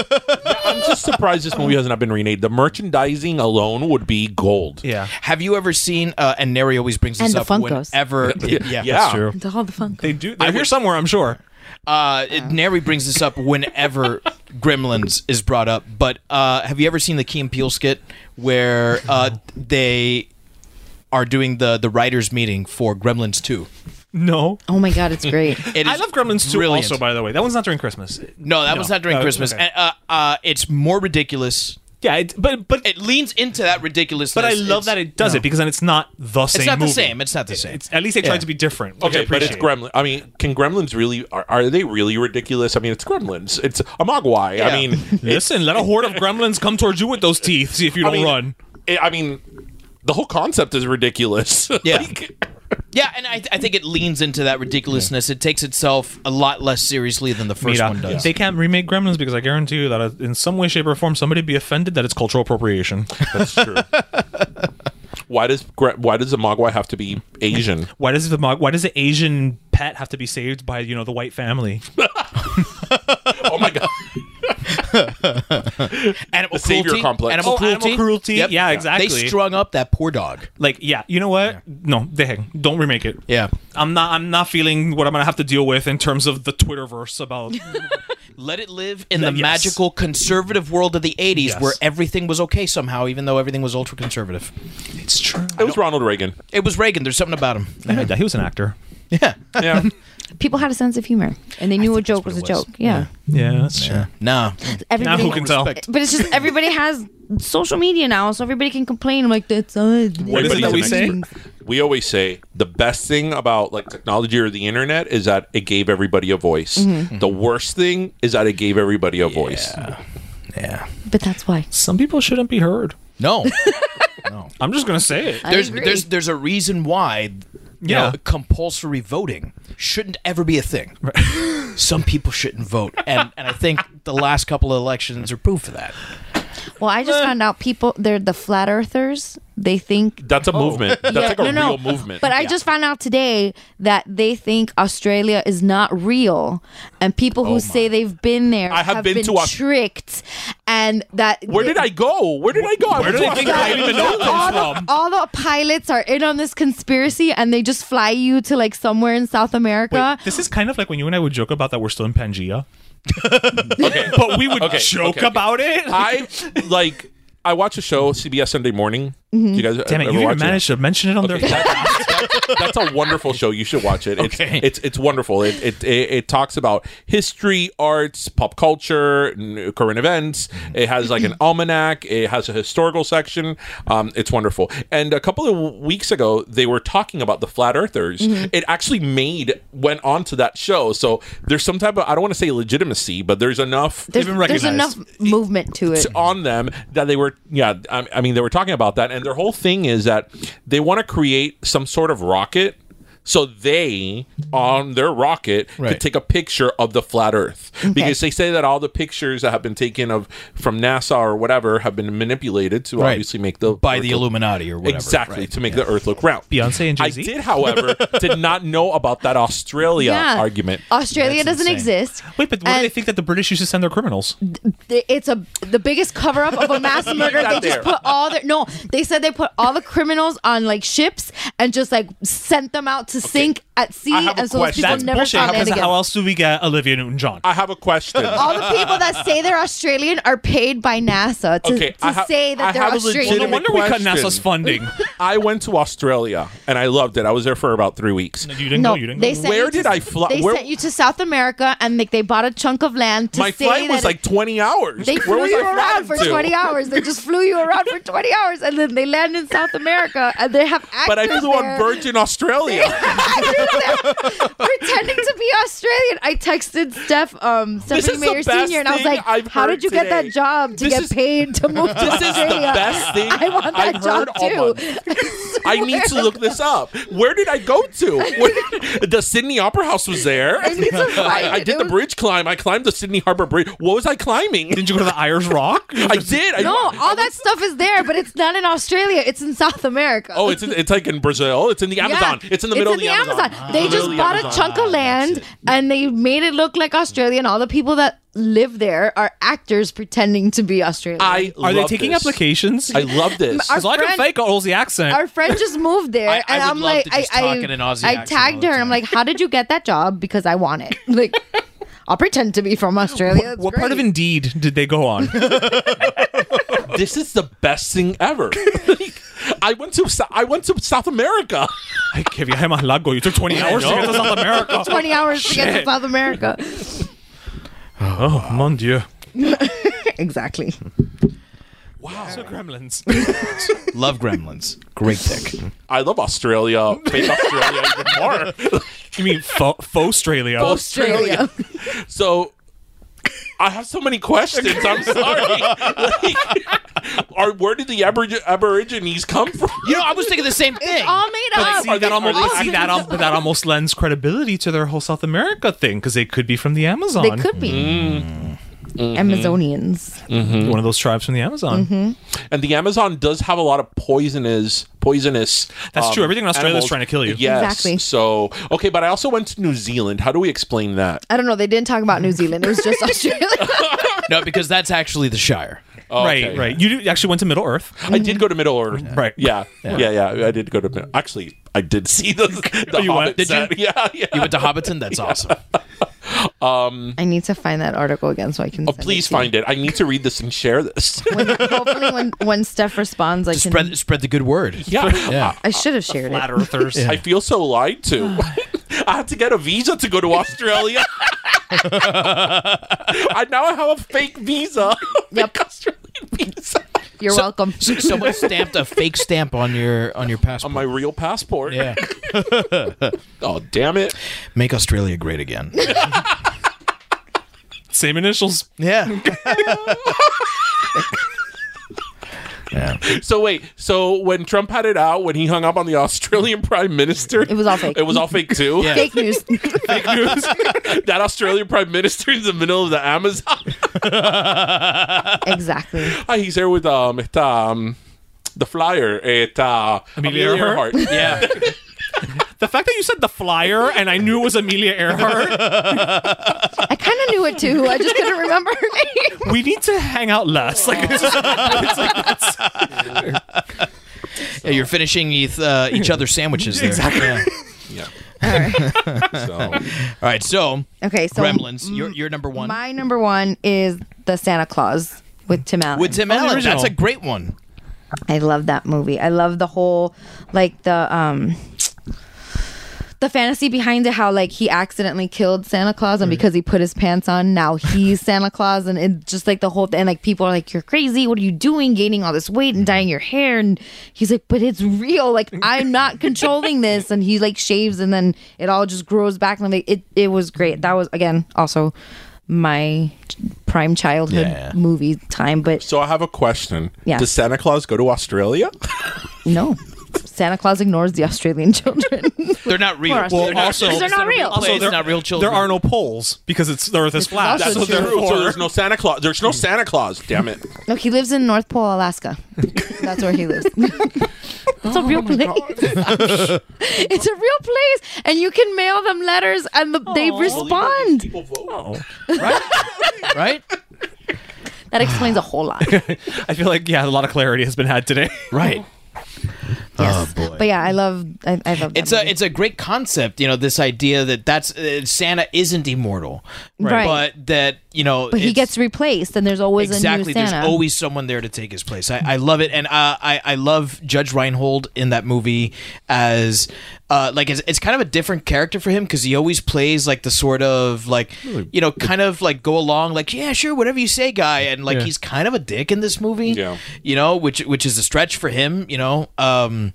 C: I'm just surprised this movie has not been remade. The merchandising alone would be gold.
G: yeah.
F: Have you ever seen? Uh, and Neri always brings this
D: And the
F: up
D: Funkos.
F: whenever. yeah,
C: Yeah.
G: true.
D: To all the fun.
G: They do. They're here somewhere, I'm sure.
F: Uh,
D: Oh.
F: it- Neri brings this up whenever Gremlins is brought up. But uh, have you ever seen the Key and Peele skit where uh, they are doing the the writers meeting for Gremlins Two?
G: No,
D: Oh my god, it's great.
F: It
G: I
F: is
G: love Gremlins too.
F: brilliant.
G: Also, by the way, that one's not during Christmas.
F: No, that was not during
G: Uh,
F: Christmas.
G: okay.
F: And, uh, uh, it's more ridiculous.
G: Yeah, it, but but
F: It leans into that ridiculousness.
G: but I love
F: It's-
G: that it does it because then it's not the same.
F: It's not
G: movie.
F: the same. It's not the same.
G: It's- at least they tried to be different. Which I
C: Okay, but
G: appreciate.
C: it's Gremlin. I mean, can Gremlins really? Are, are they really ridiculous? I mean, it's Gremlins. It's a Mogwai.
F: Yeah.
C: I mean,
G: Listen, let a horde of gremlins come towards you with those teeth. See if you
C: I
G: don't
C: mean,
G: run.
C: it- I mean, the whole concept is ridiculous.
F: Yeah.
C: Like,
F: yeah, and I, I think it leans into that ridiculousness. It takes itself a lot less seriously than the first
G: Mira,
F: one does.
G: They can't remake Gremlins because I guarantee you that in some way, shape, or form, somebody be offended that it's cultural appropriation.
C: that's true. why does Gre- why does a Mogwai have to be Asian?
G: why does the mog- why does the Asian pet have to be saved by you know the white family?
C: Oh my god.
F: animal
C: The savior
F: cruelty,
C: complex.
F: Animal
G: Oh,
F: cruelty.
G: animal cruelty. Yeah, exactly.
F: They strung up that poor dog.
G: Like, yeah, you know what? No, the heck, don't remake it.
F: Yeah.
G: I'm not. I'm not feeling what I'm gonna have to deal with in terms of the Twitterverse about.
F: Let it live in the
G: Yes.
F: magical conservative world of the 80s
G: Yes.
F: where everything was okay somehow, even though everything was ultra conservative.
G: it's true.
C: It was Ronald Reagan.
F: It was Reagan. There's something about him.
G: I heard that he was an actor.
F: Yeah.
C: Yeah.
D: People had a sense of humor, and they knew a joke was a
F: what it was.
D: joke. Yeah,
G: Yeah, that's true. Now
F: no.
D: everybody.
G: who can tell?
F: Respect.
D: But it's just everybody has social media now, so everybody can complain. I'm like, that's uh,
G: What is it that we
C: Everybody's
G: say?
C: an expert. We always say the best thing about like technology or the internet is that it gave everybody a voice.
G: Mm-hmm.
C: Mm-hmm. The worst thing is that it gave everybody a voice.
F: Yeah.
D: But that's why.
G: Some people shouldn't be heard.
F: No.
G: I'm just gonna say it.
D: I
F: There's
D: agree.
F: there's there's a reason why you
G: Yeah.
F: know, compulsory voting shouldn't ever be a thing. Some people shouldn't vote, and and I think the last couple of elections are proof of that.
D: Well, I
G: Uh.
D: just found out people they're the flat earthers. They think
C: That's
G: Oh.
C: a movement. That's
D: Yeah,
C: like a real movement.
D: But I just found out today that they think Australia is not real, and people who say they've been there
C: Oh I have been to Aus-
D: tricked, and that
C: where did I go? Where did I go? Where
E: did I think I even know
D: all the, all the pilots are in on this conspiracy, and they just fly you to like somewhere in South America.
G: This is kind of like when you and I would joke about that we're still in Pangea. but we would
C: Okay,
G: joke
C: okay, okay.
G: about it.
C: I like. I watch a show CBS Sunday Morning. You guys,
G: Mm-hmm. Damn it,
C: ever
G: you
C: watch
G: even
C: it?
G: managed to mention it on
C: Okay,
G: their
C: that's, that's- that's a wonderful show. You should watch it. It's
F: Okay.
C: it's, it's wonderful. It, it it it talks about history, arts, pop culture, n- current events. It has like an almanac. It has a historical section. Um, it's wonderful. And a couple of w- weeks ago, they were talking about the flat earthers. It actually made went on to that show. So there's some type of I don't want to say legitimacy, but there's enough
D: There's,
E: even
D: there's enough
E: recognized.
D: movement to it.
C: t- on them that they were yeah I, I mean they were talking about that and their whole thing is that they want to create some sort of rocket so they on their rocket
F: Right.
C: could take a picture of the flat earth because they say that all the pictures that have been taken of from NASA or whatever have been manipulated to
F: Right.
C: obviously make the
F: By
C: Earth
F: the
C: look-
F: Illuminati or whatever.
C: Exactly
F: right.
C: to make the Earth look round.
G: Beyonce and
C: I
G: Jay-Z?
C: did, however, did not know about that Australia
D: Yeah.
C: argument.
D: Australia
F: That's
D: doesn't
F: insane.
D: exist.
G: Wait, but what do
D: And-
G: they think that the British used to send their criminals?
D: th- it's a the biggest cover up of a mass murder.
C: got
D: They
C: there.
D: just put all their no. They said they put all the criminals on like ships and just like sent them out to sink at sea,
C: I have a
D: and so those
C: question.
D: people
C: That's
D: never saw land
G: Because
D: again.
G: how else do we get Olivia Newton-John?
C: I have a question.
D: all the people that say they're Australian are paid by NASA to,
C: Okay,
D: to
C: I ha-
D: say
C: I
D: that they're
C: have a
D: Australian.
C: legitimate-
G: wonder we cut
C: question.
G: NASA's funding.
C: I went to Australia and I loved it. I was there for about three weeks.
G: you didn't
D: no,
G: go. You didn't
D: they
G: go.
D: sent
C: Where
D: you
C: did
D: to,
C: I fly-
D: They
C: where-
D: sent you to South America, and like they bought a chunk of land to
C: My
D: say
C: flight was
D: that it-
C: like 20 hours.
D: They
C: Where
D: flew
C: was
D: you
C: I flying
D: around for
C: to?
D: 20 hours. They just flew you around for 20 hours, and then they land in South America, and they have actors
C: But I flew
D: there.
C: on Virgin Australia.
D: I flew there pretending to be Australian. I texted Steph, um, Stephanie
C: This is the
D: Mayer
C: best
D: Senior, and I was
C: thing
D: like,
C: I've
D: "How
C: heard
D: did you get
C: today.
D: that job to
C: This
D: get
C: is-
D: paid to move to
C: This is the
D: Australia?"
C: best thing
D: I want that
C: I've
D: job
C: heard all
D: too.
C: month. I need to look this up. Where did I go to? Where- the Sydney Opera House was there.
D: I need to find
C: I, I
D: it. It
C: did the
D: was-
C: bridge climb. I climbed the Sydney Harbor Bridge. What was I climbing?
G: Didn't you go to the Ayers Rock?
C: I did. I,
D: No, all that stuff is there, but it's not in Australia. It's in South America.
C: Oh, it's in, it's like in Brazil. It's in the
D: uh, Yeah.
C: Amazon. It's in the middle
D: it's in
C: of the, Amazon.
D: They
C: It's in the
D: just
C: middle
D: bought
C: of the
D: a
C: Amazon.
D: chunk of land and they made it look like Australia, and all the people that live there are actors pretending to be Australian.
C: I
G: Are they
C: love
G: taking
C: this.
G: applications?
C: I love this.
D: Our
G: Because I can
D: friend-
G: fake all the accent.
D: our friend just moved there,
F: I- I
D: and
F: would
D: I'm
F: love
D: like,
F: to just
D: I, I,
F: talk in an Aussie
D: I
F: accent all
D: tagged
F: the
D: her, and I'm
F: time.
D: like, how did you get that job? Because I want it. Like, I'll pretend to be from Australia. It's
G: what part of
D: great.
G: Indeed did they go on?
C: this is the best thing ever. Like, I went to Sou- I went to South America.
G: I give you him a lago. You took 20 hours to get to South America.
D: 20 hours to get to
G: Oh, Shit.
D: South America.
G: Oh, mon dieu.
D: exactly.
G: So gremlins.
F: Love Gremlins. Great pick.
C: I love Australia. Fake Australia even more.
G: You mean fo- faux Australia?
D: Australia.
C: So I have so many questions. I'm sorry. Like, are where did the Aborig- Aborigines come from?
F: You know, I was thinking the same thing.
D: All made up.
G: See, that almost,
D: All
G: see
D: made
G: that,
D: up.
G: al- that almost lends credibility to their whole South America thing because they could be from the Amazon.
D: They could be.
F: Mm-hmm.
D: Amazonians.
G: One of those tribes from the Amazon.
C: And the Amazon does have a lot of poisonous, poisonous. um,
G: That's true. Everything in Australia is trying to kill you.
C: Yes.
D: Exactly.
C: So okay, but I also went to New Zealand. How do we explain that?
D: I don't know. They didn't talk about New Zealand. It was just Australia.
F: No, because that's actually the Shire.
C: Oh,
G: Right,
C: okay.
G: right. You do- actually went to Middle Earth.
C: I did go to Middle Earth.
G: Right.
C: Yeah. Yeah. Yeah. I did go to Middle. Actually, I did see the, the
G: You went-
C: Hobbit
G: did you?
C: set. Yeah. Yeah.
F: You went to Hobbiton. That's awesome.
D: I need to find that article again so I can.
C: Oh,
D: send it
C: please
D: to you.
C: find it. I need to read this and share this.
D: When, hopefully, when when Steph responds, I can.
F: Spread spread the good word.
C: yeah.
F: Yeah.
D: I should have shared it.
G: Flat Earthers.
C: I feel so lied to.
D: Oh.
C: I had to get a visa to go to Australia. I now have a fake visa.
D: Yep.
C: Fake Australian visa
D: You're welcome.
F: So- Someone stamped a fake stamp on your on your passport.
C: on my real passport.
F: yeah.
C: Oh damn it!
F: Make Australia great again.
G: Same initials.
F: Yeah.
C: So wait, so when Trump had it out, when he hung up on the Australian Prime Minister, it
D: was all fake.
C: It was all fake too.
F: Yeah.
D: Fake news.
C: Fake news. that Australian Prime Minister is in the middle of the Amazon.
D: exactly.
C: Ah, he's there with um, it, um the flyer at uh,
G: Amelia Earhart?
C: Yeah,
G: The fact that you said the flyer and I knew it was Amelia Earhart,
D: I kind of knew it too. I just couldn't remember her name.
G: we need to hang out less. Like, it's just- it's like that's-
F: Yeah, you're finishing each, uh, each other's sandwiches there. Exactly.
C: so
F: All right, so,
D: Okay, so mm,
F: Gremlins, you're, you're number one.
D: my number one is the Santa Claus with Tim Allen.
F: With Tim
G: Oh, the
F: Allen,
G: original.
F: that's a great one.
D: I love that movie. I love the whole like the um the fantasy behind it how like he accidentally killed Santa Claus and because he put his pants on now he's Santa Claus and it just like the whole thing like people are like you're crazy what are you doing gaining all this weight and dyeing your hair and he's like but it's real like I'm not controlling this and he like shaves and then it all just grows back and like it it was great that was again also my prime childhood
F: Yeah.
D: movie time but
C: so I have a question.
D: Yeah.
C: Does Santa Claus go to Australia?
D: No. Santa Claus ignores the Australian children.
F: They're not real.
D: Well, They're not-
G: also-
D: they're not real.
F: Also,
G: there-
F: it's not real children.
G: there are no poles because it's the Earth is flat.
D: also
G: That's what
D: true.
G: they're
C: So
G: for.
C: there's no Santa Claus. There's no Santa Claus. Damn it.
D: No, he lives in North Pole, Alaska. That's where he lives. It's a
F: Oh
D: real place. it's a real place, and you can mail them letters, and the, they respond.
F: right?
D: That explains a whole lot.
G: I feel like yeah, a lot of clarity has been had today.
F: Right.
D: Yes. But yeah, I love. I, I love. That
F: It's a
D: movie.
F: it's a great concept, you know. This idea that that's uh, Santa isn't immortal,
D: Right.
F: But that you know,
D: but he
F: it's-
D: gets replaced, and there's always
F: exactly.
D: a new
F: There's
D: Santa.
F: always someone there to take his place. I, I love it, and uh, I I love Judge Reinhold in that movie as uh, like it's, it's kind of a different character for him because he always plays like the sort of like you know kind of like go along like yeah sure whatever you say guy, and like he's kind of a dick in this movie,
C: Yeah.
F: You know, which which is a stretch for him, you know. Um,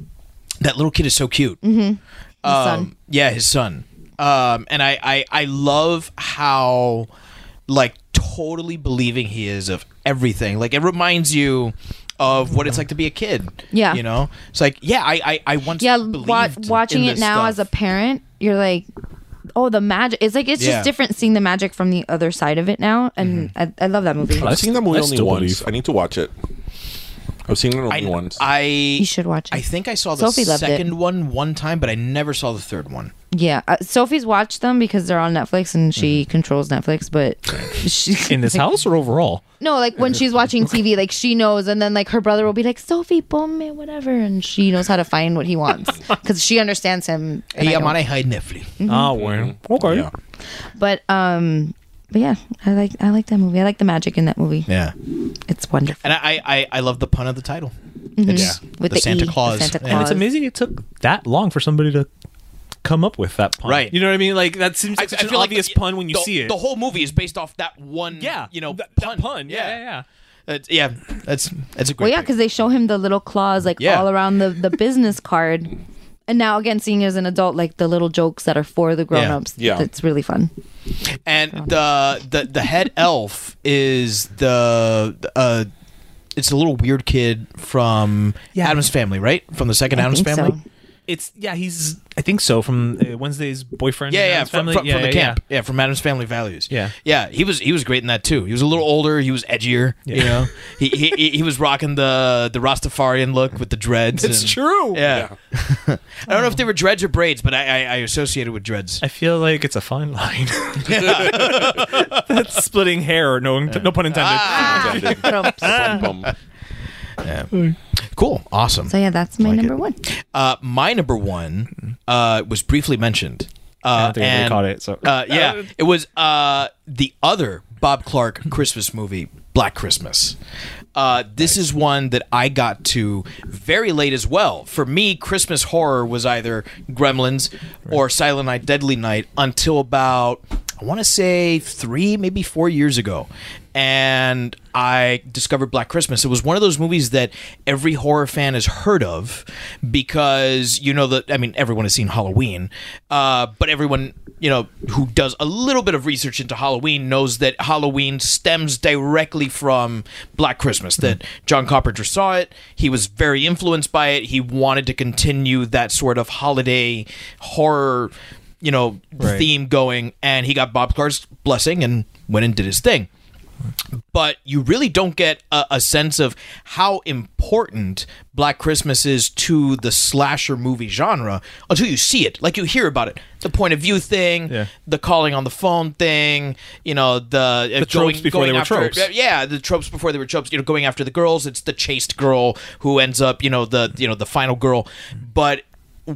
F: that little kid is so cute. Mm-hmm.
D: son.
F: Yeah, his son. Um, and I, I, I love how, like, totally believing he is of everything. Like, it reminds you of what it's like to be a kid.
D: Yeah.
F: You know? It's like, yeah, I, I, I once
D: yeah
F: believed
D: wa- watching
F: in
D: it
F: this
D: now
F: stuff.
D: as a parent you're like oh the magic it's like it's
F: Yeah.
D: just different seeing the magic from the other side of it now and I, I love that movie
C: I've seen that movie
B: I
C: only
B: still
C: once.
B: believe.
C: I need to watch it. I've seen it only
F: I,
C: once.
F: I,
D: you should watch it
F: I think I saw the
D: Sophie loved it.
F: second one one time, but I never saw the third one.
D: yeah uh, sophie's watched them because they're on netflix and she
F: Mm-hmm.
D: controls netflix but she,
G: In this house or overall?
D: no like when she's watching tv like she knows and then like her brother will be like sophie ponme whatever and she knows how to find what he wants because she understands him and I
F: Yeah,
D: don't. Mm-hmm.
F: Mane Hyde Nefli.
G: Ah, well. Okay.
C: Yeah.
D: but um but yeah i like i like that movie i like the magic in that movie
F: Yeah.
D: it's wonderful
F: And I, I, I love the pun of the title. It's
D: With
F: the,
D: the
F: Santa
D: E, the
F: Claus.
D: Santa
F: Yeah.
D: Claus.
G: And it's amazing it took that long for somebody to come up with that pun.
F: Right.
G: You know what I mean? Like that seems like such an obvious
F: the-
G: pun when you
F: the-
G: see it.
F: The whole movie is based off that one.
G: yeah.
F: you know,
G: Th-
F: pun.
G: That pun. Yeah, yeah, yeah.
F: That's- yeah. That's that's a great.
D: Well, yeah, because they show him the little claws like
F: Yeah.
D: all around the, the business card. And now, again, seeing as an adult, like the little jokes that are for the grown ups,
C: Yeah.
D: it's really fun.
F: pick. and the the the head elf is the uh, it's the little weird kid from
G: Yeah.
F: Adam's Family, right? From the second Adam's
D: think so.
F: Family.
G: It's yeah. He's I think so from uh, Wednesday's boyfriend.
F: Yeah,
G: and
F: yeah,
G: his
F: from,
G: family.
F: from,
G: yeah,
F: from the
G: yeah,
F: camp.
G: yeah.
F: Yeah. from Adam's Family Values.
G: Yeah.
F: yeah, he was he was great in that too. He was a little older. He was edgier. You know, he, he he- he was rocking the the Rastafarian look with the dreads.
G: It's
F: and-
G: true.
F: Yeah, I don't know if they were dreads or braids, but I I, I associated with dreads.
G: I feel like it's a fine line. That's splitting hair. No, no pun intended.
F: Ah.
C: Bum, bum.
F: Cool, awesome.
D: So, yeah, that's my
F: Like
D: number
F: it.
D: one.
F: Uh, my number one uh, was briefly mentioned. Uh,
G: I don't think anybody
F: and,
G: caught it. So
F: Uh, yeah, it was uh, the other Bob Clark Christmas movie, Black Christmas. Uh, this is one that I got to very late as well. For me, Christmas horror was either Gremlins or Silent Night, Deadly Night until about, I want to say, three, maybe four years ago. And I discovered Black Christmas. It was one of those movies that every horror fan has heard of because, you know, that I mean, everyone has seen Halloween, uh, but everyone you know, who does a little bit of research into Halloween knows that Halloween stems directly from Black Christmas. That John Carpenter saw it, he was very influenced by it. He wanted to continue that sort of holiday horror, you know, theme going, and he got Bob Clark's blessing and went and did his thing but you really don't get a, a sense of how important Black Christmas is to the slasher movie genre until you see it. Like you hear about it, the point of view thing,
G: Yeah.
F: the calling on the phone thing, you know, the, uh,
G: The tropes before they were
F: after,
G: tropes.
F: Yeah, the tropes before they were tropes. You know, going after the girls. It's the chaste girl who ends up, you know, the you know the final girl, but.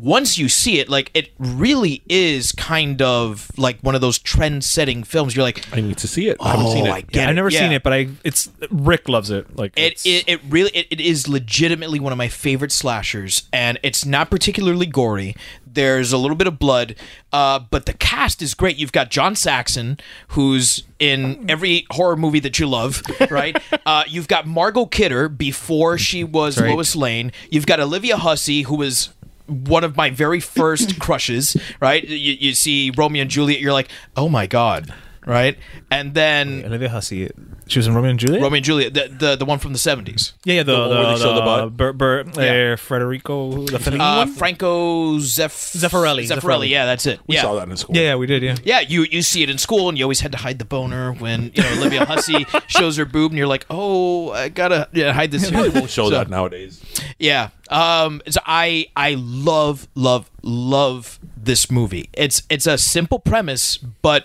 F: Once you see it, like it really is kind of like one of those trend-setting films. You're like,
C: I need to see it. I haven't
F: oh,
C: seen it.
F: I get
G: I've never seen
F: Yeah.
G: it, but I it's Rick loves it. Like
F: It,
G: it's-
F: it, it really it, it is legitimately one of my favorite slashers and it's not particularly gory there's a little bit of blood uh, but the cast is great you've got john saxon who's in every horror movie that you love right uh, you've got margot kidder before she was lois lane you've got olivia hussey who was one of my very first crushes right you, you see romeo and juliet you're like oh my god right and then
G: Olivia Hussey. She was in Romeo and Juliet.
F: romeo and juliet the, the, the one from the 70s
G: yeah, yeah, the the,
C: one where
G: the,
C: they show the butt?
G: Bur, Bur,
F: Yeah.
G: uh, Federico the Fellini
F: Uh,
G: one?
F: Franco Zef-
G: Zeffirelli.
F: Zeffirelli, yeah, that's it.
C: We
F: yeah.
C: saw that in school.
G: yeah, yeah, we did. Yeah,
F: Yeah, you, you see it in school, and you always had to hide the boner when you know Olivia Hussey shows her boob, and you're like, "Oh, I gotta yeah, hide this."
C: They
F: here."
C: won't show
F: So-
C: that nowadays.
F: Yeah, um, so I I love love love this movie. It's it's a simple premise, but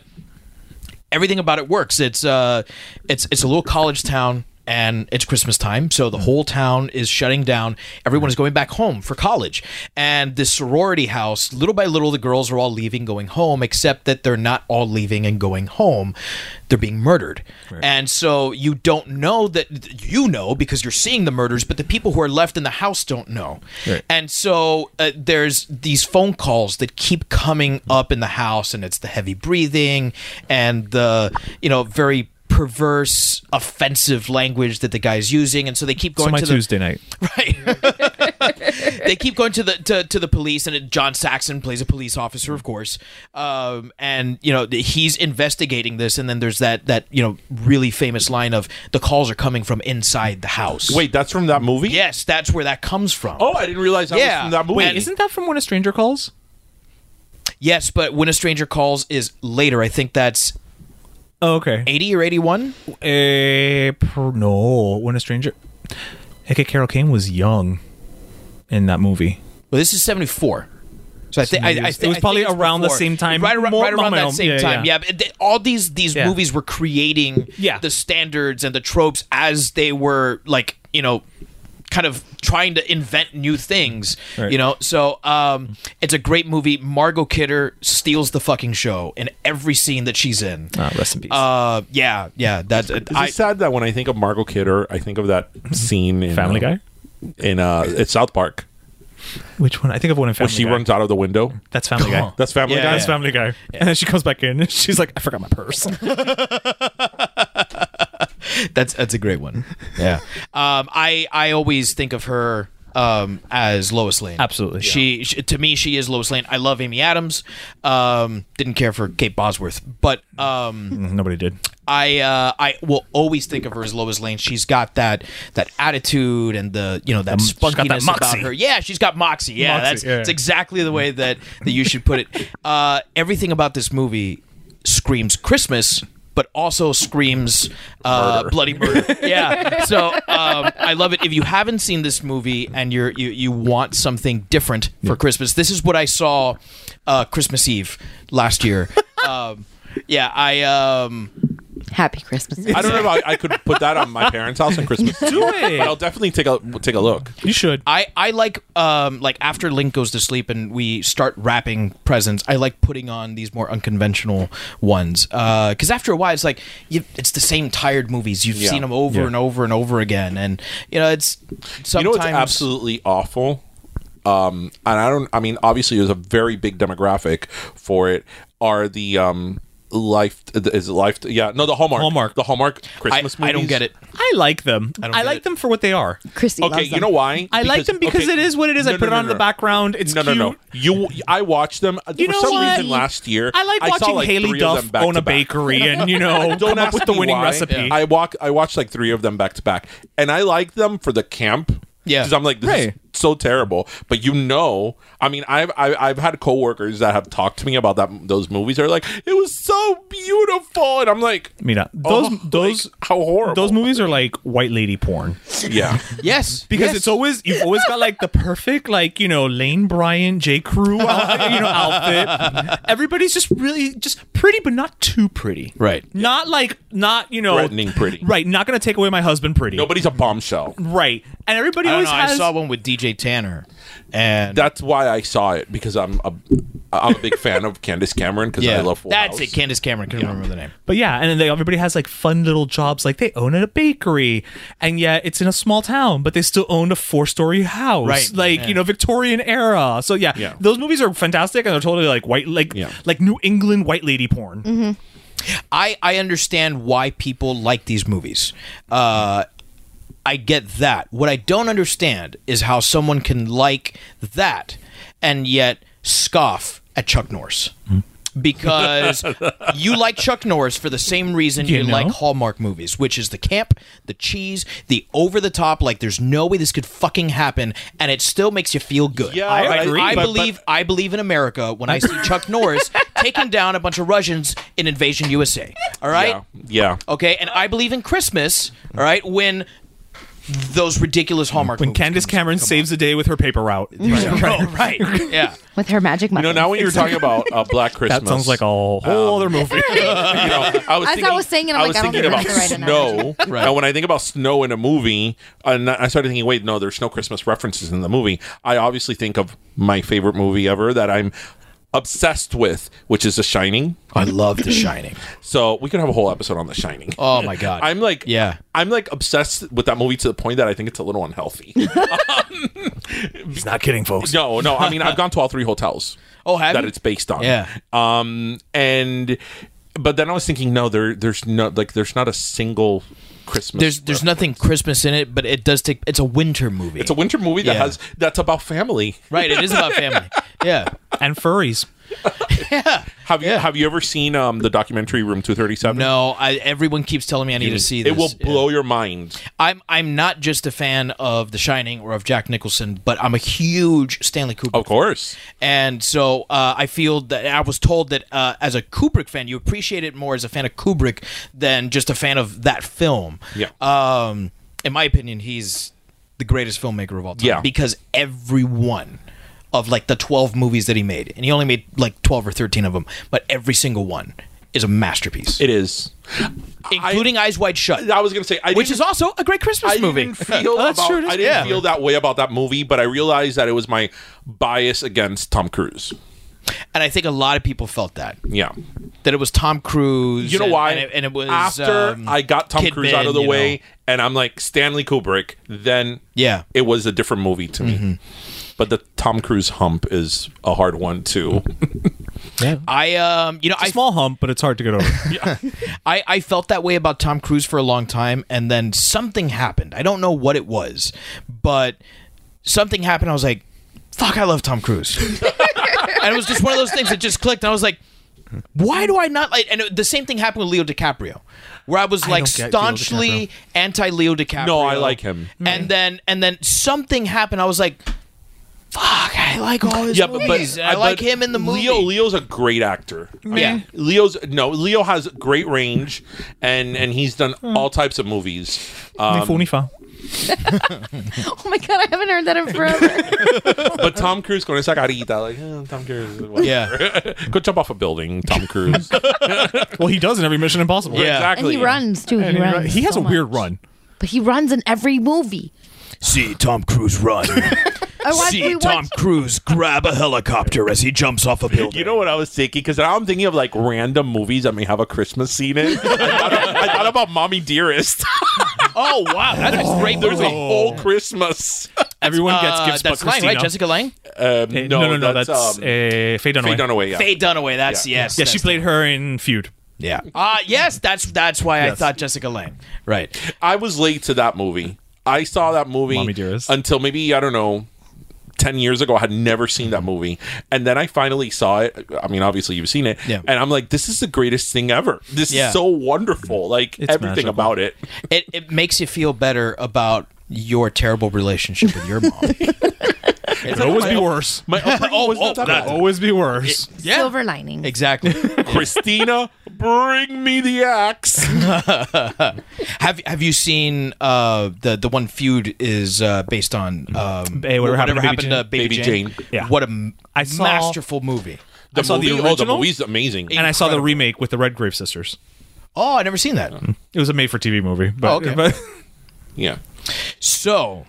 F: everything about it works. It's uh, it's it's a little college town, and it's Christmas time, so the whole town is shutting down. Everyone is going back home for college, and this sorority house. Little by little, the girls are all leaving, going home. Except that they're not all leaving and going home; they're being murdered, and so you don't know that you know because you're seeing the murders, but the people who are left in the house don't know. And so uh, there's these phone calls that keep coming up in the house, and it's the heavy breathing and the you know very perverse, offensive language that the guy's using, and so they keep
G: so
F: going
G: my
F: to the
G: Tuesday night.
F: right. they keep going to the to, to the police, and John Saxon plays a police officer, of course. Um, and you know he's investigating this, and then there's that that you know really famous line of the calls are coming from inside the house.
C: Wait, that's from that movie?
F: yes, that's where that comes from.
C: Oh, I didn't realize that
F: Yeah.
C: was from that movie.
F: Wait,
C: And-
G: Isn't that from When a Stranger Calls?
F: yes, but when a stranger calls is later. I think that's
G: Oh, okay.
F: eighty or eighty-one.
G: Eh, pr- no, When a Stranger. Heck, Carol Kane was young in that movie.
F: Well, this is seventy-four. So I, think I, I
G: maybe it was-
F: thi-
G: it was
F: I think
G: probably
F: it's
G: around the
F: before.
G: same time,
F: right, around-
G: more-
F: right around
G: my
F: that
G: own-
F: same
G: yeah,
F: time.
G: yeah.
F: Yeah, but they- all these these
G: Yeah.
F: movies were creating
G: Yeah.
F: the standards and the tropes as they were like you know kind of trying to invent new things
G: Right.
F: you know so um it's a great movie margot kidder steals the fucking show in every scene that she's in
G: Ah, rest in peace.
F: uh yeah yeah that's
C: Is
F: I,
C: it sad that when I think of Margot Kidder, I think of that scene in
G: Family
C: uh,
G: Guy.
C: in uh, it's South Park
G: Which one? I think of one in Family
C: where she
G: Guy.
C: runs out of the window.
G: That's Family Guy.
C: That's Family
F: Yeah,
C: Guy.
G: That's Family Guy. And then she comes back in and she's like, I forgot my purse.
F: That's that's a great one. Yeah. um, I I always think of her um, as Lois Lane.
G: Absolutely.
F: She, she to me she is Lois Lane. I love Amy Adams. Um, didn't care for Kate Bosworth, but um,
G: Mm, Nobody did.
F: I uh, I will always think of her as Lois Lane. She's got that that attitude and the you know that
G: she's got that
F: spunkiness about
G: moxie.
F: her. Yeah, she's got moxie. Yeah,
G: Moxie,
F: that's
G: yeah.
F: that's exactly the way that that you should put it. Uh, everything about this movie screams Christmas. But also screams uh, bloody murder. Yeah, so um, I love it. If you haven't seen this movie and you're you, you want something different for Christmas, this is what I saw uh, Christmas Eve last year. um, yeah, I um,
D: Happy Christmas.
C: I don't know if I, I could put that on my parents' house on Christmas. Do
G: it.
C: I'll definitely take a take a look.
G: You should.
F: I, I like um like after Link goes to sleep and we start wrapping presents. I like putting on these more unconventional ones because after a while it's like you, it's the same tired movies you've seen them over
G: Yeah.
F: and over and over again, and you know it's sometimes
C: You know what's absolutely awful? Um, and I don't. I mean, obviously, there's a very big demographic for it. Are the um life is it life yeah no the hallmark
G: Hallmark.
C: the hallmark
F: I,
C: Christmas
F: I don't
C: movies.
F: get it.
G: I like them. I,
F: get
G: like
F: it.
G: them for what they are.
D: Christy
C: Okay,
D: loves
C: you
D: them.
C: know why?
G: I like them because
C: okay,
G: it is what it is. I
C: no,
G: put
C: no,
G: it
C: no,
G: on
C: no,
G: the
C: no.
G: background. It's
C: no, no,
G: cute.
C: no. You, I watched them uh,
G: You
C: for
G: know
C: some
G: what?
C: reason last year.
G: I like
C: saw,
G: watching
C: like,
G: Haley
C: three of them
G: Duff
C: back
G: own
C: to
G: a
C: back.
G: bakery and you know
C: Don't
G: come
C: ask
G: up with the
C: me
G: winning
C: why.
G: recipe.
C: I walk. I watched like three of them back to back, and I like them for the camp.
F: Yeah.
C: because I'm like this is
G: Right.
C: so terrible. But you know, I mean, I've I, I've had coworkers that have talked to me about that those movies. They're like, it was so beautiful, and I'm like,
G: Mira,
C: oh,
G: those
C: like,
G: those
C: how horrible
G: those movies are like white lady porn
C: Yeah,
F: Yes,
G: because
F: yes.
G: it's always you've always got like the perfect like you know Lane Bryant, J Crew, outfit, you know outfit. Everybody's just really just pretty, but not too pretty.
F: Right.
G: Not like not you know
C: Threatening pretty.
G: Right. Not gonna take away my husband pretty.
C: nobody's a bombshell.
G: Right. And everybody
F: I don't
G: always
F: know.
G: has.
F: I saw one with DJ Tanner, and
C: That's why I saw it because I'm a I'm a big fan of Candace Cameron because
F: yeah,
C: I love Full
F: that's
C: House.
F: it. Candace Cameron. Couldn't remember the name.
G: But yeah, and then they, everybody has like fun little jobs, like they own a bakery, and yet it's in a small town, but they still own a four-story house,
F: Right,
G: Like
F: yeah.
G: you know Victorian era. So yeah,
C: Yeah.
G: those movies are fantastic, and they're totally like white, like
C: Yeah.
G: like New England white lady porn.
D: Mm-hmm.
F: I I understand why people like these movies. Uh, I get that. What I don't understand is how someone can like that and yet scoff at Chuck Norris.
C: Hmm.
F: Because you like Chuck Norris for the same reason you,
G: You know?
F: like Hallmark movies, which is the camp, the cheese, the over the top, like there's no way this could fucking happen, and it still makes you feel good.
C: Yeah, I
F: But
C: agree,
F: I
C: but-
F: believe I believe in America when I see Chuck Norris taking down a bunch of Russians in Invasion USA. All right?
C: Yeah, yeah.
D: Oh,
F: Okay, and I believe in Christmas, all right, when those ridiculous Hallmark
G: When
F: movies
G: Candace Cameron saves the day with her paper route,
F: come out. Oh, right. Yeah.
D: with her magic
C: You
D: muffin.
C: know, now when you were talking about uh, Black Christmas,
G: that sounds like a
F: Um,
G: whole other movie.
C: you know, I was
D: As I
C: thinking,
D: was saying it, I'm like,
C: was
D: I don't
C: thinking
D: think
C: about
D: that's the right
C: snow. And when I think about snow in a movie, and I started thinking, wait, no, there's no Christmas references in the movie. I obviously think of my favorite movie ever that I'm obsessed with, which is The Shining.
F: I love The Shining.
C: So we could have a whole episode on The Shining.
F: Oh my god.
C: I'm like,
F: Yeah.
C: I'm like obsessed with that movie to the point that I think it's a little unhealthy.
G: He's not kidding, folks.
C: no, no, I mean, I've gone to all three hotels.
F: Oh, have
C: that
F: you?
C: it's based on.
F: Yeah.
C: Um, and but then I was thinking, no, there, there's no like, there's not a single Christmas.
F: There's there's nothing Christmas in it, but it does take it's a winter movie.
C: It's a winter movie that
F: Yeah.
C: has that's about family.
F: Right, it is about family. Yeah.
G: And furries.
C: Have you have you ever seen um the documentary Room Two Thirty Seven?
F: No, I, everyone keeps telling me I need to see this.
C: It will
F: Yeah.
C: blow your mind.
F: I'm I'm not just a fan of The Shining or of Jack Nicholson, but I'm a huge Stanley Kubrick.
C: Of course.
F: And so uh, I feel that I was told that uh, as a Kubrick fan, you appreciate it more as a fan of Kubrick than just a fan of that film.
C: Yeah.
F: Um, in my opinion, he's the greatest filmmaker of all time.
C: Yeah.
F: Because everyone of like the 12 movies that he made, and he only made like 12 or 13 of them, but every single one is a masterpiece,
C: It is.
F: including Eyes Wide Shut.
C: I was gonna say I
F: which
C: didn't-
F: is also a great Christmas
C: I
F: movie.
C: didn't feel about,
F: true, it is.
C: I didn't
F: Yeah.
C: feel that way about that movie, but I realized that it was my bias against Tom Cruise.
F: And I think a lot of people felt that
C: Yeah.
F: that it was Tom Cruise.
C: You know
F: and-
C: why?
F: And it, and it was
C: after
F: um,
C: I got Tom
F: Kidman,
C: Cruise out of the
F: you
C: way,
F: know.
C: and I'm like Stanley Kubrick. Then
F: Yeah. Mm-hmm.
C: it was a different movie to me. But the Tom Cruise hump is a hard one too.
F: I um, you know, I,
G: Small hump, but it's hard to get over.
F: I I felt that way about Tom Cruise for a long time, and then something happened. I don't know what it was, but something happened. I was like, "Fuck, I love Tom Cruise," and it was just one of those things that just clicked. And I was like. Why do I not like? And it- the same thing happened with Leo DiCaprio, where I was like
G: don't get Leo
F: staunchly anti Leo DiCaprio.
C: No, I like him.
F: And then and then something happened. I was like, "Fuck, I like all his
C: yeah, but,
F: movies.
C: but
F: I like
C: but
F: him in the movie."
C: Leo Leo's a great actor.
D: Mm-hmm.
F: Yeah.
C: Leo's no Leo has great range, and and he's done
D: Mm.
C: all types of movies.
F: Um,
G: Unifa.
D: oh my god, I haven't heard that in forever.
C: But Tom Cruise going to Sacarita, like eh, Tom Cruise, whatever.
F: Yeah.
C: go jump off a building, Tom Cruise.
G: Well, he does in every Mission Impossible.
F: Yeah.
D: and he runs too.
G: And
D: he,
G: he,
D: runs.
G: he has
D: so
G: a weird
D: much.
G: run.
D: but he runs in every movie.
H: See Tom Cruise run.
D: I watch, we watch,
H: Cruise grab a helicopter as he jumps off a building.
C: You know what I was thinking? Because now I'm thinking of like random movies that may have a Christmas scene in. I, thought, I thought about Mommy Dearest.
F: Oh wow, that's a great
C: There's a
F: movie.
G: Oh.
C: whole Christmas.
G: Everyone gets
F: Uh,
G: gifts
F: that's
G: but
F: Lang,
G: Christina.
F: right? Jessica Lang,
C: Um,
G: Eh, no, no, no, that's, uh,
C: um,
G: Faye Dunaway.
C: Faye Dunaway. Yeah.
F: Faye Dunaway. That's
C: Yeah.
F: yes.
G: Yeah, she
F: that's-
G: played her in Feud.
F: Yeah. Uh yes, that's that's why I thought Jessica Lange. Right.
C: I was late to that movie. I saw that movie
G: Mommy Dearest.
C: until maybe I don't know. 10 years ago, I had never seen
G: Mm-hmm.
C: that movie. And then I finally saw it. I mean, obviously, you've seen it.
F: Yeah.
C: And I'm like, this is the greatest thing ever. This
F: Yeah.
C: is so wonderful. Like,
G: It's
C: everything
G: magical.
C: about it.
F: It it makes you feel better about your terrible relationship with your mom.
G: It'd always be worse.
C: My upbringing
G: Oh,
F: Oh,
C: was not that
G: That'd
C: bad.
G: always be worse.
F: yeah.
D: Silver lining.
F: Exactly.
G: oh.
C: Christina, bring me the axe.
F: have Have you seen uh, the the one feud is uh, based on um,
G: Mm-hmm. Hey, Whatever Happened to Baby Jane?
F: Baby,
C: Baby
F: Jane?
C: Jane.
G: Yeah.
F: What a m-
G: I saw-
F: masterful movie.
C: The
G: I saw the
C: movie, oh, the
G: original.
C: movie's amazing.
G: and I saw the
F: incredible.
G: remake with the Redgrave sisters.
F: Oh, I never seen that.
G: It was a made-for-TV movie. But,
F: Oh, okay.
G: but
C: Yeah.
F: So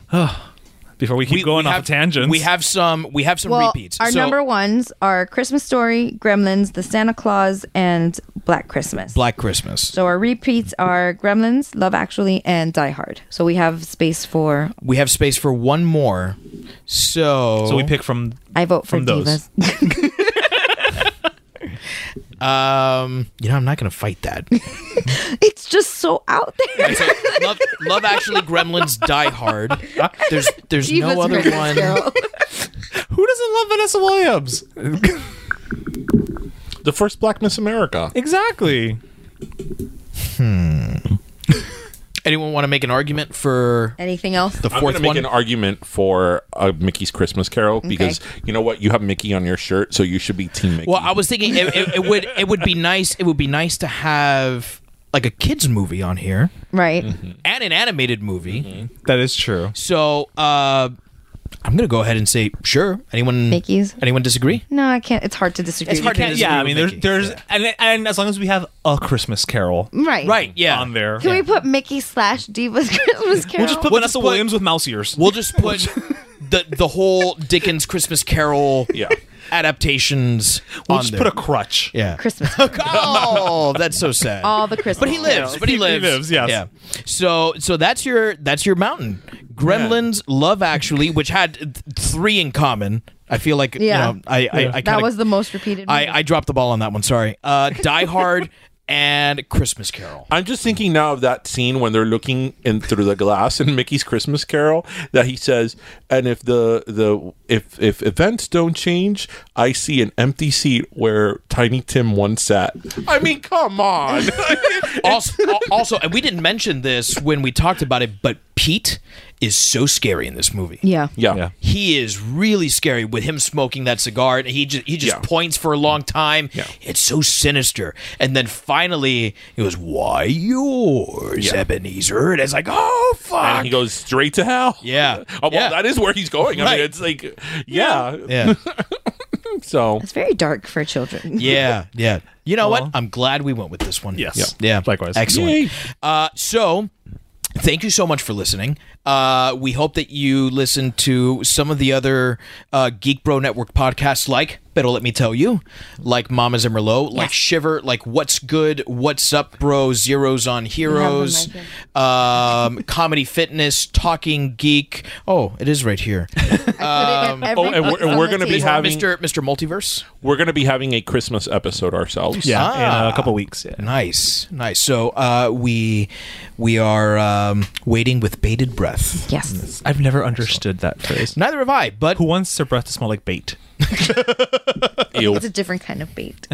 G: before we keep
F: we,
G: going
F: we
G: off
F: have,
G: of tangents,
F: We have some. We have some
D: Well,
F: repeats.
D: our
F: So-
D: number ones are Christmas Story, Gremlins, The Santa Claus, and Black Christmas.
F: Black Christmas.
D: so our repeats are Gremlins, Love Actually, and Die Hard. So we have space for.
F: We have space for one more. So
G: so we pick from.
D: I vote for
G: From those.
D: divas.
F: Um, you know, I'm not gonna fight that.
D: it's just so out there.
F: So, Love, Love Actually, Gremlins, Die Hard. There's there's
D: Divas
F: no other
D: versus
F: one.
D: Girl.
G: Who doesn't love Vanessa Williams?
C: The first Black Miss America.
G: Exactly.
F: Anyone want to make an argument for
D: Anything else?
F: the
C: I'm going
F: fourth
C: to make
F: one?
C: an argument for uh, Mickey's Christmas Carol because you know what? You have Mickey on your shirt, so you should be Team Mickey.
F: well, I was thinking it, it, it would it would be nice it would be nice to have like a kids movie on here
D: right.
F: and an animated movie.
C: Mm-hmm.
G: That is true.
F: So uh, I'm gonna go ahead and say sure. Anyone
D: Mickey's.
F: anyone disagree?
D: No, I can't. It's hard to disagree.
F: It's hard
D: with
F: to-
D: you.
F: Yeah,
G: Yeah, I
F: we
G: mean,
F: were
G: there's,
F: thinking,
G: there's
F: yeah.
G: and, and as long as we have a Christmas Carol
D: Right.
F: Yeah.
G: on there,
D: Can we put Mickey slash Divas Christmas Carol?
G: we'll just put
F: We'll just
G: Vanessa
F: put-
G: Williams with mouse ears.
F: We'll just put the the whole Dickens Christmas Carol
C: yeah.
F: adaptations.
G: We'll
F: on
G: just
F: there.
G: put a crutch.
F: yeah.
D: Christmas. Carol.
F: Oh, that's so sad.
D: All the Christmas.
F: But he lives.
D: Carols.
F: But he
G: He
F: lives.
G: lives, yes.
F: Yeah. So so that's your that's your mountain. Gremlins, Love Actually, which had th- three in common. I feel like
D: Yeah.
F: you know I I, I
D: That
F: kinda-
D: was the most repeated.
F: I,
D: movie.
F: I dropped the ball on that one. Sorry. Uh, Die Hard and Christmas Carol.
C: I'm just thinking now of that scene when they're looking in through the glass in Mickey's Christmas Carol that he says, "And if the the if if events don't change, I see an empty seat where Tiny Tim once sat." I mean, come on.
F: Also, al- also, and we didn't mention this when we talked about it, but Pete is so scary in this movie.
D: yeah.
C: yeah.
G: Yeah.
F: He is really scary with him smoking that cigar. and He just he just
C: Yeah.
F: points for a long time. It's so sinister. And then finally he goes, "Why yours, Ebenezer?" And it's like, "Oh fuck!"
C: And he goes straight to hell.
F: Yeah.
C: Oh, well,
F: Yeah.
C: that is where he's going. I
F: Right.
C: mean, it's like, yeah.
F: yeah,
C: So
D: It's very dark for children.
F: yeah, yeah. You know what? I'm glad we went with this one.
G: Yes.
F: Yeah.
G: Likewise.
F: Excellent. Uh, so, thank you so much for listening. Uh, we hope that you listen to some of the other uh, Geek Bro Network podcasts, like Better Let Me Tell You, like Mamas and Merlot, like Shiver, like What's Good, What's Up, Bro, Zeros on Heroes, um, Comedy Fitness, Talking Geek. Oh, it is right here.
D: oh,
C: and we're- and we're gonna be
F: Uh,
C: having-
F: Mr. Mr. Multiverse.
C: we're going to be having a Christmas episode ourselves.
G: Yeah, in a couple weeks. Yeah.
F: Nice, nice. So uh, we we are um, waiting with bated breath.
D: Yes.
G: I've never understood that phrase.
F: Neither have I, but
G: Who wants their breath to smell like bait?
C: Ew. Uh,
D: It's a different kind of bait.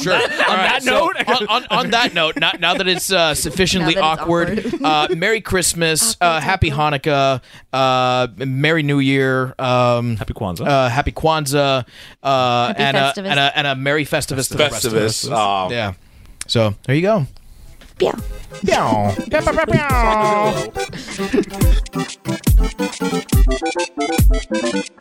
F: Sure. on that
G: note-
F: on, on, on that note, now, now that it's uh, sufficiently
D: Now that it's
F: awkward,
D: awkward.
F: uh, Merry Christmas, uh, Happy Hanukkah, uh, Merry New Year, um,
G: Happy Kwanzaa.
F: uh, Happy Kwanzaa, uh, and, a,
D: Festivus.
F: and, a, and a Merry Festivus, to the rest of us.
C: Festivus. Um,
F: Yeah. So there you go.
D: Yeah.
F: Meow. Meow, meow, meow, meow.